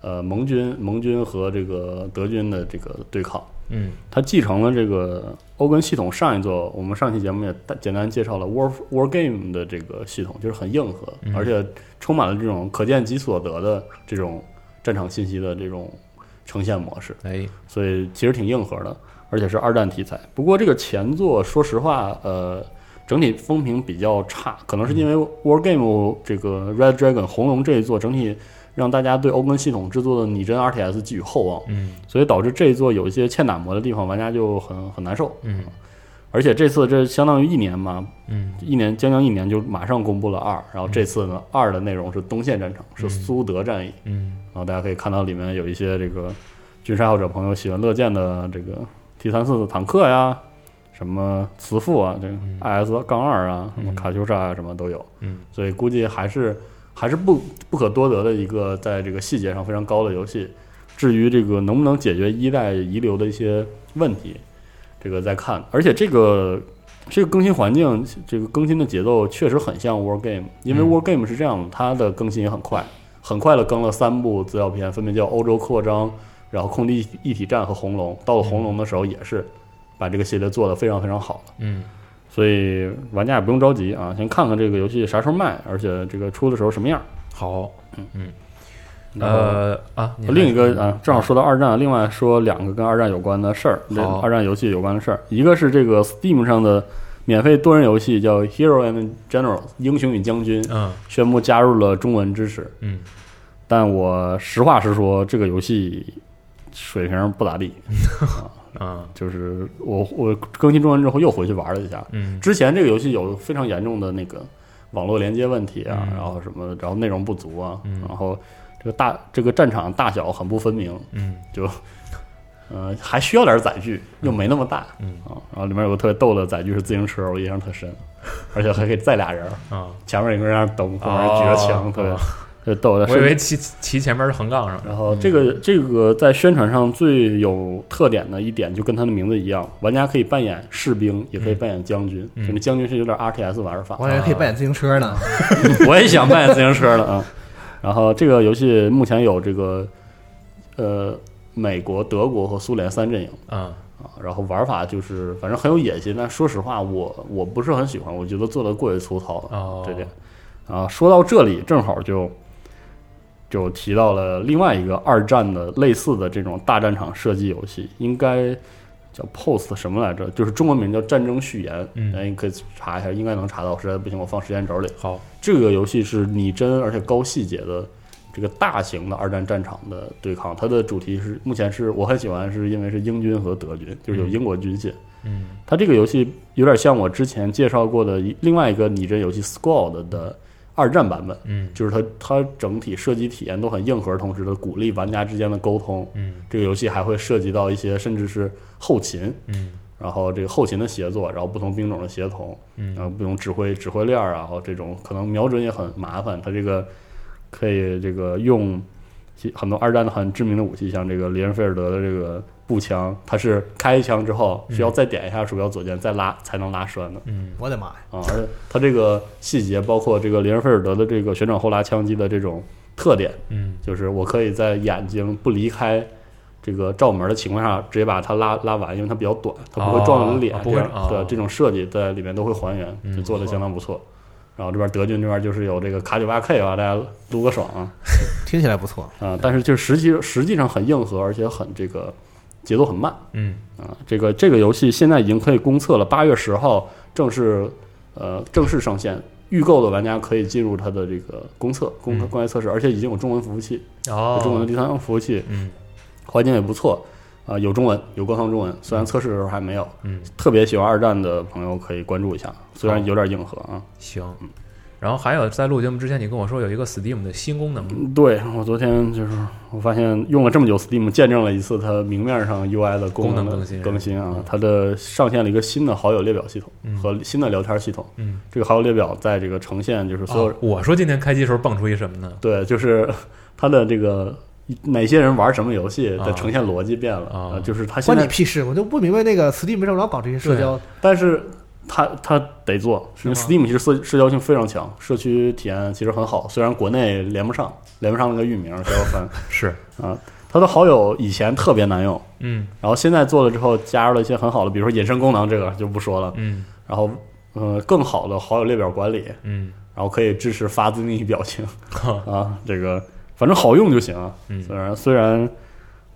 [SPEAKER 4] 呃盟军盟军和这个德军的这个对抗，
[SPEAKER 1] 嗯
[SPEAKER 4] 它继承了这个欧根系统上一座，我们上期节目也大简单介绍了 War War Game 的这个系统，就是很硬核，
[SPEAKER 1] 嗯
[SPEAKER 4] 而且充满了这种可见即所得的这种战场信息的这种呈现模式，
[SPEAKER 1] 哎
[SPEAKER 4] 所以其实挺硬核的，而且是二战题材。不过这个前作说实话，呃。整体风评比较差，可能是因为
[SPEAKER 1] 嗯
[SPEAKER 4] War Game 这个 Red Dragon 红龙这一座整体让大家对欧根系统制作的拟真 RTS 寄予厚望，
[SPEAKER 1] 嗯
[SPEAKER 4] 所以导致这一座有一些欠打磨的地方，玩家就很很难受。
[SPEAKER 1] 嗯
[SPEAKER 4] 而且这次这相当于一年嘛，
[SPEAKER 1] 嗯
[SPEAKER 4] 一年将将一年就马上公布了二，然后这次呢二的内容是东线战场，是苏德战役，
[SPEAKER 1] 嗯
[SPEAKER 4] 然后大家可以看到里面有一些这个军事爱好者朋友喜闻乐见的这个 T 三四的坦克呀，什么磁父啊，这个 IS 杠二啊，什么
[SPEAKER 1] 嗯
[SPEAKER 4] 卡秋莎啊，什么都有，
[SPEAKER 1] 嗯
[SPEAKER 4] 所以估计还是还是不不可多得的一个在这个细节上非常高的游戏。至于这个能不能解决一代遗留的一些问题，这个再看。而且这个这个更新环境，这个更新的节奏确实很像 War Game，因为
[SPEAKER 1] 嗯
[SPEAKER 4] War Game 是这样的，它的更新也很快，很快的更了三部资料片，分别叫《欧洲扩张》，然后《空地一体战》和《红龙》。到了
[SPEAKER 1] 嗯
[SPEAKER 4] 《红龙》的时候，也是把这个系列做得非常非常好。
[SPEAKER 1] 嗯
[SPEAKER 4] 所以玩家也不用着急啊，先看看这个游戏啥时候卖，而且这个出的时候什么样。
[SPEAKER 1] 好
[SPEAKER 4] 嗯
[SPEAKER 1] 嗯
[SPEAKER 4] 然后，
[SPEAKER 1] 呃啊，你
[SPEAKER 4] 另一
[SPEAKER 1] 来
[SPEAKER 4] 个啊，正好说到二战，另外说两个跟二战有关的事儿，跟
[SPEAKER 1] 好
[SPEAKER 4] 二战游戏有关的事儿，一个是这个 Steam 上的免费多人游戏叫《Hero and Generals》英雄与将军，
[SPEAKER 1] 嗯
[SPEAKER 4] 宣布加入了中文支持，
[SPEAKER 1] 嗯
[SPEAKER 4] 但我实话实说，这个游戏水平不咋地，
[SPEAKER 1] 啊
[SPEAKER 4] 就是我我更新中文之后又回去玩了一下，
[SPEAKER 1] 嗯
[SPEAKER 4] 之前这个游戏有非常严重的那个网络连接问题啊，
[SPEAKER 1] 嗯
[SPEAKER 4] 然后什么，然后内容不足啊，
[SPEAKER 1] 嗯
[SPEAKER 4] 然后这个大这个战场大小很不分明，
[SPEAKER 1] 嗯
[SPEAKER 4] 就呃还需要点载具，又没那么大，
[SPEAKER 1] 嗯
[SPEAKER 4] 啊，然后里面有个特别逗的载具是自行车，我印象特深，而且还可以载俩人，
[SPEAKER 1] 啊，
[SPEAKER 4] 前面一个人让蹬，后面举着枪，
[SPEAKER 1] 哦
[SPEAKER 4] 特别 特别逗的。嗯
[SPEAKER 1] 我以为骑骑前面是横杠上的，
[SPEAKER 4] 然后这个这个在宣传上最有特点的一点，就跟它的名字一样，玩家可以扮演士兵，也可以扮演将军。
[SPEAKER 1] 嗯
[SPEAKER 4] 就那将军是有点 RTS 玩法，
[SPEAKER 3] 我还可以扮演自行车
[SPEAKER 4] 啊
[SPEAKER 3] 呢，
[SPEAKER 4] 我也想扮演自行车 了啊。然后这个游戏目前有这个呃美国、德国和苏联三阵营
[SPEAKER 1] 嗯
[SPEAKER 4] 啊。然后玩法就是反正很有野心，但说实话我我不是很喜欢，我觉得做的过于粗糙了、
[SPEAKER 1] 哦
[SPEAKER 4] 这点。啊，说到这里正好就就提到了另外一个二战的类似的这种大战场射击游戏，应该叫 Post 什么来着？就是中文名叫《战争序言》，
[SPEAKER 1] 嗯
[SPEAKER 4] 哎，你可以查一下，应该能查到。实在不行，我放时间轴里。
[SPEAKER 1] 好
[SPEAKER 4] 这个游戏是拟真而且高细节的这个大型的二战战场的对抗，它的主题是目前是我很喜欢，是因为是英军和德军，就是有
[SPEAKER 1] 嗯
[SPEAKER 4] 英国军械。
[SPEAKER 1] 嗯
[SPEAKER 4] 它这个游戏有点像我之前介绍过的一另外一个拟真游戏 Squad 的二战版本，
[SPEAKER 1] 嗯
[SPEAKER 4] 就是它它整体射击体验都很硬核，同时的鼓励玩家之间的沟通。
[SPEAKER 1] 嗯
[SPEAKER 4] 这个游戏还会涉及到一些甚至是后勤，
[SPEAKER 1] 嗯
[SPEAKER 4] 然后这个后勤的协作，然后不同兵种的协同，
[SPEAKER 1] 嗯
[SPEAKER 4] 然后不用指挥指挥链儿啊，然后这种可能瞄准也很麻烦。它这个可以这个用其很多二战的很知名的武器，像这个林恩菲尔德的这个步枪，它是开一枪之后需要再点一下鼠标左键再拉才能拉栓的
[SPEAKER 1] 嗯
[SPEAKER 3] 我的妈呀！
[SPEAKER 4] 啊。而且它这个细节包括这个林恩菲尔德的这个旋转后拉枪机的这种特点，
[SPEAKER 1] 嗯
[SPEAKER 4] 就是我可以在眼睛不离开这个照门的情况下，直接把它拉拉完，因为它比较短，它不会撞到你脸
[SPEAKER 1] 哦。
[SPEAKER 4] 这
[SPEAKER 1] 不会
[SPEAKER 4] 样
[SPEAKER 1] 哦
[SPEAKER 4] 对这种设计在里面都会还原，
[SPEAKER 1] 嗯
[SPEAKER 4] 就做的相当不错。然后这边德军这边就是有这个卡九八 K 啊，大家撸个爽啊
[SPEAKER 3] 听起来不错。
[SPEAKER 1] 嗯
[SPEAKER 4] 啊！但是就实际实际上很硬核，而且很这个节奏很慢
[SPEAKER 1] 嗯
[SPEAKER 4] 啊。这个这个游戏现在已经可以公测了，八月十号正式呃正式上线。预购的玩家可以进入它的这个公测公
[SPEAKER 1] 嗯
[SPEAKER 4] 公开测试，而且已经有中文服务器，有
[SPEAKER 1] 哦
[SPEAKER 4] 中文的第三方服务器，
[SPEAKER 1] 嗯
[SPEAKER 4] 环境也不错，啊、有中文，有官方中文，虽然测试的时候还没有。
[SPEAKER 1] 嗯
[SPEAKER 4] 特别喜欢二战的朋友可以关注一下，虽然有点硬核啊。
[SPEAKER 1] 行。然后还有在录节目之前，你跟我说有一个 Steam 的新功能，哦
[SPEAKER 4] 嗯对我昨天就是我发现用了这么久，Steam 见证了一次它明面上 UI 的功
[SPEAKER 1] 功能
[SPEAKER 4] 的
[SPEAKER 1] 更新
[SPEAKER 4] 更新啊，它的上线了一个新的好友列表系统
[SPEAKER 1] 嗯
[SPEAKER 4] 和新的聊天系统。
[SPEAKER 1] 嗯，
[SPEAKER 4] 这个好友列表在这个呈现就是所有、
[SPEAKER 1] 哦，我说今天开机时候蹦出一什么呢？
[SPEAKER 4] 对，就是 它的这个哪些人玩什么游戏
[SPEAKER 1] 啊
[SPEAKER 4] 的呈现逻辑变了
[SPEAKER 1] 啊
[SPEAKER 4] 呃就是它现
[SPEAKER 3] 关你
[SPEAKER 4] 在，
[SPEAKER 3] 屁事！我就不明白那个 Steam 为什么老搞这些社交，
[SPEAKER 4] 但是它它得做，因为
[SPEAKER 3] 是吗
[SPEAKER 4] Steam 其实社社交性非常强，社区体验其实很好，虽然国内连不上，连不上那个域名，谁要翻
[SPEAKER 1] 是，
[SPEAKER 4] 啊？它的好友以前特别难用。
[SPEAKER 1] 嗯
[SPEAKER 4] 然后现在做了之后，加入了一些很好的，比如说隐身功能，这个就不说了。
[SPEAKER 1] 嗯
[SPEAKER 4] 然后，呃，更好的好友列表管理，
[SPEAKER 1] 嗯，
[SPEAKER 4] 然后可以支持发自定义表 情
[SPEAKER 1] 哈
[SPEAKER 4] 啊，这个反正好用就行啊。
[SPEAKER 1] 嗯
[SPEAKER 4] 虽然虽然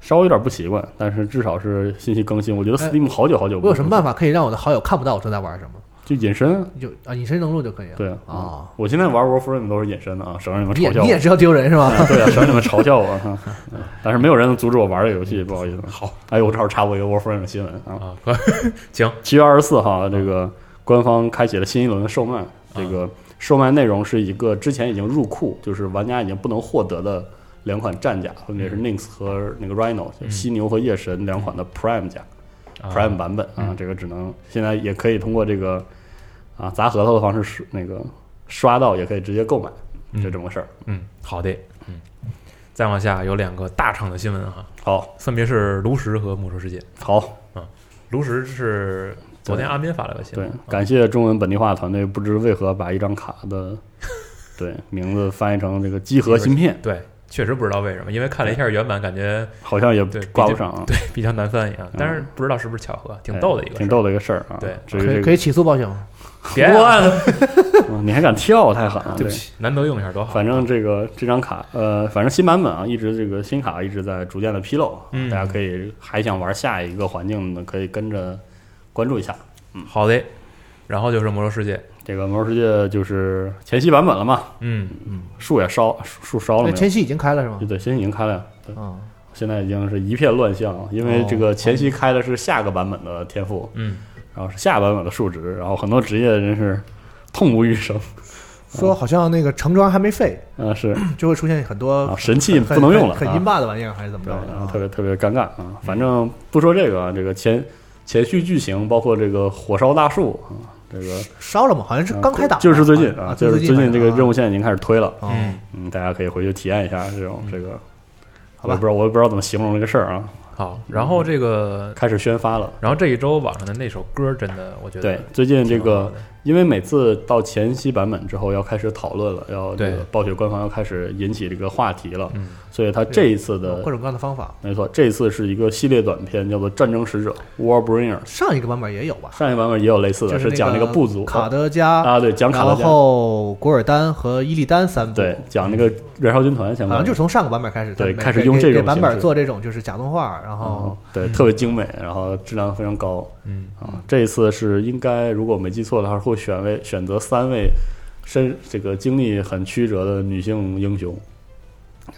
[SPEAKER 4] 稍微有点不习惯，但是至少是信息更新。我觉得
[SPEAKER 3] 哎
[SPEAKER 4] Steam 好久好久不
[SPEAKER 3] 我有什么办
[SPEAKER 4] 法？
[SPEAKER 3] 法可以让我的好友看不到我正在玩什么？
[SPEAKER 4] 就隐身，
[SPEAKER 3] 就啊，隐身登录就可以了。
[SPEAKER 4] 对
[SPEAKER 3] 啊，
[SPEAKER 4] 我现在玩 Warframe 都是隐身的啊，省得你们
[SPEAKER 3] 你也
[SPEAKER 4] 嘲笑
[SPEAKER 3] 你也
[SPEAKER 4] 我。
[SPEAKER 3] 知道丢人是吧？
[SPEAKER 4] 对啊，省得你们嘲笑我哈。嗯但是没有人能阻止我玩这个游戏，不好意思。好，哎，我正好插播一个 Warframe 的新闻啊。
[SPEAKER 1] 啊，可 行，
[SPEAKER 4] 七月二十四号，这个官方开启了新一轮的售
[SPEAKER 1] 啊
[SPEAKER 4] 卖，这个售卖内容是一个之前已经入库，就是玩家已经不能获得的两款战甲，分别是 Nix 和那个 Rhino，、
[SPEAKER 1] 嗯
[SPEAKER 4] 犀牛和夜神两款的 Prime 甲、
[SPEAKER 1] 啊
[SPEAKER 4] Prime 版本啊
[SPEAKER 1] 嗯，
[SPEAKER 4] 这个只能现在也可以通过这个啊砸核桃的方式是那个刷到，也可以直接购买，
[SPEAKER 1] 嗯
[SPEAKER 4] 就这么个事儿。
[SPEAKER 1] 嗯，好的，嗯，再往下有两个大厂的新闻哈，啊
[SPEAKER 4] 好，
[SPEAKER 1] 分别是炉石和魔兽世界。
[SPEAKER 4] 好，
[SPEAKER 1] 炉石是昨天
[SPEAKER 4] 对
[SPEAKER 1] 阿斌发了个啊新
[SPEAKER 4] 对
[SPEAKER 1] 闻，，
[SPEAKER 4] 感谢中文本地化团队，不知为何把一张卡的 对名字翻译成这个集合芯片。
[SPEAKER 1] 对，确实不知道为什么，因为看了一下原版，感觉
[SPEAKER 4] 好像也
[SPEAKER 1] 对
[SPEAKER 4] 挂不上啊，
[SPEAKER 1] 对比较难翻译啊，但是不知道是不是巧合，挺
[SPEAKER 4] 嗯哎
[SPEAKER 1] 逗的一个事儿，
[SPEAKER 4] 挺逗的一个事儿啊。
[SPEAKER 1] 对
[SPEAKER 4] 至于
[SPEAKER 3] 可
[SPEAKER 4] 这
[SPEAKER 3] 以
[SPEAKER 4] 个，
[SPEAKER 3] 可以起诉报警吗。
[SPEAKER 1] 别 啊
[SPEAKER 4] 乱，嗯 你还敢跳，太狠了。
[SPEAKER 1] 对不起，难得用一下多好。
[SPEAKER 4] 反正这个这张卡，呃，反正新版本啊，一直这个新卡一直在逐渐的披露，啊
[SPEAKER 1] 嗯
[SPEAKER 4] 大家可以还想玩下一个环境的，可以跟着关注一下。
[SPEAKER 1] 好的，然后就是魔兽世界，
[SPEAKER 4] 这个《魔兽世界》就是前期版本了嘛，
[SPEAKER 1] 嗯，
[SPEAKER 4] 树也烧，树树烧了
[SPEAKER 3] 那
[SPEAKER 4] 没有？
[SPEAKER 3] 前期已经开了是吗
[SPEAKER 4] 对？对，现在已经开了呀，对
[SPEAKER 3] 啊，
[SPEAKER 4] 现在已经是一片乱象了，因为
[SPEAKER 3] 哦
[SPEAKER 4] 这个前期开的是下个版本的天赋，
[SPEAKER 1] 嗯，
[SPEAKER 4] 然后是下版本的数值，然后很多职业真是痛不欲生。
[SPEAKER 3] 说好像那个成装还没 废，
[SPEAKER 4] 啊，是
[SPEAKER 3] 就会出现很多
[SPEAKER 4] 啊，神器
[SPEAKER 3] 很
[SPEAKER 4] 不能用了，
[SPEAKER 3] 很
[SPEAKER 4] 啊
[SPEAKER 3] 很阴霸的玩意儿还是怎么
[SPEAKER 4] 对，
[SPEAKER 3] 着的
[SPEAKER 4] 然后
[SPEAKER 3] 啊
[SPEAKER 4] 特？别特别尴尬啊。反正不说这个啊，这个前前续剧情，包括这个火烧大树啊，这个
[SPEAKER 3] 烧了吗？好像是
[SPEAKER 4] 啊
[SPEAKER 3] 刚开打吧，
[SPEAKER 4] 就是最近
[SPEAKER 3] 啊，
[SPEAKER 4] 就是最近这个任务
[SPEAKER 3] 务，
[SPEAKER 4] 线已经开始推了，
[SPEAKER 3] 哦
[SPEAKER 1] 嗯，
[SPEAKER 4] 嗯，大家可以回去体验一下这种这个。
[SPEAKER 3] 嗯好
[SPEAKER 4] 我也
[SPEAKER 3] 吧
[SPEAKER 4] 不知道，我也不知道怎么形容这个事儿啊。
[SPEAKER 1] 好，然后这个，
[SPEAKER 4] 开始宣发了，
[SPEAKER 1] 然后这一周网上的那首歌真的，我觉得
[SPEAKER 4] 对，最近这
[SPEAKER 1] 挺好
[SPEAKER 4] 个
[SPEAKER 1] 的，
[SPEAKER 4] 因为每次到前期版本之后要开始讨论了，要这
[SPEAKER 1] 对
[SPEAKER 4] 个暴雪官方要开始引起这个话题了，
[SPEAKER 1] 嗯
[SPEAKER 4] 所以他这一次的
[SPEAKER 3] 各种各样的方法。
[SPEAKER 4] 没错，这一次是一个系列短片，叫做《战争使者》（Warbringer）。
[SPEAKER 3] 上一个版本也有吧？
[SPEAKER 4] 上一版本也有类似的，
[SPEAKER 3] 就是
[SPEAKER 4] 讲那
[SPEAKER 3] 个
[SPEAKER 4] 个部族
[SPEAKER 3] 卡德加，
[SPEAKER 4] 啊，对，讲卡
[SPEAKER 3] 然
[SPEAKER 4] 德加，
[SPEAKER 3] 后古尔丹和伊利丹三部，
[SPEAKER 4] 对，讲那个燃烧军团相
[SPEAKER 3] 好像
[SPEAKER 4] 关的，
[SPEAKER 3] 就是从上个版本开始，
[SPEAKER 4] 对
[SPEAKER 3] 咱们
[SPEAKER 4] 开始
[SPEAKER 3] 给
[SPEAKER 4] 用
[SPEAKER 3] 给
[SPEAKER 4] 这种
[SPEAKER 3] 给版
[SPEAKER 4] 形
[SPEAKER 3] 本
[SPEAKER 4] 式
[SPEAKER 3] 做这种就是假动画，然后
[SPEAKER 4] 嗯对，
[SPEAKER 1] 嗯
[SPEAKER 4] 特别精美，然后质量非常高
[SPEAKER 1] 嗯，
[SPEAKER 4] 啊。这一次是应该，如果我没记错的话，会选位选择三位身这个经历很曲折的女性英雄，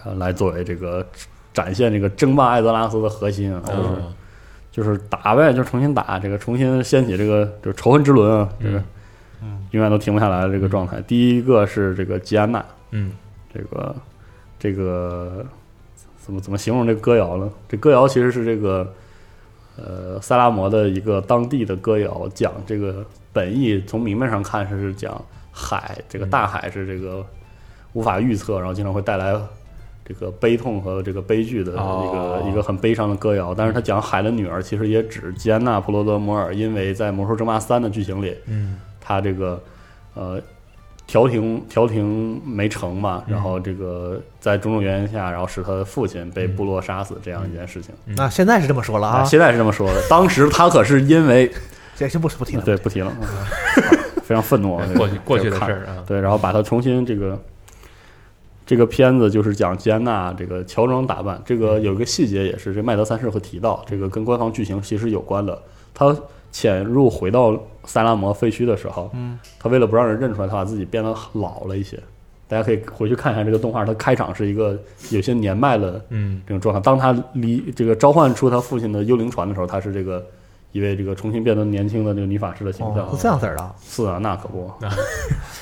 [SPEAKER 4] 啊，来作为这个展现这个争霸艾泽拉斯的核心啊，就是
[SPEAKER 1] 嗯
[SPEAKER 4] 就是打呗，就重新打，这个重新掀起这个就是仇恨之轮啊，这个
[SPEAKER 3] 嗯
[SPEAKER 4] 永远都停不下来的这个状态。第一个是这个吉安娜，
[SPEAKER 1] 嗯，
[SPEAKER 4] 这个这个怎么怎么形容这个歌谣呢？这歌谣其实是这个呃萨拉摩的一个当地的歌谣，讲这个本意从明面上看是讲海，这个大海是这个无法预测，然后经常会带来。这个悲痛和这个悲剧的一个、
[SPEAKER 1] 哦
[SPEAKER 4] 一个很悲伤的歌谣，但是他讲海的女儿其实也指吉安娜·普罗德摩尔，因为在《魔兽争霸三》的剧情里，
[SPEAKER 1] 嗯，
[SPEAKER 4] 他这个呃调停调停没成嘛，
[SPEAKER 1] 嗯
[SPEAKER 4] 然后这个在种种原因下，然后使他的父亲被部落杀死这样一件事情。
[SPEAKER 1] 嗯
[SPEAKER 3] 那现在是这么说了
[SPEAKER 4] 啊，
[SPEAKER 3] 啊，
[SPEAKER 4] 现在是这么说的，当时他可是因为。
[SPEAKER 3] 这先不不提了哦
[SPEAKER 4] 对不提了，嗯 非常愤怒啊，这
[SPEAKER 1] 嗯
[SPEAKER 4] 个
[SPEAKER 1] 过去过去的
[SPEAKER 4] 这个
[SPEAKER 1] 事
[SPEAKER 4] 看
[SPEAKER 1] 儿啊，
[SPEAKER 4] 对，然后把它重新这个这个片子就是讲吉安娜这个乔装打扮，这个有一个细节也是这麦德三世会提到，这个跟官方剧情其实有关的。他潜入回到塞拉摩废墟的时候，
[SPEAKER 3] 嗯，
[SPEAKER 4] 他为了不让人认出来，他把自己变得老了一些。大家可以回去看一下这个动画，它开场是一个有些年迈的
[SPEAKER 1] 嗯
[SPEAKER 4] 这种状态。当他离这个召唤出他父亲的幽灵船的时候，他是这个一位这个重新变得年轻的这个女法师的形象。
[SPEAKER 3] 哦，是这样式儿的啊。
[SPEAKER 4] 是啊，那可不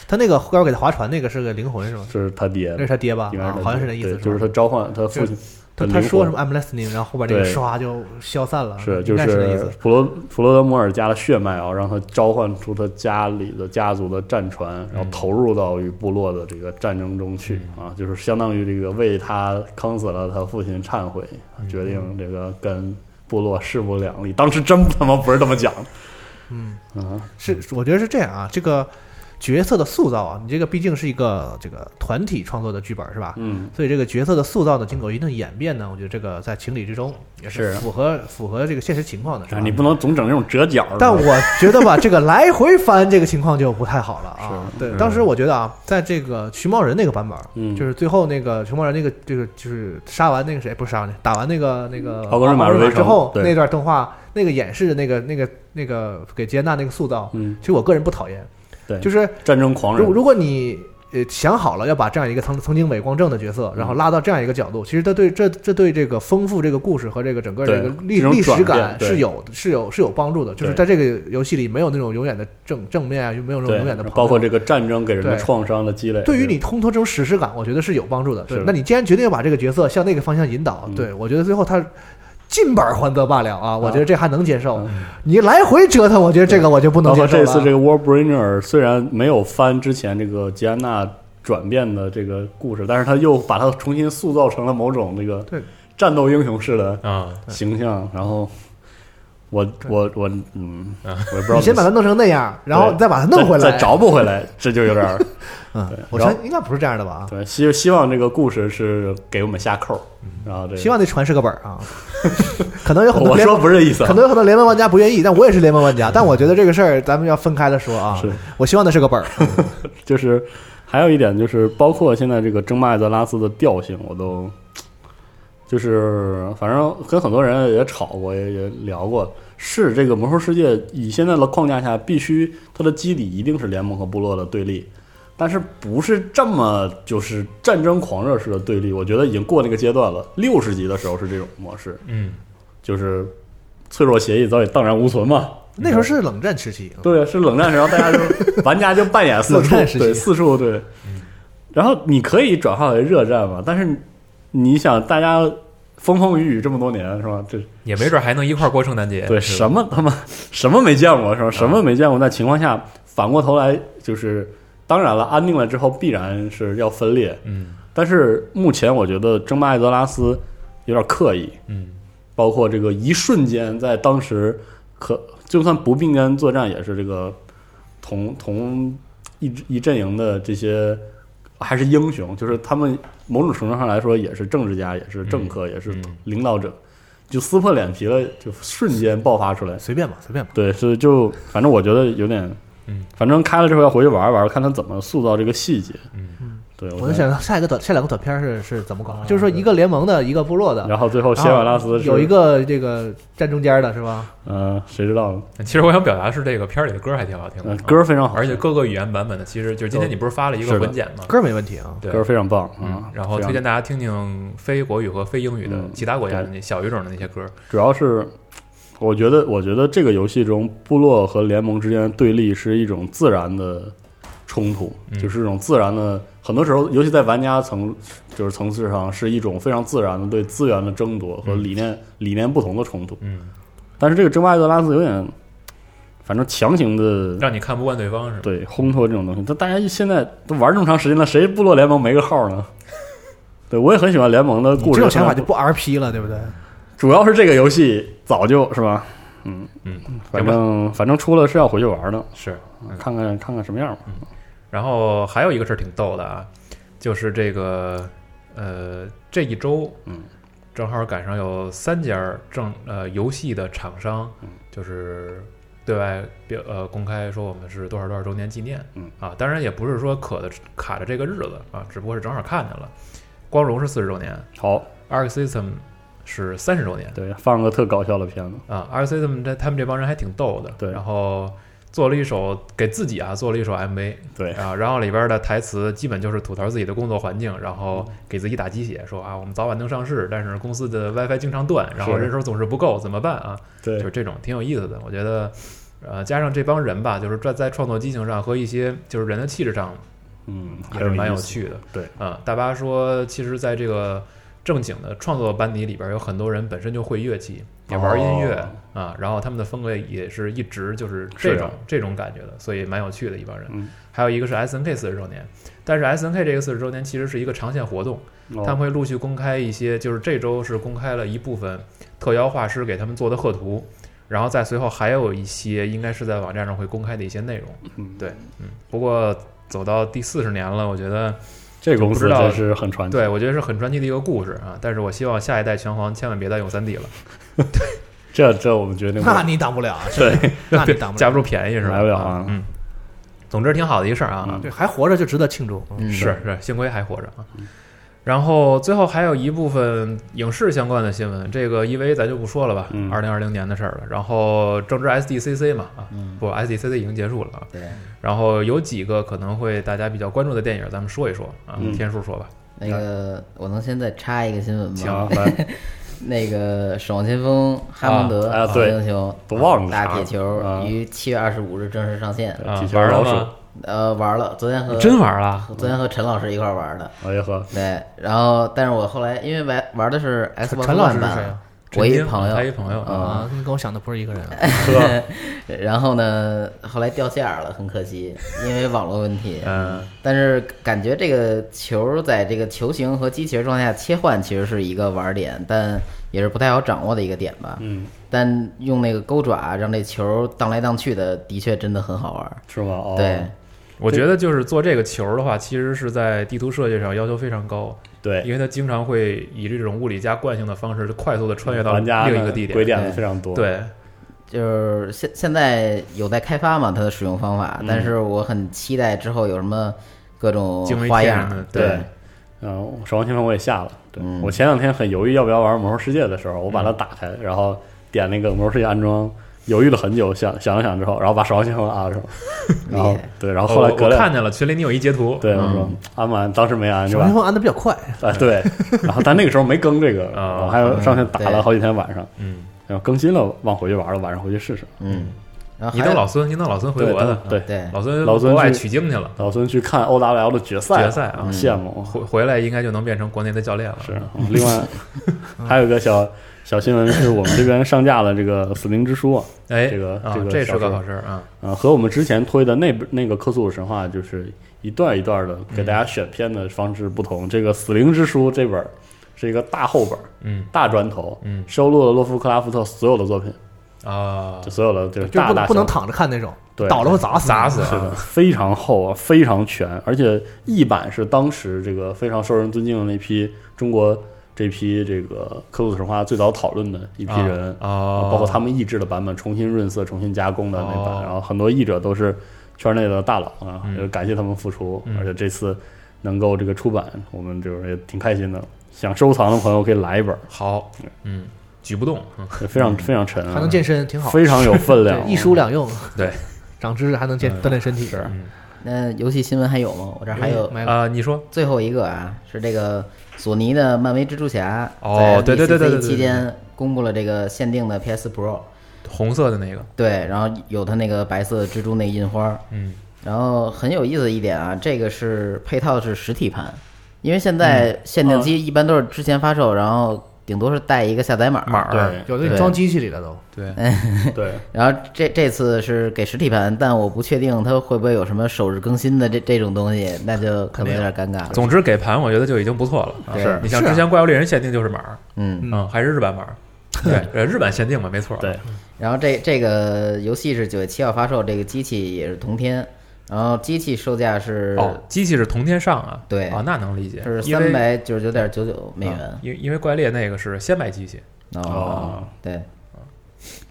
[SPEAKER 3] 他那个要给他划船那个是个灵魂是吗？
[SPEAKER 4] 是他爹
[SPEAKER 3] 那，是他爹吧？
[SPEAKER 4] 应该
[SPEAKER 3] 啊
[SPEAKER 4] 是他
[SPEAKER 3] 好像
[SPEAKER 4] 爹
[SPEAKER 3] 是那意思
[SPEAKER 4] 对
[SPEAKER 3] 吧，
[SPEAKER 4] 就是他召唤他父亲
[SPEAKER 3] 他
[SPEAKER 4] 的灵
[SPEAKER 3] 他
[SPEAKER 4] 魂，
[SPEAKER 3] 说什么 I'm listening，然后后边那个
[SPEAKER 4] 对
[SPEAKER 3] 唰就消散了，
[SPEAKER 4] 是，
[SPEAKER 3] 应
[SPEAKER 4] 就
[SPEAKER 3] 该是那意
[SPEAKER 4] 是
[SPEAKER 3] 思。
[SPEAKER 4] 普罗普罗德摩尔家的血脉啊，让他召唤出他家里的家族的战船，然
[SPEAKER 3] 嗯
[SPEAKER 4] 后投入到与部落的这个战争中去啊，就是相当于这个为他坑死了他父亲忏悔，
[SPEAKER 3] 嗯
[SPEAKER 4] 决定这个跟部落势不两立。当时真他妈不是这么讲的，嗯啊，
[SPEAKER 3] 是，我觉得是这样啊，这个角色的塑造啊，你这个毕竟是一个这个团体创作的剧本是吧？
[SPEAKER 4] 嗯，
[SPEAKER 3] 所以这个角色的塑造呢，经过一定演变呢，我觉得这个在情理之中，也是
[SPEAKER 4] 是
[SPEAKER 3] 符合符合这个现实情况的，是吧
[SPEAKER 4] 啊你？不能总整那种折角的，
[SPEAKER 3] 但我觉得吧，这个来回翻这个情况就不太好了啊。
[SPEAKER 4] 是
[SPEAKER 3] 对，
[SPEAKER 4] 嗯
[SPEAKER 3] 当时我觉得啊，在这个熊猫人那个版本，
[SPEAKER 4] 嗯
[SPEAKER 3] 就是最后那个熊猫人那个这个就是杀完那个谁不是杀完那打完那个那个
[SPEAKER 4] 奥格瑞玛
[SPEAKER 3] 瑞
[SPEAKER 4] 瑞
[SPEAKER 3] 玛
[SPEAKER 4] 维城
[SPEAKER 3] 之后
[SPEAKER 4] 对
[SPEAKER 3] 那段动画那个演示的那个那个那个给杰娜那个塑造，
[SPEAKER 4] 嗯，
[SPEAKER 3] 其实我个人不讨厌，
[SPEAKER 4] 对
[SPEAKER 3] 就是
[SPEAKER 4] 战争狂
[SPEAKER 3] 如
[SPEAKER 4] 人，
[SPEAKER 3] 如果你。呃，想好了要把这样一个曾曾经伪光正的角色，
[SPEAKER 4] 嗯
[SPEAKER 3] 然后拉到这样一个角度，其实他对这这对这个丰富这个故事和这个整个这个
[SPEAKER 4] 对
[SPEAKER 3] 历
[SPEAKER 4] 这种
[SPEAKER 3] 历史
[SPEAKER 4] 转变
[SPEAKER 3] 感
[SPEAKER 4] 对
[SPEAKER 3] 是有是有是有帮助的。就是在
[SPEAKER 4] 对
[SPEAKER 3] 这个游戏里，没有那种永远的正正面啊，没有那种
[SPEAKER 4] 对
[SPEAKER 3] 永远的朋友，
[SPEAKER 4] 包括这个战争给人的
[SPEAKER 3] 对
[SPEAKER 4] 创伤的积累，
[SPEAKER 3] 对于你烘托这种史诗感，我觉得是有帮助的。对
[SPEAKER 4] 是，
[SPEAKER 3] 那你既然决定要把这个角色向那个方向引导，
[SPEAKER 4] 嗯
[SPEAKER 3] 对我觉得最后他进本还则罢了啊，我觉得这还能接受
[SPEAKER 4] 嗯。
[SPEAKER 3] 你来回折腾，我觉得这个我就不能
[SPEAKER 4] 包
[SPEAKER 3] 接
[SPEAKER 4] 括
[SPEAKER 3] 受
[SPEAKER 4] 这
[SPEAKER 3] 了。
[SPEAKER 4] 次这个 Warbringer 虽然没有翻之前这个吉安娜转变的这个故事，但是他又把它重新塑造成了某种这个
[SPEAKER 3] 对
[SPEAKER 4] 战斗英雄式的
[SPEAKER 1] 啊，
[SPEAKER 4] 形象。然后我我我嗯，我也不知道
[SPEAKER 3] 你先把它弄成那样，然后
[SPEAKER 4] 对
[SPEAKER 3] 再把它弄回
[SPEAKER 4] 再
[SPEAKER 3] 来，
[SPEAKER 4] 再找补回来，这就有点儿
[SPEAKER 3] 嗯
[SPEAKER 4] 对，
[SPEAKER 3] 我
[SPEAKER 4] 然
[SPEAKER 3] 猜
[SPEAKER 4] 后
[SPEAKER 3] 应该不是这样的吧？啊，
[SPEAKER 4] 对。希希望这个故事是给我们下扣儿，然后这个
[SPEAKER 3] 希望那船是个本儿啊。 可能有很多
[SPEAKER 4] 我
[SPEAKER 3] 联，
[SPEAKER 4] 说不是这意思啊，
[SPEAKER 3] 可能有很多联盟玩家不愿意，但我也是联盟玩家。但我觉得这个事儿咱们要分开了说啊
[SPEAKER 4] 是。嗯
[SPEAKER 3] 我希望那是个本儿，
[SPEAKER 4] 就是还有一点就是，包括现在这个争霸艾泽拉斯的调性，我都就是反正跟很多人也吵过，也也聊过，是这个魔兽世界以现在的框架下，必须它的基底一定是联盟和部落的对立。但是不是这么就是战争狂热式的对立？我觉得已经过那个阶段了。六十级的时候是这种模式，
[SPEAKER 1] 嗯，
[SPEAKER 4] 就是脆弱协议早已荡然无存嘛。
[SPEAKER 3] 那时候是冷战时期。
[SPEAKER 4] 对，是冷战时，然后大 家就玩家就扮演四
[SPEAKER 3] 冷
[SPEAKER 4] 处
[SPEAKER 3] 战时期嗯
[SPEAKER 4] 对四处对，然后你可以转化为热战嘛，但是你想大家风风雨雨这么多年是吧？这
[SPEAKER 1] 也没准还能一块儿过圣诞
[SPEAKER 3] 哎
[SPEAKER 1] 节。
[SPEAKER 4] 对
[SPEAKER 1] 是吧
[SPEAKER 4] 什么他妈什么没见过是吧？什么没见过那情况下，反过头来就是当然了，安定了之后必然是要分裂，
[SPEAKER 1] 嗯
[SPEAKER 4] 但是目前我觉得争霸艾泽拉斯有点刻意，
[SPEAKER 1] 嗯
[SPEAKER 4] 包括这个一瞬间，在当时可就算不并肩作战，也是这个同同一一阵营的这些还是英雄，就是他们某种程度上来说也是政治家，也是政客，也是
[SPEAKER 1] 嗯
[SPEAKER 4] 领导者，就撕破脸皮了，就瞬间爆发出来。
[SPEAKER 3] 随便吧，随便吧。
[SPEAKER 4] 对，是就反正我觉得有点，
[SPEAKER 1] 嗯，
[SPEAKER 4] 反正开了之后要回去玩一玩，看他怎么塑造这个细节。
[SPEAKER 1] 嗯，
[SPEAKER 4] 对，
[SPEAKER 3] 我
[SPEAKER 4] 我
[SPEAKER 3] 就
[SPEAKER 4] 觉得，
[SPEAKER 3] 想到下一个短，下两个短片儿是是怎么搞？就是说一个联盟的，一个部落的，
[SPEAKER 4] 嗯然后最后
[SPEAKER 3] 然
[SPEAKER 4] 谢
[SPEAKER 3] 后
[SPEAKER 4] 瓦拉斯是
[SPEAKER 3] 有一，个这个站中间儿的是吧？
[SPEAKER 4] 嗯，谁知道呢？
[SPEAKER 1] 其实我想表达是这个片儿里的歌还挺好听的啊
[SPEAKER 4] 嗯，，歌非常好，
[SPEAKER 1] 而且各个语言版本的，其实就是今天你不是发了一
[SPEAKER 4] 是
[SPEAKER 1] 个
[SPEAKER 4] 的
[SPEAKER 1] 文件吗？
[SPEAKER 3] 歌儿没问题啊。
[SPEAKER 1] 对
[SPEAKER 4] 歌，非常棒啊
[SPEAKER 1] 嗯，，然后
[SPEAKER 4] 非常
[SPEAKER 1] 推荐大家听听非国语和非英语的
[SPEAKER 4] 嗯
[SPEAKER 1] 其他国家的那小语种的那些歌。
[SPEAKER 4] 主要是我觉得，我觉得这个游戏中部落和联盟之间的对立是一种自然的冲突，
[SPEAKER 1] 嗯
[SPEAKER 4] 就是一种自然的。很多时候，尤其在玩家层就是层次上，是一种非常自然的对资源的争夺和
[SPEAKER 1] 嗯
[SPEAKER 4] 理念、理念不同的冲突。
[SPEAKER 1] 嗯，
[SPEAKER 4] 但是这个争霸艾泽拉斯有点，反正强行的。
[SPEAKER 1] 让你看不惯对方是吧？
[SPEAKER 4] 对，烘托这种东西，但大家现在都玩这么长时间了，谁部落联盟没个号呢？ 对，我也很喜欢联盟的
[SPEAKER 3] 你
[SPEAKER 4] 故
[SPEAKER 3] 这
[SPEAKER 4] 事。
[SPEAKER 3] 种想法就不 R P 了，对不对？
[SPEAKER 4] 主要是这个游戏早就是吧，嗯
[SPEAKER 1] 嗯，
[SPEAKER 4] 反正反正出了是要回去玩的，
[SPEAKER 1] 是。
[SPEAKER 4] 看看看看什么样
[SPEAKER 1] 嗯
[SPEAKER 4] 吧。
[SPEAKER 1] 然后还有一个事儿挺逗的啊，就是这个呃这一周，
[SPEAKER 4] 嗯，
[SPEAKER 1] 正好赶上有三家儿正呃游戏的厂商
[SPEAKER 4] 嗯，
[SPEAKER 1] 就是对外表呃公开说我们是多少多少周年纪念，
[SPEAKER 4] 嗯
[SPEAKER 1] 啊，当然也不是说可的卡着这个日子啊，只不过是正好看见了，光荣是四十周年
[SPEAKER 4] 好，
[SPEAKER 1] ，Arc System 是三十周年。
[SPEAKER 4] 对，放个特搞笑的片子，
[SPEAKER 1] 啊，RCM 这他们这帮人还挺逗的。
[SPEAKER 4] 对
[SPEAKER 1] 然后做了一首给自己啊做了一首 MV，
[SPEAKER 4] 对
[SPEAKER 1] 啊，然后里边的台词基本就是吐槽自己的工作环境，然后给自己打鸡血，说啊我们早晚能上市，但是公司的 WiFi 经常断，然后
[SPEAKER 4] 是
[SPEAKER 1] 人手总是不够，怎么办啊？
[SPEAKER 4] 对
[SPEAKER 1] 就是这种挺有意思的，我觉得，呃，加上这帮人吧，就是在在创作激情上和一些就是人的气质上
[SPEAKER 4] 嗯，
[SPEAKER 1] 也
[SPEAKER 4] 还
[SPEAKER 1] 是
[SPEAKER 4] 有
[SPEAKER 1] 蛮有
[SPEAKER 4] 意思，
[SPEAKER 1] 趣的。
[SPEAKER 4] 对，
[SPEAKER 1] 啊、大巴说，其实在这个正经的创作班底里边，有很多人本身就会乐器，也玩音乐啊、然后他们的风格也是一直就是这
[SPEAKER 4] 哦是
[SPEAKER 1] 种
[SPEAKER 4] 啊
[SPEAKER 1] 这种感觉的，所以蛮有趣的一帮人。
[SPEAKER 4] 嗯
[SPEAKER 1] 还有一个是 S N K 四十周年，但是 S N K 这个四十周年其实是一个长线活动，
[SPEAKER 4] 哦
[SPEAKER 1] 他们会陆续公开一些，就是这周是公开了一部分特邀画师给他们做的贺图，然后在随后还有一些应该是在网站上会公开的一些内容。
[SPEAKER 4] 嗯
[SPEAKER 1] 对，嗯，不过走到第四十年了，我觉得
[SPEAKER 4] 这个公
[SPEAKER 1] 不
[SPEAKER 4] 司
[SPEAKER 1] 知道
[SPEAKER 4] 真是很传奇，
[SPEAKER 1] 对我觉得是很传奇的一个故事啊。但是我希望下一代拳皇千万别再用三 D 了，
[SPEAKER 4] 这这我们决定不
[SPEAKER 3] 那
[SPEAKER 4] 了，
[SPEAKER 3] 你挡不了啊，
[SPEAKER 4] 对，
[SPEAKER 3] 那你 挡不
[SPEAKER 1] 架
[SPEAKER 3] 了
[SPEAKER 1] 不。住便宜是吧？
[SPEAKER 4] 来不了啊
[SPEAKER 1] 嗯，总之挺好的一事儿啊。
[SPEAKER 4] 嗯
[SPEAKER 3] 对，还活着就值得庆祝。嗯
[SPEAKER 2] 嗯，
[SPEAKER 1] 是是，幸亏还活着啊。然后最后还有一部分影视相关的新闻，这个 EV 咱就不说了吧，
[SPEAKER 4] 嗯
[SPEAKER 1] 二零二零年的事儿了。然后正值 SDCC 嘛，啊，
[SPEAKER 4] 嗯
[SPEAKER 1] 不，SDCC 已经结束了啊。
[SPEAKER 2] 对，
[SPEAKER 1] 然后有几个可能会大家比较关注的电影，咱们说一说啊。
[SPEAKER 4] 嗯
[SPEAKER 1] 天叔说吧，
[SPEAKER 2] 那个我能先再插一个新闻
[SPEAKER 4] 行啊
[SPEAKER 2] 吗？，
[SPEAKER 4] 来，
[SPEAKER 2] 那个《守望先锋》哈蒙德
[SPEAKER 4] 啊啊
[SPEAKER 2] 小
[SPEAKER 4] 对
[SPEAKER 2] 英雄
[SPEAKER 4] 不忘了
[SPEAKER 2] 打
[SPEAKER 4] 插
[SPEAKER 2] 铁球
[SPEAKER 4] 啊
[SPEAKER 2] 于七月二十五日正式上线。
[SPEAKER 1] 啊
[SPEAKER 4] 几条
[SPEAKER 1] 玩了
[SPEAKER 4] 呃老
[SPEAKER 1] 吗
[SPEAKER 4] 鼠，
[SPEAKER 2] 呃，玩了，昨天和
[SPEAKER 1] 真玩了，
[SPEAKER 2] 昨天和陈老师一块儿玩的。
[SPEAKER 4] 哎呀呵，
[SPEAKER 2] 对，然后但是我后来因为玩玩的是 Xbox
[SPEAKER 3] 陈老师
[SPEAKER 2] One
[SPEAKER 3] 是谁
[SPEAKER 2] 版
[SPEAKER 3] 啊，
[SPEAKER 2] 我一
[SPEAKER 1] 陈晶
[SPEAKER 2] 朋
[SPEAKER 1] 他
[SPEAKER 2] 友
[SPEAKER 1] 一，朋友
[SPEAKER 2] 啊
[SPEAKER 3] 啊，你跟我想的不是一个人啊。
[SPEAKER 4] 呵，
[SPEAKER 2] 然后呢，后来掉线儿了，很可惜，因为网络问题。
[SPEAKER 1] 嗯，
[SPEAKER 2] 但是感觉这个球在这个球形和机器人状态下切换，其实是一个玩儿点，但也是不太好掌握的一个点吧。
[SPEAKER 4] 嗯，
[SPEAKER 2] 但用那个钩爪让这球荡来荡去的，的确真的很好玩儿。
[SPEAKER 4] 是吗？哦，
[SPEAKER 2] 对，
[SPEAKER 1] 我觉得就是做这个球的话，其实是在地图设计上要求非常高，
[SPEAKER 4] 对，
[SPEAKER 1] 因为它经常会以这种物理加惯性的方式快速的穿越到
[SPEAKER 4] 玩家
[SPEAKER 1] 另一个
[SPEAKER 4] 的
[SPEAKER 1] 地
[SPEAKER 4] 鬼
[SPEAKER 1] 点。
[SPEAKER 4] 点子非常多，，
[SPEAKER 1] 对，
[SPEAKER 2] 就是现现在有在开发嘛，它的使用方
[SPEAKER 1] 嗯
[SPEAKER 2] 法，但是我很期待之后有什么各种
[SPEAKER 1] 惊为
[SPEAKER 2] 哦花
[SPEAKER 1] 天
[SPEAKER 2] 样
[SPEAKER 1] 人的
[SPEAKER 2] 儿。
[SPEAKER 1] 对
[SPEAKER 2] 对，
[SPEAKER 4] 嗯，守望先锋我也下了，对我前两天很犹豫要不要玩魔兽世界的时候，我把它打开，然后点那个魔兽世界安装，犹豫了很久，想想了想之后，然后把守望先锋安上，然后
[SPEAKER 2] 厉害
[SPEAKER 4] 对，然后后来
[SPEAKER 1] 哦我
[SPEAKER 4] 隔
[SPEAKER 1] 我
[SPEAKER 4] 两，
[SPEAKER 1] 看见了，群里你有一截图，
[SPEAKER 4] 对，我说安完，当时没安，是
[SPEAKER 3] 守
[SPEAKER 4] 吧
[SPEAKER 3] 望先？锋安的比较快，
[SPEAKER 4] 啊，对，然后但那个时候没更这个，
[SPEAKER 1] 啊
[SPEAKER 4] 我还有上去打了
[SPEAKER 2] 对
[SPEAKER 4] 好几天晚上，
[SPEAKER 1] 嗯，
[SPEAKER 4] 然后更新了，忘回去玩了，晚上回去试试。
[SPEAKER 2] 嗯，然后
[SPEAKER 1] 你
[SPEAKER 2] 还
[SPEAKER 1] 等
[SPEAKER 2] 有
[SPEAKER 1] 老孙，你等老孙回
[SPEAKER 4] 对
[SPEAKER 1] 国的，
[SPEAKER 4] 对
[SPEAKER 1] 啊，
[SPEAKER 2] 对
[SPEAKER 1] 老孙
[SPEAKER 4] 老孙
[SPEAKER 1] 国外
[SPEAKER 4] 去啊
[SPEAKER 1] 取经去了，
[SPEAKER 4] 老孙去看 O W L 的决赛，
[SPEAKER 1] 决赛啊
[SPEAKER 4] 嗯羡慕
[SPEAKER 1] 回回来应该就能变成国内的教练了。
[SPEAKER 4] 是。嗯另外还有一个小小新闻是我们这边上架了这个《死灵之书》啊，
[SPEAKER 1] 哎，
[SPEAKER 4] 这个
[SPEAKER 1] 啊
[SPEAKER 4] 这个
[SPEAKER 1] 这
[SPEAKER 4] 小
[SPEAKER 1] 是个
[SPEAKER 4] 说
[SPEAKER 1] 好事儿啊，
[SPEAKER 4] 呃，和我们之前推的那部那个克苏鲁神话就是一段一段的给大家选片的方式不同。这个《死灵之书》这本儿是一个大厚本儿，
[SPEAKER 1] 嗯
[SPEAKER 4] 大砖头，
[SPEAKER 1] 嗯
[SPEAKER 4] 收录了洛夫克拉夫特所有的作品，
[SPEAKER 1] 啊
[SPEAKER 4] 就，所有的就是
[SPEAKER 3] 就是
[SPEAKER 4] 大
[SPEAKER 3] 不
[SPEAKER 4] 大
[SPEAKER 3] 能
[SPEAKER 4] 小
[SPEAKER 3] 不能
[SPEAKER 4] 小
[SPEAKER 3] 躺着看那种，
[SPEAKER 4] 对
[SPEAKER 3] 倒了会砸死你。
[SPEAKER 1] 砸死
[SPEAKER 4] 嗯是的，
[SPEAKER 1] 啊，
[SPEAKER 4] 非常厚啊，非常全，而且译版是当时这个非常受人尊敬的那批中国这批这个科鲁神话最早讨论的一批人，
[SPEAKER 1] 啊哦，
[SPEAKER 4] 包括他们译制的版本重新润色、重新加工的那版，
[SPEAKER 1] 哦
[SPEAKER 4] 然后很多译者都是圈内的大佬啊，
[SPEAKER 1] 嗯
[SPEAKER 4] 也感谢他们付出，
[SPEAKER 1] 嗯
[SPEAKER 4] 而且这次能够这个出版，我们就是也挺开心的。想收藏的朋友可以来一本，
[SPEAKER 1] 好，嗯，举不动，嗯
[SPEAKER 4] 非常非常沉啊，
[SPEAKER 3] 还能健身，挺好。
[SPEAKER 4] 非常有分量 啊
[SPEAKER 3] 对，，一书两用，
[SPEAKER 1] 对，
[SPEAKER 3] 长知识还能健锻炼身体。嗯是
[SPEAKER 2] 那游戏新闻还有吗？我这儿还有
[SPEAKER 3] 没了。
[SPEAKER 1] 啊，你说
[SPEAKER 2] 最后一个啊，是这个索尼的漫威蜘蛛侠
[SPEAKER 1] 哦对对对对对对
[SPEAKER 2] SDCC 期间公布了这个限定的 PS Pro，
[SPEAKER 1] 红色的那个，
[SPEAKER 2] 对，然后有它那个白色蜘蛛那个印花，
[SPEAKER 1] 嗯，
[SPEAKER 2] 然后很有意思的一点啊，这个是配套的是实体盘，因为现
[SPEAKER 1] 嗯
[SPEAKER 2] 在限定机一般都是之前发售，然后顶多是带一个下载码
[SPEAKER 1] 码儿，
[SPEAKER 4] 对
[SPEAKER 3] 有的你
[SPEAKER 2] 啊对
[SPEAKER 3] 装机器里了都，
[SPEAKER 1] 对，
[SPEAKER 4] 对，
[SPEAKER 2] 然后这这次是给实体盘，但我不确定它会不会有什么首日更新的这这种东西，那就可能有点尴尬了。
[SPEAKER 1] 总之给盘我觉得就已经不错了啊。
[SPEAKER 2] 对
[SPEAKER 4] 是
[SPEAKER 1] 你像
[SPEAKER 3] 是啊
[SPEAKER 1] 之前怪物猎人限定就是码儿，
[SPEAKER 2] 嗯，
[SPEAKER 1] 嗯，还是日版码儿，对，呃日版限定嘛，没错，
[SPEAKER 4] 对，
[SPEAKER 2] 然后这这个游戏是九月七号发售，这个机器也是同天，然后机器售价是、
[SPEAKER 1] 哦，机器是同天上啊，
[SPEAKER 2] 对
[SPEAKER 1] 啊，那能理解，
[SPEAKER 2] 是
[SPEAKER 1] 因为
[SPEAKER 2] 三百九十九点九九美元
[SPEAKER 1] 啊。因因为怪猎那个是先买机器，
[SPEAKER 2] 哦，对，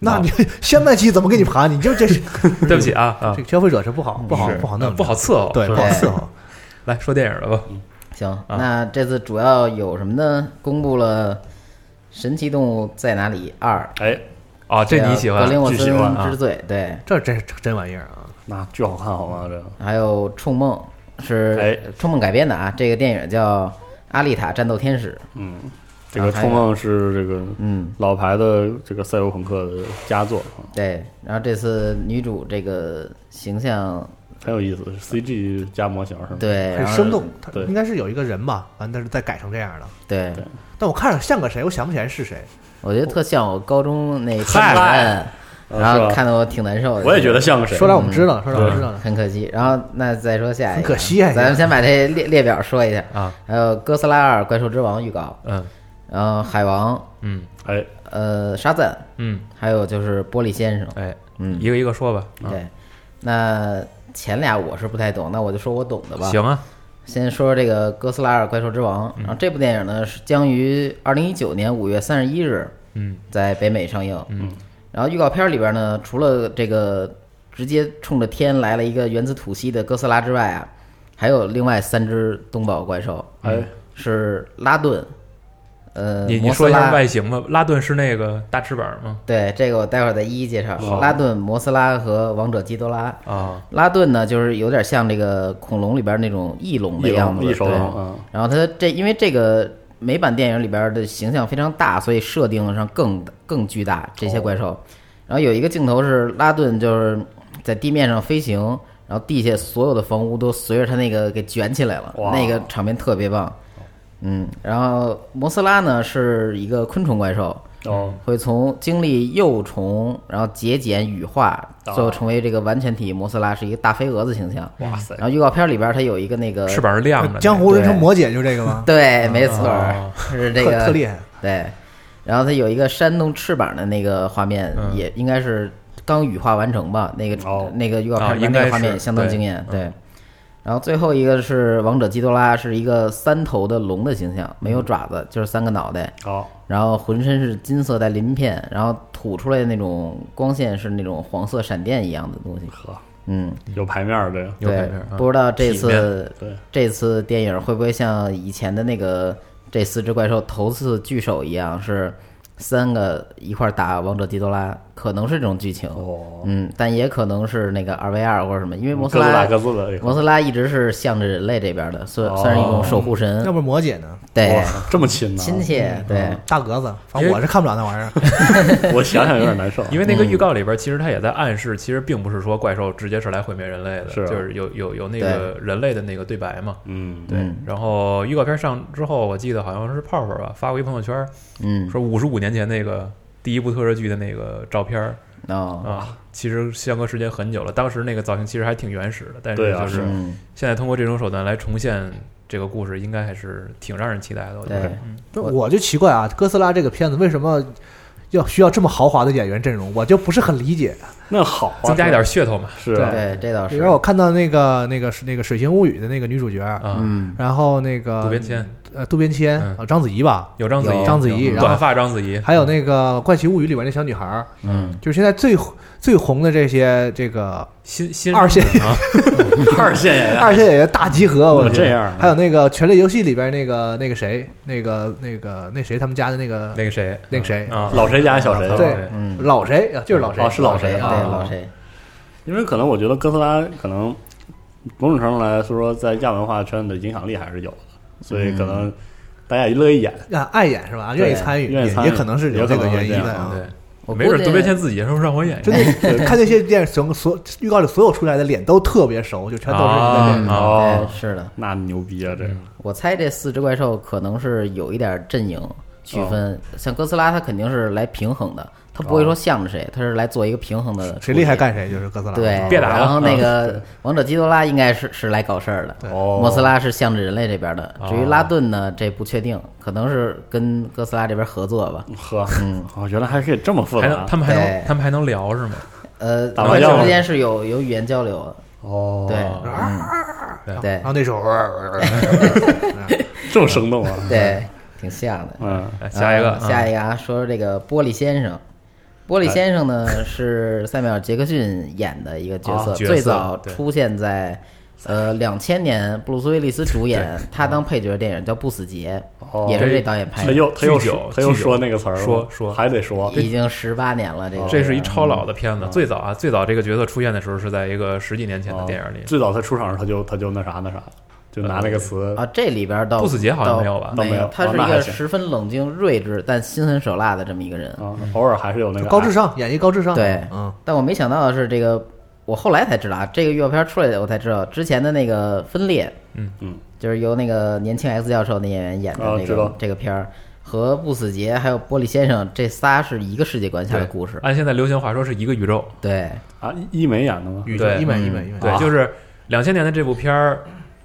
[SPEAKER 3] 那你先卖机怎么给你盘？ 你就这是
[SPEAKER 1] 对不起啊啊
[SPEAKER 3] 嗯这个，消费者是不好，不好
[SPEAKER 1] 是，
[SPEAKER 3] 不好弄，
[SPEAKER 1] 不好伺候。
[SPEAKER 3] 对，不好伺候。
[SPEAKER 1] 来说电影了吧？
[SPEAKER 3] 嗯
[SPEAKER 2] 行，
[SPEAKER 1] 啊
[SPEAKER 2] 那这次主要有什么呢？公布了《神奇动物在哪里二》
[SPEAKER 4] 哎，
[SPEAKER 1] 啊，这你喜
[SPEAKER 2] 格
[SPEAKER 1] 欢
[SPEAKER 2] 林沃
[SPEAKER 4] 巨喜欢
[SPEAKER 2] 森
[SPEAKER 1] 啊
[SPEAKER 2] 之最，对，
[SPEAKER 3] 这真是真玩意儿啊！
[SPEAKER 4] 那巨好看，好吗？这个
[SPEAKER 2] 还有《冲梦》是
[SPEAKER 4] 哎
[SPEAKER 2] 《冲梦》改编的啊，这个电影叫《阿丽塔：战斗天使》。
[SPEAKER 4] 嗯，这个《冲浪》是这个
[SPEAKER 2] 嗯，
[SPEAKER 4] 老牌的这个赛博朋克的佳作，啊
[SPEAKER 2] 对。然后这次女主这个形象，
[SPEAKER 4] 很有意思，CG 加魔型是吗？
[SPEAKER 2] 哎对，
[SPEAKER 3] 很
[SPEAKER 2] 然后
[SPEAKER 3] 生动，它
[SPEAKER 4] 对
[SPEAKER 3] 应该是有一个人吧，完，但是再改成这样的。
[SPEAKER 2] 对，
[SPEAKER 3] 但我看着像个谁，我想不起来是谁。
[SPEAKER 2] 我觉得特像我高中那
[SPEAKER 4] 嗨
[SPEAKER 2] 科目案，
[SPEAKER 4] 啊
[SPEAKER 2] 然
[SPEAKER 4] 是
[SPEAKER 2] 后
[SPEAKER 4] 吧
[SPEAKER 2] 看得我挺难受的。
[SPEAKER 4] 我也觉得像个谁。
[SPEAKER 3] 说来我们知道，说来我们知道了。
[SPEAKER 2] 很可惜。然后那再说下一个，
[SPEAKER 3] 很可惜啊
[SPEAKER 2] 咱们先把这列列表说一下。
[SPEAKER 1] 啊，
[SPEAKER 2] 还有《哥斯拉二：怪兽之王》预告，
[SPEAKER 1] 嗯
[SPEAKER 2] 然后《海王》，
[SPEAKER 1] 嗯
[SPEAKER 4] 哎，
[SPEAKER 2] 呃，沙赞，
[SPEAKER 1] 嗯，
[SPEAKER 2] 还有就是《玻璃先生》。
[SPEAKER 1] 哎，
[SPEAKER 2] 嗯，
[SPEAKER 1] 一个一个说吧，
[SPEAKER 4] 哎
[SPEAKER 2] 对，那前俩我是不太懂，那我就说我懂的吧。
[SPEAKER 1] 行，啊，
[SPEAKER 2] 先说这个《哥斯拉二：怪兽之王》，然后这部电影呢是将于二零一九年五月三十一日，
[SPEAKER 1] 嗯，
[SPEAKER 2] 在北美上映。嗯，然后预告片里边呢，除了这个直接冲着天来了一个源自土西的哥斯拉之外啊，还有另外三只东宝怪兽，
[SPEAKER 4] 哎，
[SPEAKER 2] 是拉顿，呃，
[SPEAKER 1] 你你
[SPEAKER 2] 摩斯
[SPEAKER 1] 说一下
[SPEAKER 2] 拉
[SPEAKER 1] 外形吧。拉顿是那个大翅膀吗？
[SPEAKER 2] 对，这个我待会儿再一一介绍。
[SPEAKER 4] 哦
[SPEAKER 2] 拉顿、摩斯拉和王者基多拉。
[SPEAKER 1] 啊，
[SPEAKER 2] 拉顿呢，就是有点像这个恐龙里边那种翼龙的
[SPEAKER 4] 一
[SPEAKER 2] 样
[SPEAKER 4] 龙
[SPEAKER 2] 子，
[SPEAKER 4] 一手
[SPEAKER 2] 对
[SPEAKER 4] 龙啊，
[SPEAKER 2] 然后它这因为这个美版电影里边的形象非常大，所以设定上更更巨大这些怪兽。
[SPEAKER 1] 哦
[SPEAKER 2] 然后有一个镜头是拉顿就是在地面上飞行，然后地下所有的房屋都随着它那个给卷起来了
[SPEAKER 4] 哇，
[SPEAKER 2] 那个场面特别棒。嗯，然后摩斯拉呢是一个昆虫怪兽，
[SPEAKER 4] 哦，
[SPEAKER 2] 会从经历幼虫，然后节俭羽化，
[SPEAKER 4] 啊
[SPEAKER 2] 最后成为这个完全体摩斯拉，是一个大飞蛾子形象。
[SPEAKER 4] 哇塞
[SPEAKER 2] 然后预告片里边它有一个那个
[SPEAKER 1] 翅，膀是亮的。
[SPEAKER 3] 呃江湖人称魔姐就这个吗？
[SPEAKER 2] 对，没错儿
[SPEAKER 1] 哦，
[SPEAKER 2] 是 这
[SPEAKER 3] 特
[SPEAKER 2] 个
[SPEAKER 3] 特厉害，
[SPEAKER 2] 对，然后它有一个扇动翅膀的那个画面，也应该是刚羽化完成吧？那个、
[SPEAKER 4] 哦
[SPEAKER 2] 那个预告片
[SPEAKER 1] 啊
[SPEAKER 2] 里边
[SPEAKER 1] 应该是
[SPEAKER 2] 那个画面也相当惊艳，对。然后最后一个是王者基多拉，是一个三头的龙的形象，没有爪子，就是三个脑袋。
[SPEAKER 4] 啊好，
[SPEAKER 2] 然后浑身是金色带鳞片，然后吐出来的那种光线是那种黄色闪电一样的东西。
[SPEAKER 4] 呵，
[SPEAKER 2] 嗯，
[SPEAKER 4] 有牌面儿这个，
[SPEAKER 1] 有
[SPEAKER 2] 对
[SPEAKER 1] 感觉啊，
[SPEAKER 2] 不知道这
[SPEAKER 1] 体
[SPEAKER 2] 次
[SPEAKER 4] 对，
[SPEAKER 2] 这次电影会不会像以前的那个这四只怪兽头次聚首一样，是三个一块儿打王者基多拉，可能是这种剧情。
[SPEAKER 4] 哦，
[SPEAKER 2] 嗯，但也可能是那个二 v 二或者什么，因为摩斯
[SPEAKER 4] 各自
[SPEAKER 2] 拉
[SPEAKER 4] 打
[SPEAKER 2] 哦
[SPEAKER 4] 各自的哎这个，
[SPEAKER 2] 摩斯拉一直是向着人类这边的，算算是一种守护神
[SPEAKER 3] 要。不是魔姐呢？
[SPEAKER 2] 对
[SPEAKER 4] 哇，，这么亲呢，
[SPEAKER 2] 亲切，对，
[SPEAKER 3] 大格子，反
[SPEAKER 1] 因为
[SPEAKER 3] 正我是看不了那玩意儿。
[SPEAKER 4] 我想想有点难受，
[SPEAKER 1] 因为那个
[SPEAKER 2] 嗯
[SPEAKER 1] 预告里边，其实它也在暗示，其实并不是说怪兽直接是来毁灭人类的，
[SPEAKER 4] 是啊
[SPEAKER 1] 就是有有有那个人类的那个对白嘛。
[SPEAKER 4] 嗯，
[SPEAKER 1] 对，然后预告片上之后，我记得好像是泡泡吧发过一朋友圈，
[SPEAKER 2] 嗯，
[SPEAKER 1] 说五十五年前那个第一部特摄剧的那个照片儿
[SPEAKER 2] 哦，
[SPEAKER 1] 啊，其实相隔时间很久了，当时那个造型其实还挺原始的，但是
[SPEAKER 4] 对啊
[SPEAKER 1] 就是
[SPEAKER 2] 嗯，
[SPEAKER 1] 现在通过这种手段来重现这个故事，应该还是挺让人期待的。我觉得
[SPEAKER 2] 对，
[SPEAKER 3] 不是我就奇怪啊，哥斯拉这个片子为什么要需要这么豪华的演员阵容？我就不是很理解。
[SPEAKER 4] 那好啊，
[SPEAKER 1] 增加一点噱头嘛。
[SPEAKER 4] 是啊，
[SPEAKER 2] 对，这倒
[SPEAKER 3] 比
[SPEAKER 2] 是
[SPEAKER 3] 如。我看到那个那个那个《水形物语》的那个女主角，
[SPEAKER 1] 啊，
[SPEAKER 2] 嗯，
[SPEAKER 3] 然后那个
[SPEAKER 1] 渡边谦
[SPEAKER 3] 呃渡边谦
[SPEAKER 1] 嗯
[SPEAKER 3] 啊章子怡吧，
[SPEAKER 1] 有章子怡，嗯
[SPEAKER 2] 有
[SPEAKER 3] 章子怡
[SPEAKER 1] 有
[SPEAKER 3] 然后
[SPEAKER 1] 短发章子怡，
[SPEAKER 3] 还有那个《怪奇物语》里面那小女孩儿，
[SPEAKER 2] 嗯，
[SPEAKER 3] 就是现在最最红的这些这 个
[SPEAKER 1] 新新
[SPEAKER 3] 二线
[SPEAKER 1] 啊，
[SPEAKER 4] 二线演员，
[SPEAKER 3] 二线演员大集合，我
[SPEAKER 4] 怎么
[SPEAKER 3] 觉得
[SPEAKER 4] 这样啊
[SPEAKER 3] 还有那个《权力游戏》里边那个那个谁，那个那个那谁他们家的那个
[SPEAKER 1] 那个谁，
[SPEAKER 3] 那个谁
[SPEAKER 1] 啊，
[SPEAKER 4] 老谁家小谁，
[SPEAKER 3] 对
[SPEAKER 2] 嗯
[SPEAKER 3] 老谁啊，就是老谁，
[SPEAKER 4] 哦是老谁
[SPEAKER 2] 对
[SPEAKER 4] 啊
[SPEAKER 2] 老谁，
[SPEAKER 4] 因为可能我觉得哥斯拉可能某种程度来说，在亚文化圈的影响力还是有的，所以可能大家也乐意演，
[SPEAKER 3] 啊，爱演是吧？
[SPEAKER 2] 对
[SPEAKER 3] 愿意参与，
[SPEAKER 4] 愿意
[SPEAKER 3] 也
[SPEAKER 4] 参与
[SPEAKER 3] 也可能是有这个原因
[SPEAKER 4] 也可
[SPEAKER 3] 的
[SPEAKER 4] 能
[SPEAKER 3] 啊。
[SPEAKER 2] 我
[SPEAKER 1] 对，没准
[SPEAKER 2] 估计
[SPEAKER 1] 渡边谦自己也说让我演一
[SPEAKER 3] 真
[SPEAKER 1] 个，
[SPEAKER 3] 的看那些电影，从所预告里所有出来的脸都特别熟，就全都是那
[SPEAKER 1] 啊
[SPEAKER 3] 个。
[SPEAKER 4] 哦
[SPEAKER 2] 嗯对是的，
[SPEAKER 4] 那牛逼啊！这个
[SPEAKER 2] 我猜这四只怪兽可能是有一点阵营区分，像哥斯拉它肯定是来平衡的，它不会说向着谁，它是来做一个平衡的。
[SPEAKER 3] 谁厉害？哦干谁，就是哥斯拉。
[SPEAKER 2] 对，
[SPEAKER 1] 别打了
[SPEAKER 2] 然后那
[SPEAKER 4] 嗯对
[SPEAKER 2] 个 王者基多拉应该是是来搞事儿的，
[SPEAKER 4] 哦
[SPEAKER 2] 摩斯拉是向着人类这边的。至于
[SPEAKER 1] 哦
[SPEAKER 2] 拉顿呢，这不确定，可能是跟哥斯拉这边合作吧。
[SPEAKER 4] 呵，哦，原来还可以这么复
[SPEAKER 1] 还能
[SPEAKER 4] 杂
[SPEAKER 1] 他们还能
[SPEAKER 2] 对
[SPEAKER 1] 他们还能聊是吗？
[SPEAKER 2] 呃，
[SPEAKER 4] 打麻
[SPEAKER 2] 怪
[SPEAKER 4] 将
[SPEAKER 2] 兽
[SPEAKER 4] 吗
[SPEAKER 2] 之间是有有语言交流的，
[SPEAKER 4] 哦，
[SPEAKER 2] 对，
[SPEAKER 1] 对
[SPEAKER 2] 嗯，
[SPEAKER 3] 然
[SPEAKER 2] 对
[SPEAKER 3] 后那时候，
[SPEAKER 4] 这么生动啊！
[SPEAKER 2] 对，挺像的。
[SPEAKER 4] 嗯，
[SPEAKER 1] 来哎下一个，
[SPEAKER 2] 呃下
[SPEAKER 1] 一
[SPEAKER 2] 一个啊，说说这个玻璃先生。玻璃先 生呢是塞缪尔·杰克逊演的一个角
[SPEAKER 1] 啊
[SPEAKER 2] 色，
[SPEAKER 1] 角色
[SPEAKER 2] 最早
[SPEAKER 1] 对
[SPEAKER 2] 出现在呃，两千年布鲁斯威利斯主演，他当配角的电影叫《不死劫
[SPEAKER 4] 哦》，
[SPEAKER 2] 也是这导演拍
[SPEAKER 4] 他
[SPEAKER 2] 的，
[SPEAKER 4] 又他又
[SPEAKER 1] 聚酒
[SPEAKER 4] 说他又
[SPEAKER 1] 聚酒
[SPEAKER 4] 说那个词儿了，
[SPEAKER 1] 说说
[SPEAKER 4] 还得说，
[SPEAKER 2] 已经十八年了。这个
[SPEAKER 1] 啊这是一超老的片子，最早啊，最早这个角色出现的时候是在一个十几年前的电影里
[SPEAKER 4] 啊。最早他出场时他就他就那啥那啥，就拿那个词
[SPEAKER 2] 啊，这里边倒
[SPEAKER 1] 不死劫好像
[SPEAKER 2] 倒
[SPEAKER 1] 没有吧
[SPEAKER 4] 倒
[SPEAKER 2] 没
[SPEAKER 4] 没有
[SPEAKER 2] 他是
[SPEAKER 4] 哦
[SPEAKER 2] 一
[SPEAKER 4] 那还
[SPEAKER 2] 个
[SPEAKER 4] 行
[SPEAKER 2] 十分冷静、睿智但心狠手辣的这么一个人。
[SPEAKER 4] 啊，偶尔还是有那个
[SPEAKER 3] 高智商，演绎高智商。
[SPEAKER 2] 对
[SPEAKER 3] 嗯，
[SPEAKER 2] 但我没想到的是，这个我后来才知道啊，这个预告片出来的我才知道，之前的那个分裂，
[SPEAKER 1] 嗯
[SPEAKER 4] 嗯，
[SPEAKER 2] 就是由那个年轻 X 教授那演员演的
[SPEAKER 4] 啊
[SPEAKER 2] 那
[SPEAKER 4] 知
[SPEAKER 2] 个、
[SPEAKER 4] 道
[SPEAKER 2] 这个片儿，和不死劫还有玻璃先生这仨是一个世界观下的故事。
[SPEAKER 1] 按现在流行话说是一个宇宙，
[SPEAKER 2] 对，
[SPEAKER 4] 啊，一一美演的吗？
[SPEAKER 3] 宇宙
[SPEAKER 1] 对
[SPEAKER 3] 一美
[SPEAKER 2] 嗯
[SPEAKER 3] 一美一美。
[SPEAKER 1] 对，
[SPEAKER 4] 啊
[SPEAKER 1] 就是两千年的这部片儿，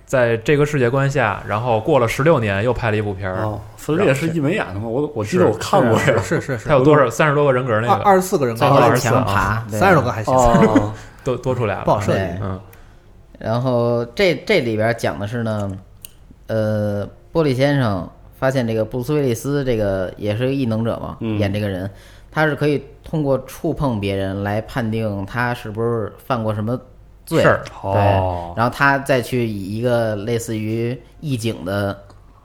[SPEAKER 1] 在这个世界观下，然后过了十六年又拍了一部片儿，
[SPEAKER 4] 啊，分裂是一美演的吗？我我记得我看过呀
[SPEAKER 3] 是，是是是
[SPEAKER 1] 它，有多少三十多个人格那
[SPEAKER 3] 二
[SPEAKER 1] 个，
[SPEAKER 3] 二十四个人
[SPEAKER 1] 最
[SPEAKER 2] 在
[SPEAKER 1] 后
[SPEAKER 3] 高
[SPEAKER 1] 二
[SPEAKER 2] 那
[SPEAKER 1] 十四
[SPEAKER 2] 个
[SPEAKER 1] 啊
[SPEAKER 2] 墙爬，对
[SPEAKER 3] 三十多个还行，
[SPEAKER 4] 哦，
[SPEAKER 1] 多多出俩
[SPEAKER 3] 不好
[SPEAKER 1] 了。
[SPEAKER 3] 设计
[SPEAKER 2] 对。
[SPEAKER 1] 嗯，
[SPEAKER 2] 然后这这里边讲的是呢，呃，玻璃先生发现这个布鲁斯威利斯这个也是个异能者嘛，
[SPEAKER 4] 嗯
[SPEAKER 2] 演这个人，他是可以通过触碰别人来判定他是不是犯过什么罪
[SPEAKER 1] 事儿
[SPEAKER 2] 对，
[SPEAKER 4] 哦
[SPEAKER 2] 然后他再去以一个类似于义警的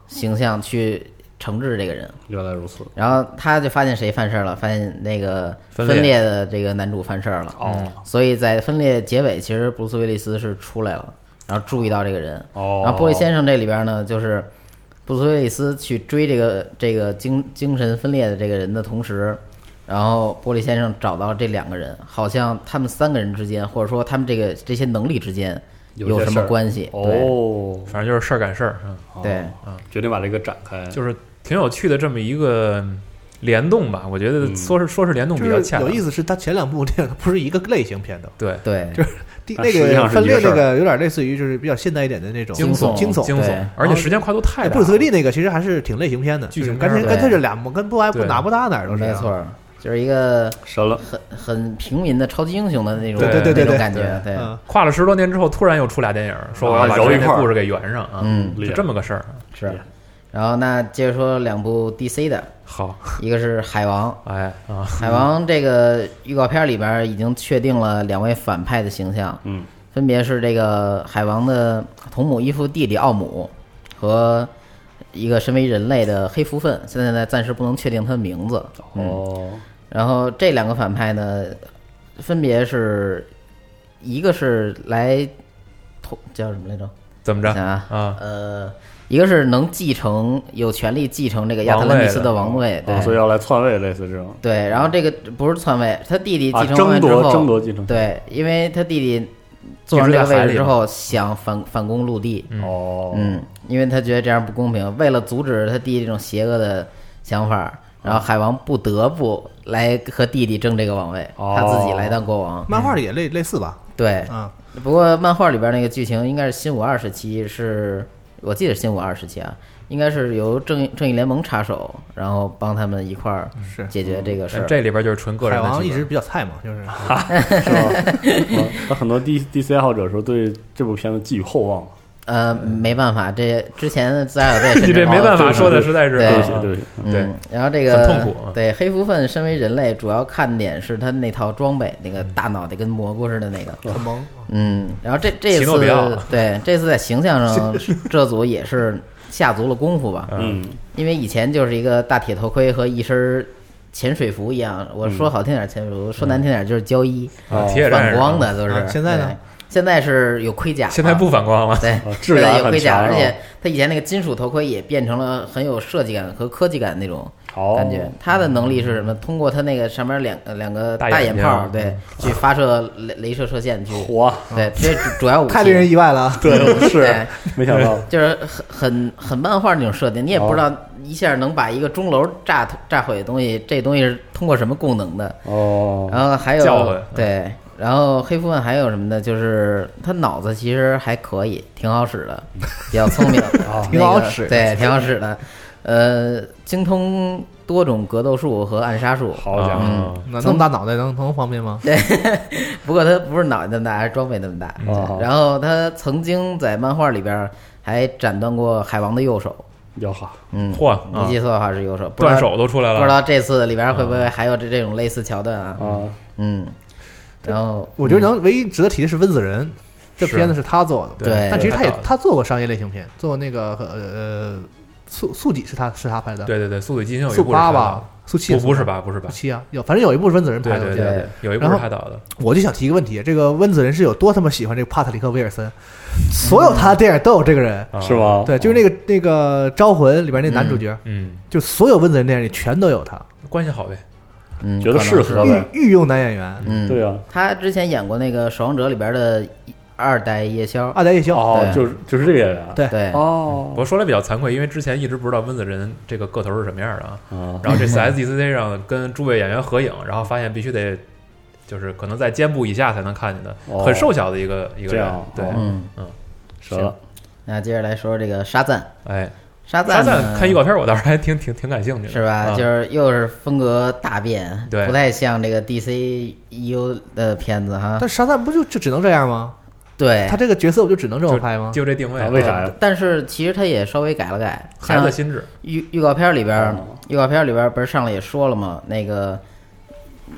[SPEAKER 2] 形象去惩治这个人。
[SPEAKER 4] 原来如此。
[SPEAKER 2] 然后他就发现谁犯事儿了，发现那个
[SPEAKER 1] 分裂
[SPEAKER 2] 分裂的这个男主犯事儿了。
[SPEAKER 4] 哦，
[SPEAKER 2] 所以在分裂结尾，其实布鲁斯威利斯是出来了，然后注意到这个人。
[SPEAKER 4] 哦
[SPEAKER 2] 然后玻璃先生这里边呢，就是布鲁斯威利斯去追这个这个精精神分裂的这个人的同时，然后玻璃先生找到这两个人，好像他们三个人之间，或者说他们这个这些能力之间
[SPEAKER 4] 些
[SPEAKER 2] 有什
[SPEAKER 4] 事
[SPEAKER 2] 么
[SPEAKER 4] 儿
[SPEAKER 2] 关系？对
[SPEAKER 4] 哦，
[SPEAKER 1] 反正就是事儿赶事儿，嗯，
[SPEAKER 2] 对，
[SPEAKER 4] 决定把这个展开，
[SPEAKER 1] 就是挺有趣的这么一个嗯联动吧。我觉得
[SPEAKER 4] 嗯
[SPEAKER 1] 说是说是联动比较
[SPEAKER 3] 就是
[SPEAKER 1] 恰当
[SPEAKER 3] 有，意思是，它前两部电影它不是一个 类型片的，
[SPEAKER 1] 对，
[SPEAKER 2] 对，
[SPEAKER 3] 第
[SPEAKER 4] 啊
[SPEAKER 3] 那
[SPEAKER 4] 实际上
[SPEAKER 3] 个
[SPEAKER 4] 是
[SPEAKER 3] 分
[SPEAKER 4] 一个
[SPEAKER 3] 裂
[SPEAKER 4] 事儿
[SPEAKER 3] 那个有点类似于就是比较现代一点的那种
[SPEAKER 1] 惊
[SPEAKER 2] 悚
[SPEAKER 3] 惊悚
[SPEAKER 1] 惊
[SPEAKER 2] 对
[SPEAKER 1] 悚，而且时间跨度太
[SPEAKER 3] 哎，
[SPEAKER 1] 大。
[SPEAKER 3] 布鲁斯威利那个其实还是挺类型片的，
[SPEAKER 1] 剧
[SPEAKER 3] 就是
[SPEAKER 1] 情片
[SPEAKER 3] 干
[SPEAKER 1] 儿
[SPEAKER 3] 脆
[SPEAKER 2] 对
[SPEAKER 3] 干脆这俩不跟不挨不
[SPEAKER 1] 对
[SPEAKER 3] 哪不搭哪儿都是这
[SPEAKER 2] 没
[SPEAKER 3] 样
[SPEAKER 2] 错，就是一个
[SPEAKER 4] 神了，
[SPEAKER 2] 很很平民的超级英雄的那种
[SPEAKER 1] 对对对对
[SPEAKER 2] 那
[SPEAKER 3] 对
[SPEAKER 2] 种感觉，对，
[SPEAKER 3] 嗯，
[SPEAKER 1] 跨了十多年之后，突然又出俩电影，说我要
[SPEAKER 4] 啊
[SPEAKER 1] 把
[SPEAKER 4] 揉
[SPEAKER 1] 这
[SPEAKER 4] 一
[SPEAKER 1] 个
[SPEAKER 4] 块儿
[SPEAKER 1] 故事给圆上啊，
[SPEAKER 2] 嗯
[SPEAKER 1] 就这么个事儿。啊
[SPEAKER 2] 是。然后那接着说两部 DC 的，
[SPEAKER 1] 好，
[SPEAKER 2] 一个是海王，
[SPEAKER 1] 哎啊，
[SPEAKER 2] 海王这个预告片里边已经确定了两位反派的形象，
[SPEAKER 4] 嗯，
[SPEAKER 2] 分别是这个海王的同母异父弟弟奥姆和一个身为人类的黑蝠鲼，现在呢暂时不能确定他的名字。嗯
[SPEAKER 4] 哦，
[SPEAKER 2] 然后这两个反派呢，分别是一个是来统叫什么来着？
[SPEAKER 1] 怎么着
[SPEAKER 2] 我想啊
[SPEAKER 1] 啊？
[SPEAKER 2] 呃，一个是能继承有权利继承这个亚特兰蒂斯的王位，对
[SPEAKER 4] 哦，所以要来篡位，类似这种，
[SPEAKER 2] 对，然后这个不是篡位，他弟弟
[SPEAKER 4] 啊
[SPEAKER 2] 继承王位
[SPEAKER 4] 争
[SPEAKER 2] 之
[SPEAKER 4] 夺
[SPEAKER 2] 后，
[SPEAKER 4] 争夺继承
[SPEAKER 2] 对，因为他弟弟坐上这个
[SPEAKER 1] 一直在海里
[SPEAKER 2] 位置之后，想反反攻陆地，
[SPEAKER 4] 哦，
[SPEAKER 2] 嗯，因为他觉得这样不公平。为了阻止他弟弟这种邪恶的想法，然后海王不得不来和弟弟争这个王位，
[SPEAKER 4] 哦
[SPEAKER 2] 他自己来当国王。
[SPEAKER 3] 漫
[SPEAKER 1] 嗯
[SPEAKER 3] 画里也类类似吧，
[SPEAKER 2] 对，
[SPEAKER 1] 哎
[SPEAKER 3] 啊，
[SPEAKER 2] 不过漫画里边那个剧情应该是新五二时期，是我记得是新五二时期啊，应该是由正正义联盟插手，然后帮他们一块儿
[SPEAKER 3] 是
[SPEAKER 2] 解决这个事
[SPEAKER 1] 但
[SPEAKER 2] 儿。
[SPEAKER 1] 呃嗯这里边就是纯个人
[SPEAKER 3] 海
[SPEAKER 1] 的
[SPEAKER 3] 王
[SPEAKER 1] 剧
[SPEAKER 3] 一
[SPEAKER 1] 本
[SPEAKER 3] 直比较菜嘛， 就是
[SPEAKER 4] 是吧？哦那很多 D D C 爱好者说对这部片子寄予厚望，
[SPEAKER 2] 呃，没办法，这之前的自杀小队
[SPEAKER 1] 你 这没办法
[SPEAKER 4] 对
[SPEAKER 1] 说的
[SPEAKER 4] 对
[SPEAKER 1] 实在是
[SPEAKER 2] 对
[SPEAKER 4] 对
[SPEAKER 1] 啊
[SPEAKER 4] 不起，对不起，
[SPEAKER 1] 对
[SPEAKER 2] 嗯，然后这个
[SPEAKER 1] 很痛苦啊
[SPEAKER 2] 对黑蝠鲼身为人类，主要看点是他那套装备，那个大脑袋跟蘑菇似的那个。
[SPEAKER 3] 很萌，
[SPEAKER 2] 嗯，然后这这
[SPEAKER 1] 奇诺
[SPEAKER 2] 次
[SPEAKER 1] 比奥
[SPEAKER 2] 对这次在形象上，这组也是下足了功夫吧？
[SPEAKER 4] 嗯，
[SPEAKER 2] 因为以前就是一个大铁头盔和一身潜水服一样，我说好听点潜水服，说难听点就是胶衣，
[SPEAKER 1] 啊
[SPEAKER 4] 哦
[SPEAKER 1] 铁血战士
[SPEAKER 2] 反光的都是
[SPEAKER 3] 啊。现在呢
[SPEAKER 2] 对？现在是有盔甲了，
[SPEAKER 1] 现在不反哦光 了，
[SPEAKER 2] 对
[SPEAKER 4] 啊，质
[SPEAKER 2] 现在
[SPEAKER 4] 感
[SPEAKER 2] 有
[SPEAKER 4] 很
[SPEAKER 2] 盔甲，
[SPEAKER 4] 强
[SPEAKER 2] 而
[SPEAKER 4] 是
[SPEAKER 2] 且
[SPEAKER 4] 吧
[SPEAKER 2] 他以前那个金属头盔也变成了很有设计感和科技感那种
[SPEAKER 4] 哦
[SPEAKER 2] 感觉。他的能力是什么？通过他那个上面两呃两个
[SPEAKER 1] 大
[SPEAKER 2] 大
[SPEAKER 1] 眼
[SPEAKER 2] 眼
[SPEAKER 1] 睛
[SPEAKER 2] 泡儿，对，去发射雷镭射射线去。嗯
[SPEAKER 4] 火，
[SPEAKER 2] 对，这主主要武器。
[SPEAKER 3] 太令人意外了啊，
[SPEAKER 4] 对，
[SPEAKER 2] 对
[SPEAKER 4] 是，没想到，
[SPEAKER 2] 就是很很很漫画那种设定，你也不知道一下能把一个钟楼炸炸毁的东西，这东西是通过什么功能的？
[SPEAKER 4] 哦，
[SPEAKER 2] 然后还有
[SPEAKER 1] 教诲
[SPEAKER 2] 对，然后黑蝠鲼还有什么呢？就是他脑子其实还可以，挺好使的，比较聪明
[SPEAKER 4] 啊，
[SPEAKER 2] 那
[SPEAKER 3] 挺好
[SPEAKER 2] 个
[SPEAKER 3] 使的
[SPEAKER 2] 对，挺好使的。呃，精通多种格斗术和暗杀术。
[SPEAKER 4] 好家伙，
[SPEAKER 2] 嗯
[SPEAKER 1] 啊
[SPEAKER 3] 那那么大脑袋能能方便 吗？
[SPEAKER 2] 不过他不是脑袋那么大，还是装备那么大。
[SPEAKER 4] 哦
[SPEAKER 2] 然后他曾经在漫画里边还斩断过海王的右手。
[SPEAKER 4] 要好，
[SPEAKER 2] 嗯，
[SPEAKER 1] 嚯
[SPEAKER 2] 没记错的话是右手，不知
[SPEAKER 1] 断
[SPEAKER 2] 道
[SPEAKER 1] 手都出来
[SPEAKER 2] 不知
[SPEAKER 1] 了。
[SPEAKER 2] 道这次里边会不会还有这这种类似桥段啊？
[SPEAKER 4] 啊，
[SPEAKER 2] 嗯，然后
[SPEAKER 3] 我觉得能唯一值得提的是温子仁，这
[SPEAKER 1] 是
[SPEAKER 3] 片子是他做的，
[SPEAKER 2] 对
[SPEAKER 3] 但其实他也
[SPEAKER 4] 导的
[SPEAKER 3] 他做过商业类型片，做那个呃呃速速几是他是他拍的，，
[SPEAKER 1] 对对对，《速度与激情》有一
[SPEAKER 3] 速
[SPEAKER 1] 部是他
[SPEAKER 3] 八
[SPEAKER 1] 导的
[SPEAKER 3] 吧，，速七
[SPEAKER 1] 不不是
[SPEAKER 3] 吧，
[SPEAKER 1] 吧，不是吧
[SPEAKER 3] 速，七啊，有反正有一部是温子仁
[SPEAKER 1] 对
[SPEAKER 3] 拍的，
[SPEAKER 1] 对
[SPEAKER 3] 我
[SPEAKER 1] 对
[SPEAKER 3] 记得。
[SPEAKER 1] 对，有一部
[SPEAKER 3] 然
[SPEAKER 1] 是
[SPEAKER 3] 后
[SPEAKER 1] 他导的，
[SPEAKER 3] 我就想提一个问题，这个温子仁是有多他妈喜欢这个帕特里克威尔森，所有他的电影都有这个人，
[SPEAKER 1] 啊
[SPEAKER 4] 是？吗？
[SPEAKER 3] 对，就是那个那个《招魂》里边那男主角，
[SPEAKER 1] 嗯，
[SPEAKER 3] 就所有温子仁电影里全都有他，
[SPEAKER 1] 关系好呗，
[SPEAKER 2] 嗯，
[SPEAKER 4] 觉得
[SPEAKER 2] 可能
[SPEAKER 4] 适
[SPEAKER 2] 是
[SPEAKER 4] 合呗
[SPEAKER 3] 御御用男演员，
[SPEAKER 2] 嗯，
[SPEAKER 4] 对啊，
[SPEAKER 2] 他之前演过那个《守望者》里边的二代夜枭，
[SPEAKER 3] 二代夜宵，
[SPEAKER 4] 哦
[SPEAKER 2] 嗯对，啊
[SPEAKER 4] 就是就是这个演员，啊
[SPEAKER 3] 对
[SPEAKER 2] 对，
[SPEAKER 1] 不
[SPEAKER 4] 哦，
[SPEAKER 1] 过说来比较惭愧，因为之前一直不知道温子仁这个个头是什么样的啊。
[SPEAKER 2] 哦
[SPEAKER 4] 啊，
[SPEAKER 1] 然后这次 SDCC 上跟诸位演员合影，然后发现必须得就是可能在肩部以下才能看见的，
[SPEAKER 4] 哦
[SPEAKER 1] 很瘦小的一个一个
[SPEAKER 4] 这
[SPEAKER 1] 人
[SPEAKER 4] 样。
[SPEAKER 1] 对，
[SPEAKER 4] 哦
[SPEAKER 2] 嗯，
[SPEAKER 4] 折了，
[SPEAKER 2] 那接着来说这个沙赞，
[SPEAKER 1] 哎，
[SPEAKER 2] 沙
[SPEAKER 1] 沙
[SPEAKER 2] 赞
[SPEAKER 1] 赞
[SPEAKER 2] 呢
[SPEAKER 1] 看预告片，我倒是还挺挺挺感兴趣的，
[SPEAKER 2] 是吧？
[SPEAKER 1] 啊
[SPEAKER 2] 就是又是风格大变，
[SPEAKER 1] 对
[SPEAKER 2] 不太像这个 DC EU 的片子哈。
[SPEAKER 3] 但沙赞不就就只能这样吗？
[SPEAKER 2] 对
[SPEAKER 3] 他，这个角色不就只能这么拍吗？
[SPEAKER 1] 就这定位
[SPEAKER 4] 啊，为啥呀？
[SPEAKER 2] 但是其实他也稍微改了改，
[SPEAKER 1] 孩子的
[SPEAKER 2] 像
[SPEAKER 1] 心智，
[SPEAKER 2] 预预告片里边儿
[SPEAKER 4] 哦，
[SPEAKER 2] 预告片里边儿不是上来也说了吗？那个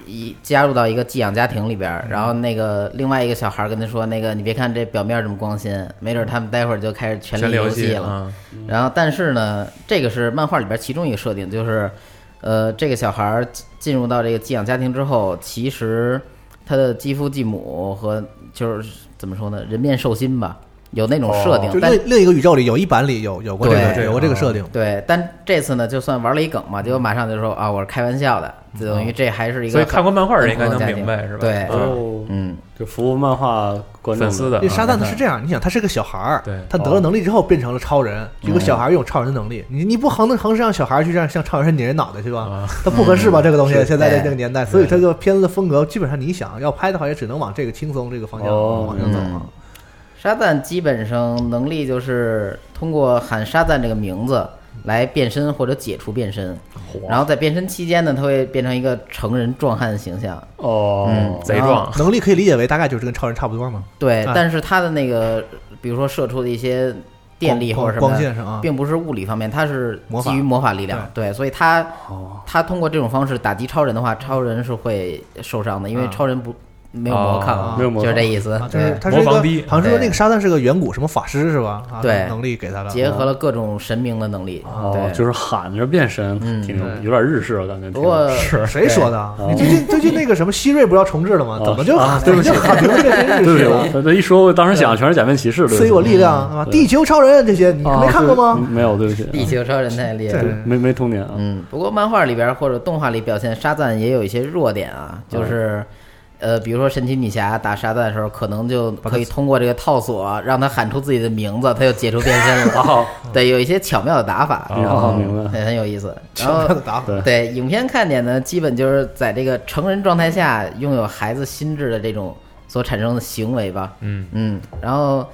[SPEAKER 2] 一加入到一个寄养家庭里边儿，然后那个另外一个小孩儿跟他说：“那个你别看这表面这么光鲜，没准儿他们待会儿就开始权
[SPEAKER 1] 全
[SPEAKER 2] 力游
[SPEAKER 1] 戏
[SPEAKER 2] 了。
[SPEAKER 1] 啊，
[SPEAKER 2] 然后，但是呢，这个是漫画里边其中一个设定，就是，呃，这个小孩儿进进入到这个寄养家庭之后，其实他的继父继母和就是怎么说呢，人面兽心吧，有那种设
[SPEAKER 1] 哦
[SPEAKER 2] 定。
[SPEAKER 3] 就
[SPEAKER 2] 但
[SPEAKER 3] 另另一个宇宙里有一版里有有过这个
[SPEAKER 2] 对
[SPEAKER 3] 有过这个设定，
[SPEAKER 2] 对，但这次呢，就算玩了一梗嘛，结果马上就说啊，我是开玩笑的，就等于这还是一个
[SPEAKER 1] 哦所以
[SPEAKER 2] 很。
[SPEAKER 1] 看过漫画的人应该能
[SPEAKER 2] 很
[SPEAKER 1] 明白是吧？
[SPEAKER 2] 对
[SPEAKER 1] 啊
[SPEAKER 4] 哦，
[SPEAKER 2] 嗯，
[SPEAKER 4] 就服务漫画观众
[SPEAKER 1] 粉丝的
[SPEAKER 3] 因为沙赞他
[SPEAKER 4] 嗯
[SPEAKER 1] 啊
[SPEAKER 3] 是这样，你想他是个小孩儿
[SPEAKER 1] 对，
[SPEAKER 3] 他
[SPEAKER 4] 哦
[SPEAKER 3] 得了能力之后变成了超人，一
[SPEAKER 4] 嗯
[SPEAKER 3] 个小孩儿拥有超人的能力，你你不横着横着让小孩儿去让像超人拧人脑袋去吧
[SPEAKER 4] 嗯
[SPEAKER 1] 啊？
[SPEAKER 3] 他不合适吧？这个东西
[SPEAKER 2] 是
[SPEAKER 3] 现在
[SPEAKER 4] 哎
[SPEAKER 2] 对
[SPEAKER 3] 这个年代，所以这个片子的风格基本上你想要拍的话，也只能往这个轻松这个方向
[SPEAKER 4] 哦
[SPEAKER 3] 往上走
[SPEAKER 2] 嗯
[SPEAKER 3] 啊。
[SPEAKER 2] 沙赞基本上能力就是通过喊沙赞这个名字来变身或者解除变身，然后在变身期间呢，他会变成一个成人壮汉形象。
[SPEAKER 4] 哦
[SPEAKER 2] 嗯，
[SPEAKER 1] 贼壮，
[SPEAKER 3] 能力可以理解为大概就是跟超人差不多嘛，
[SPEAKER 2] 对，
[SPEAKER 3] 哎
[SPEAKER 2] 但是他的那个，比如说射出的一些电力
[SPEAKER 3] 光
[SPEAKER 2] 或者什么
[SPEAKER 3] 光光线上啊
[SPEAKER 2] 并不是物理方面，它是
[SPEAKER 3] 魔法
[SPEAKER 2] 基于魔法力量。对，所以他他通过这种方式打击超人的话，超人是会受伤的，因为
[SPEAKER 3] 啊
[SPEAKER 2] 超人不没有魔
[SPEAKER 3] 啊
[SPEAKER 2] 抗，
[SPEAKER 4] 没有魔
[SPEAKER 2] 就是
[SPEAKER 4] 抗
[SPEAKER 2] 这意思
[SPEAKER 3] 啊，。就
[SPEAKER 2] 对
[SPEAKER 3] 是，他是一
[SPEAKER 1] 魔
[SPEAKER 3] 个
[SPEAKER 1] 方低，
[SPEAKER 3] 好像是说那
[SPEAKER 2] 对
[SPEAKER 3] 个沙赞是个远古什么法师是吧？啊
[SPEAKER 2] 对
[SPEAKER 3] 能力给他的嗯
[SPEAKER 2] 结合了各种神明的能力。
[SPEAKER 3] 啊
[SPEAKER 4] 哦
[SPEAKER 2] 对，
[SPEAKER 4] 就是喊着变身，
[SPEAKER 2] 嗯
[SPEAKER 4] 挺
[SPEAKER 3] 对
[SPEAKER 4] 有点日式，我感觉挺。
[SPEAKER 2] 不过
[SPEAKER 1] 是
[SPEAKER 3] 谁说的啊？你最近最近那个什么希瑞不要重置了吗？
[SPEAKER 4] 哦
[SPEAKER 3] 怎么就
[SPEAKER 4] 啊对不起
[SPEAKER 3] 怎么就 喊名字变成日
[SPEAKER 4] 对不
[SPEAKER 3] 式
[SPEAKER 4] 起，
[SPEAKER 3] 了？
[SPEAKER 4] 我这一说，我当时想的全是假面骑士，对
[SPEAKER 3] 赐予我
[SPEAKER 4] 不起。
[SPEAKER 3] 力量啊！
[SPEAKER 4] 对
[SPEAKER 3] 地球超人这些你
[SPEAKER 4] 啊
[SPEAKER 3] 没看过吗？？
[SPEAKER 4] 对没有，对不起，啊
[SPEAKER 2] 地球超人太厉害
[SPEAKER 3] 对
[SPEAKER 2] 了。
[SPEAKER 4] 没没童年啊。
[SPEAKER 2] 嗯，不过漫画里边或者动画里表现沙赞也有一些弱点啊，就是，呃，比如说神奇女侠打沙赞的时候，可能就可以通过这个套索让他喊出自己的名字，他就解除变身 了。
[SPEAKER 4] 哦，
[SPEAKER 2] 对，有一些巧妙的打法，
[SPEAKER 4] 哦明白
[SPEAKER 2] 对，很有意思。然
[SPEAKER 4] 嗯
[SPEAKER 3] 巧妙
[SPEAKER 2] 后
[SPEAKER 3] 的打法，
[SPEAKER 4] 对
[SPEAKER 2] 对影片看点呢，基本就是在这个成人状态下拥有孩子心智的这种所产生的行为吧。
[SPEAKER 1] 嗯
[SPEAKER 2] 嗯，然后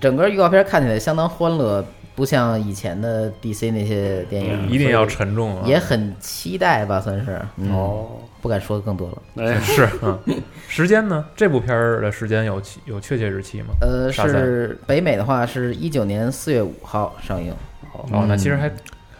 [SPEAKER 2] 整个预告片看起来相当欢乐，不像以前的 DC 那些电影。
[SPEAKER 1] 嗯一定要沉重啊，
[SPEAKER 2] 也很期待吧，算是。嗯、，
[SPEAKER 4] 哦，
[SPEAKER 2] 不敢说更多了。
[SPEAKER 4] 哎，
[SPEAKER 1] 是，嗯，时间呢？这部片儿的时间有确有确切日期吗？
[SPEAKER 2] 呃，
[SPEAKER 1] 沙赞
[SPEAKER 2] 是北美的话是一九年四月五号上映。
[SPEAKER 1] 哦，那其实还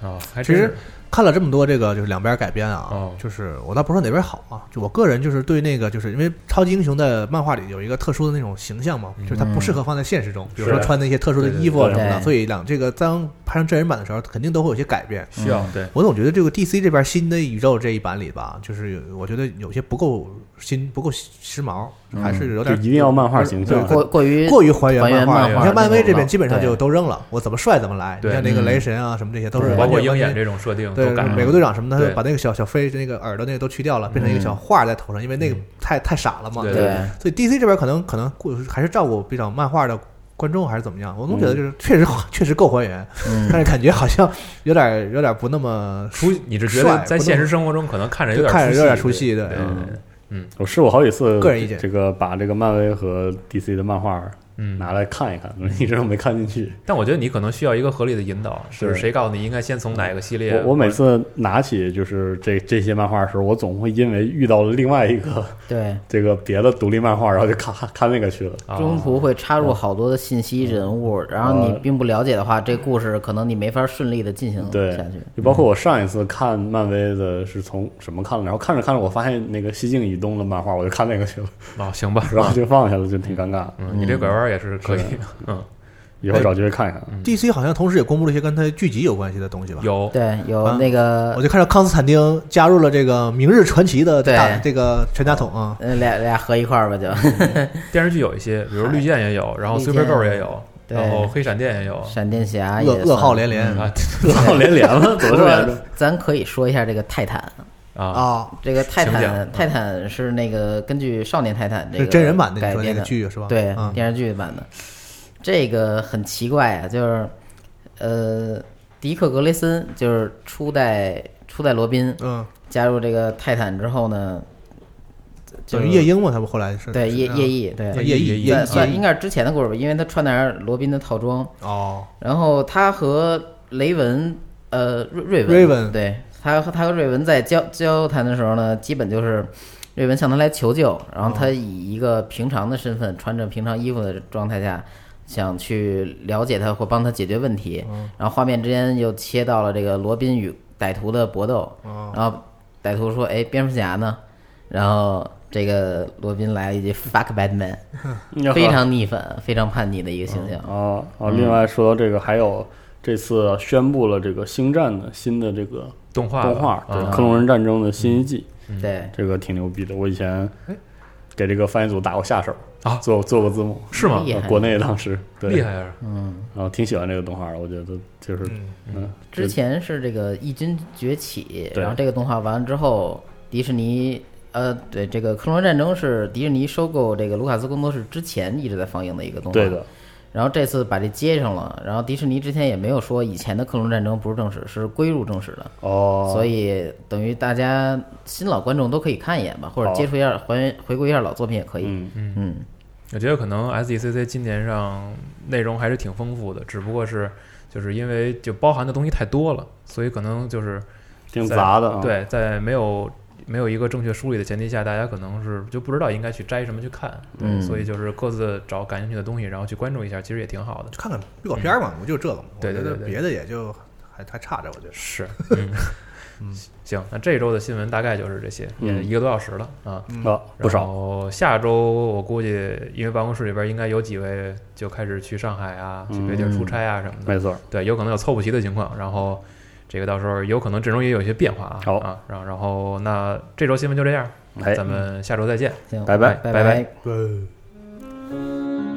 [SPEAKER 1] 哦，还
[SPEAKER 3] 其
[SPEAKER 1] 真
[SPEAKER 3] 实
[SPEAKER 1] 是
[SPEAKER 3] 看了这么多这个就是两边改编啊
[SPEAKER 1] 哦，
[SPEAKER 3] 就是我倒不是说哪边好啊，就我个人就是对那个就是因为超级英雄的漫画里有一个特殊的那种形象嘛，就是它不适合放在现实中，比如说
[SPEAKER 4] 嗯是
[SPEAKER 3] 穿那些特殊的衣服啊什么
[SPEAKER 2] 对对
[SPEAKER 3] 的，
[SPEAKER 2] 对
[SPEAKER 3] 所以两这个当拍成真人版的时候，肯定都会有些改变。
[SPEAKER 1] 需
[SPEAKER 4] 嗯
[SPEAKER 1] 要对
[SPEAKER 3] 我总觉得这个 DC 这边新的宇宙这一版里吧，就是有我觉得有些不够新，不够时髦，还是有
[SPEAKER 4] 嗯就
[SPEAKER 3] 点
[SPEAKER 4] 一定要漫画形象
[SPEAKER 3] 对。
[SPEAKER 2] 过过于
[SPEAKER 3] 过于啊还原
[SPEAKER 2] 还原
[SPEAKER 3] 画
[SPEAKER 2] 漫
[SPEAKER 3] 了。
[SPEAKER 2] 画
[SPEAKER 3] 你看漫威这边
[SPEAKER 2] 那种
[SPEAKER 3] 基本上
[SPEAKER 2] 了
[SPEAKER 3] 就都扔了，我怎么帅怎么来。你
[SPEAKER 1] 对
[SPEAKER 3] 看那个
[SPEAKER 2] 嗯
[SPEAKER 3] 雷神啊什么这些都是
[SPEAKER 1] 包括
[SPEAKER 3] 完全
[SPEAKER 1] 鹰眼
[SPEAKER 3] 完全
[SPEAKER 1] 这种设定
[SPEAKER 3] 对
[SPEAKER 1] 都改了，
[SPEAKER 3] 美国队长什么的，他
[SPEAKER 1] 对
[SPEAKER 3] 就把那个小小飞那个耳朵那个都去掉了，变成一
[SPEAKER 2] 嗯
[SPEAKER 3] 个小画在头上，因为那个太太傻了嘛。
[SPEAKER 1] 嗯对
[SPEAKER 2] 对
[SPEAKER 3] 所以 DC 这边可能可能顾还是照顾比较漫画的观众还是怎么样，我总觉
[SPEAKER 1] 嗯
[SPEAKER 3] 得就是确实确实够还原，
[SPEAKER 2] 嗯
[SPEAKER 3] 但是感觉好像有点有点不那么
[SPEAKER 1] 出，你是觉得在现实生活中可能看着有点
[SPEAKER 3] 看着有点出
[SPEAKER 1] 戏，
[SPEAKER 3] 戏，对
[SPEAKER 1] 对，对对
[SPEAKER 4] 嗯我试过好几次，
[SPEAKER 3] 个人意见
[SPEAKER 4] 这个把这个漫威和 DC 的漫画
[SPEAKER 1] 嗯。
[SPEAKER 4] 拿来看一 看，一直都没看进去。
[SPEAKER 1] 但我觉得你可能需要一个合理的引导，
[SPEAKER 4] 是
[SPEAKER 1] 就是谁告诉你应该先从哪个系列？
[SPEAKER 4] 我我每次拿起就是这这些漫画的时候，我总会因为遇到了另外一个
[SPEAKER 2] 对。
[SPEAKER 4] 这个别的独立漫画，然后就看看那个去了。
[SPEAKER 1] 啊
[SPEAKER 2] 中途会插入好多的信息、人物，然后你并不了解的话，这故事可能你没法顺利的进行
[SPEAKER 4] 对
[SPEAKER 2] 啊下去。，
[SPEAKER 4] 就包括我上一次看漫威的是从什么看了，然后看着看着，我发现那个西境以东的漫画，我就看那个去了，
[SPEAKER 1] 哦，行吧，
[SPEAKER 4] 然后就放下了，就挺尴尬。
[SPEAKER 1] 嗯，你这拐弯儿也是可以
[SPEAKER 4] 是，
[SPEAKER 1] 嗯，
[SPEAKER 4] 以后找机会看一看啊。
[SPEAKER 3] DC 好像同时也公布了一些跟它剧集有关系的东西吧？
[SPEAKER 1] 有
[SPEAKER 2] 对，有
[SPEAKER 3] 啊
[SPEAKER 2] 那
[SPEAKER 3] 我
[SPEAKER 2] 个
[SPEAKER 3] 就看到康斯坦丁加入了这个《明日传奇》的
[SPEAKER 2] 对
[SPEAKER 3] 大这个全家桶啊，
[SPEAKER 2] 呃俩俩合一块儿吧，就
[SPEAKER 1] 电视剧有一些，比如绿箭也有，然后
[SPEAKER 2] 绿箭
[SPEAKER 1] Super Girl 也有，
[SPEAKER 2] 对
[SPEAKER 1] 然后黑闪电也有
[SPEAKER 2] 闪电侠啊也
[SPEAKER 3] 噩噩耗连
[SPEAKER 2] 连。
[SPEAKER 3] 连
[SPEAKER 1] 啊
[SPEAKER 4] 老连连了， 怎么
[SPEAKER 2] 不
[SPEAKER 4] 这么
[SPEAKER 2] 过
[SPEAKER 4] 严重？
[SPEAKER 2] 咱可以说一下这个泰坦，
[SPEAKER 1] 啊，
[SPEAKER 3] 啊，
[SPEAKER 2] 这个泰
[SPEAKER 1] 请讲
[SPEAKER 2] 坦泰坦是那个根据《少年泰坦》这
[SPEAKER 3] 是
[SPEAKER 2] 个
[SPEAKER 3] 真人版的你
[SPEAKER 2] 改
[SPEAKER 3] 说那
[SPEAKER 2] 编
[SPEAKER 3] 个
[SPEAKER 2] 的
[SPEAKER 3] 剧是吧？
[SPEAKER 2] 对，
[SPEAKER 3] 嗯
[SPEAKER 2] 电视剧版的。这个很奇怪啊，就是呃，迪克格雷森就是初代初代罗宾
[SPEAKER 3] 嗯，
[SPEAKER 2] 加入这个泰坦之后呢，就
[SPEAKER 3] 等
[SPEAKER 2] 是
[SPEAKER 3] 于夜鹰嘛，他不后来是
[SPEAKER 2] 对
[SPEAKER 3] 是
[SPEAKER 2] 夜
[SPEAKER 3] 嗯
[SPEAKER 2] 夜翼对
[SPEAKER 3] 啊
[SPEAKER 1] 夜
[SPEAKER 3] 夜
[SPEAKER 1] 翼
[SPEAKER 3] 翼
[SPEAKER 1] 夜
[SPEAKER 3] 夜
[SPEAKER 1] 翼
[SPEAKER 2] 算算应
[SPEAKER 3] 翼
[SPEAKER 2] 该是之前的故事吧，因为他穿的还是罗宾的套装，
[SPEAKER 3] 哦，
[SPEAKER 2] 然后他和雷文，呃，瑞瑞文，
[SPEAKER 3] 瑞文
[SPEAKER 2] 对他和他和瑞文在交交谈的时候呢，基本就是瑞文向他来求救，然后他以一个平常的身份，穿着平常衣服的状态下，想去了解他或帮他解决问题，然后画面之间又切到了这个罗宾与歹徒的搏斗，然后歹徒说：“哎，蝙蝠侠呢？”然后这个罗宾来了一句 “fuck Batman”，非
[SPEAKER 4] 哦
[SPEAKER 2] 常逆反、非常叛逆的一个形象。
[SPEAKER 4] 啊啊！另外说到这个，还有这次宣布了这个《星战》的新的这个
[SPEAKER 1] 动画
[SPEAKER 4] 动画，对
[SPEAKER 1] 啊
[SPEAKER 4] 《克隆人战争》的新一季，
[SPEAKER 2] 对，
[SPEAKER 4] 这个挺牛逼的。我以前给这个翻译组打过下手
[SPEAKER 1] 啊
[SPEAKER 4] 做做过字幕，
[SPEAKER 1] 是吗？
[SPEAKER 2] 厉害
[SPEAKER 4] 呃国内当时对
[SPEAKER 1] 厉，害啊！
[SPEAKER 4] 然后挺喜欢这个动画的，我觉得就是
[SPEAKER 3] 嗯
[SPEAKER 4] 嗯，
[SPEAKER 2] 之前是这个《异军崛起》，
[SPEAKER 4] 对
[SPEAKER 2] 然后这个动画完了之后，迪士尼呃，对这个《克隆人战争》是迪士尼收购这个卢卡斯工作室之前一直在放映的一个动画，
[SPEAKER 4] 对的，
[SPEAKER 2] 然后这次把这接上了，然后迪士尼之前也没有说以前的《克隆战争》不是正史，是归入正史的，
[SPEAKER 4] 哦，
[SPEAKER 2] 所以等于大家新老观众都可以看一眼吧，或者接触一下还原回顾一下老作品也可以。
[SPEAKER 4] 嗯，
[SPEAKER 2] 嗯，
[SPEAKER 1] 我觉得可能 SDCC 今年上内容还是挺丰富的，只不过是就是因为就包含的东西太多了，所以可能就是
[SPEAKER 4] 挺杂的啊，，
[SPEAKER 1] 对在没有没有一个正确梳理的前提下，大家可能是就不知道应该去摘什么去看，对
[SPEAKER 2] 嗯
[SPEAKER 1] 所以就是各自找感兴趣的东西，然后去关注一下，其实也挺好的。
[SPEAKER 3] 看看预告片嘛，我就这个嘛，我
[SPEAKER 1] 对
[SPEAKER 3] 觉
[SPEAKER 1] 对
[SPEAKER 3] 得
[SPEAKER 1] 对对
[SPEAKER 3] 别的也就还还差着，我觉得。
[SPEAKER 1] 是，嗯，行，那这一周的新闻大概就是这些，也
[SPEAKER 4] 嗯
[SPEAKER 1] 一个多小时了啊，
[SPEAKER 4] 啊，不
[SPEAKER 1] 然
[SPEAKER 4] 少，
[SPEAKER 1] 后下周我估计，因为办公室里边应该有几位就开始去上海啊，去别地儿出差啊什么的，
[SPEAKER 4] 嗯没错儿，
[SPEAKER 1] 对，有可能有凑不齐的情况。然后这个到时候有可能阵容也有一些变化啊。
[SPEAKER 4] 好
[SPEAKER 1] 啊，然后然后那这周新闻就这样，
[SPEAKER 4] 哎，
[SPEAKER 1] 咱们下周再见。
[SPEAKER 2] 行，
[SPEAKER 4] 拜拜
[SPEAKER 1] 拜
[SPEAKER 2] 拜
[SPEAKER 1] 拜
[SPEAKER 2] 拜
[SPEAKER 3] 对。
[SPEAKER 5] thank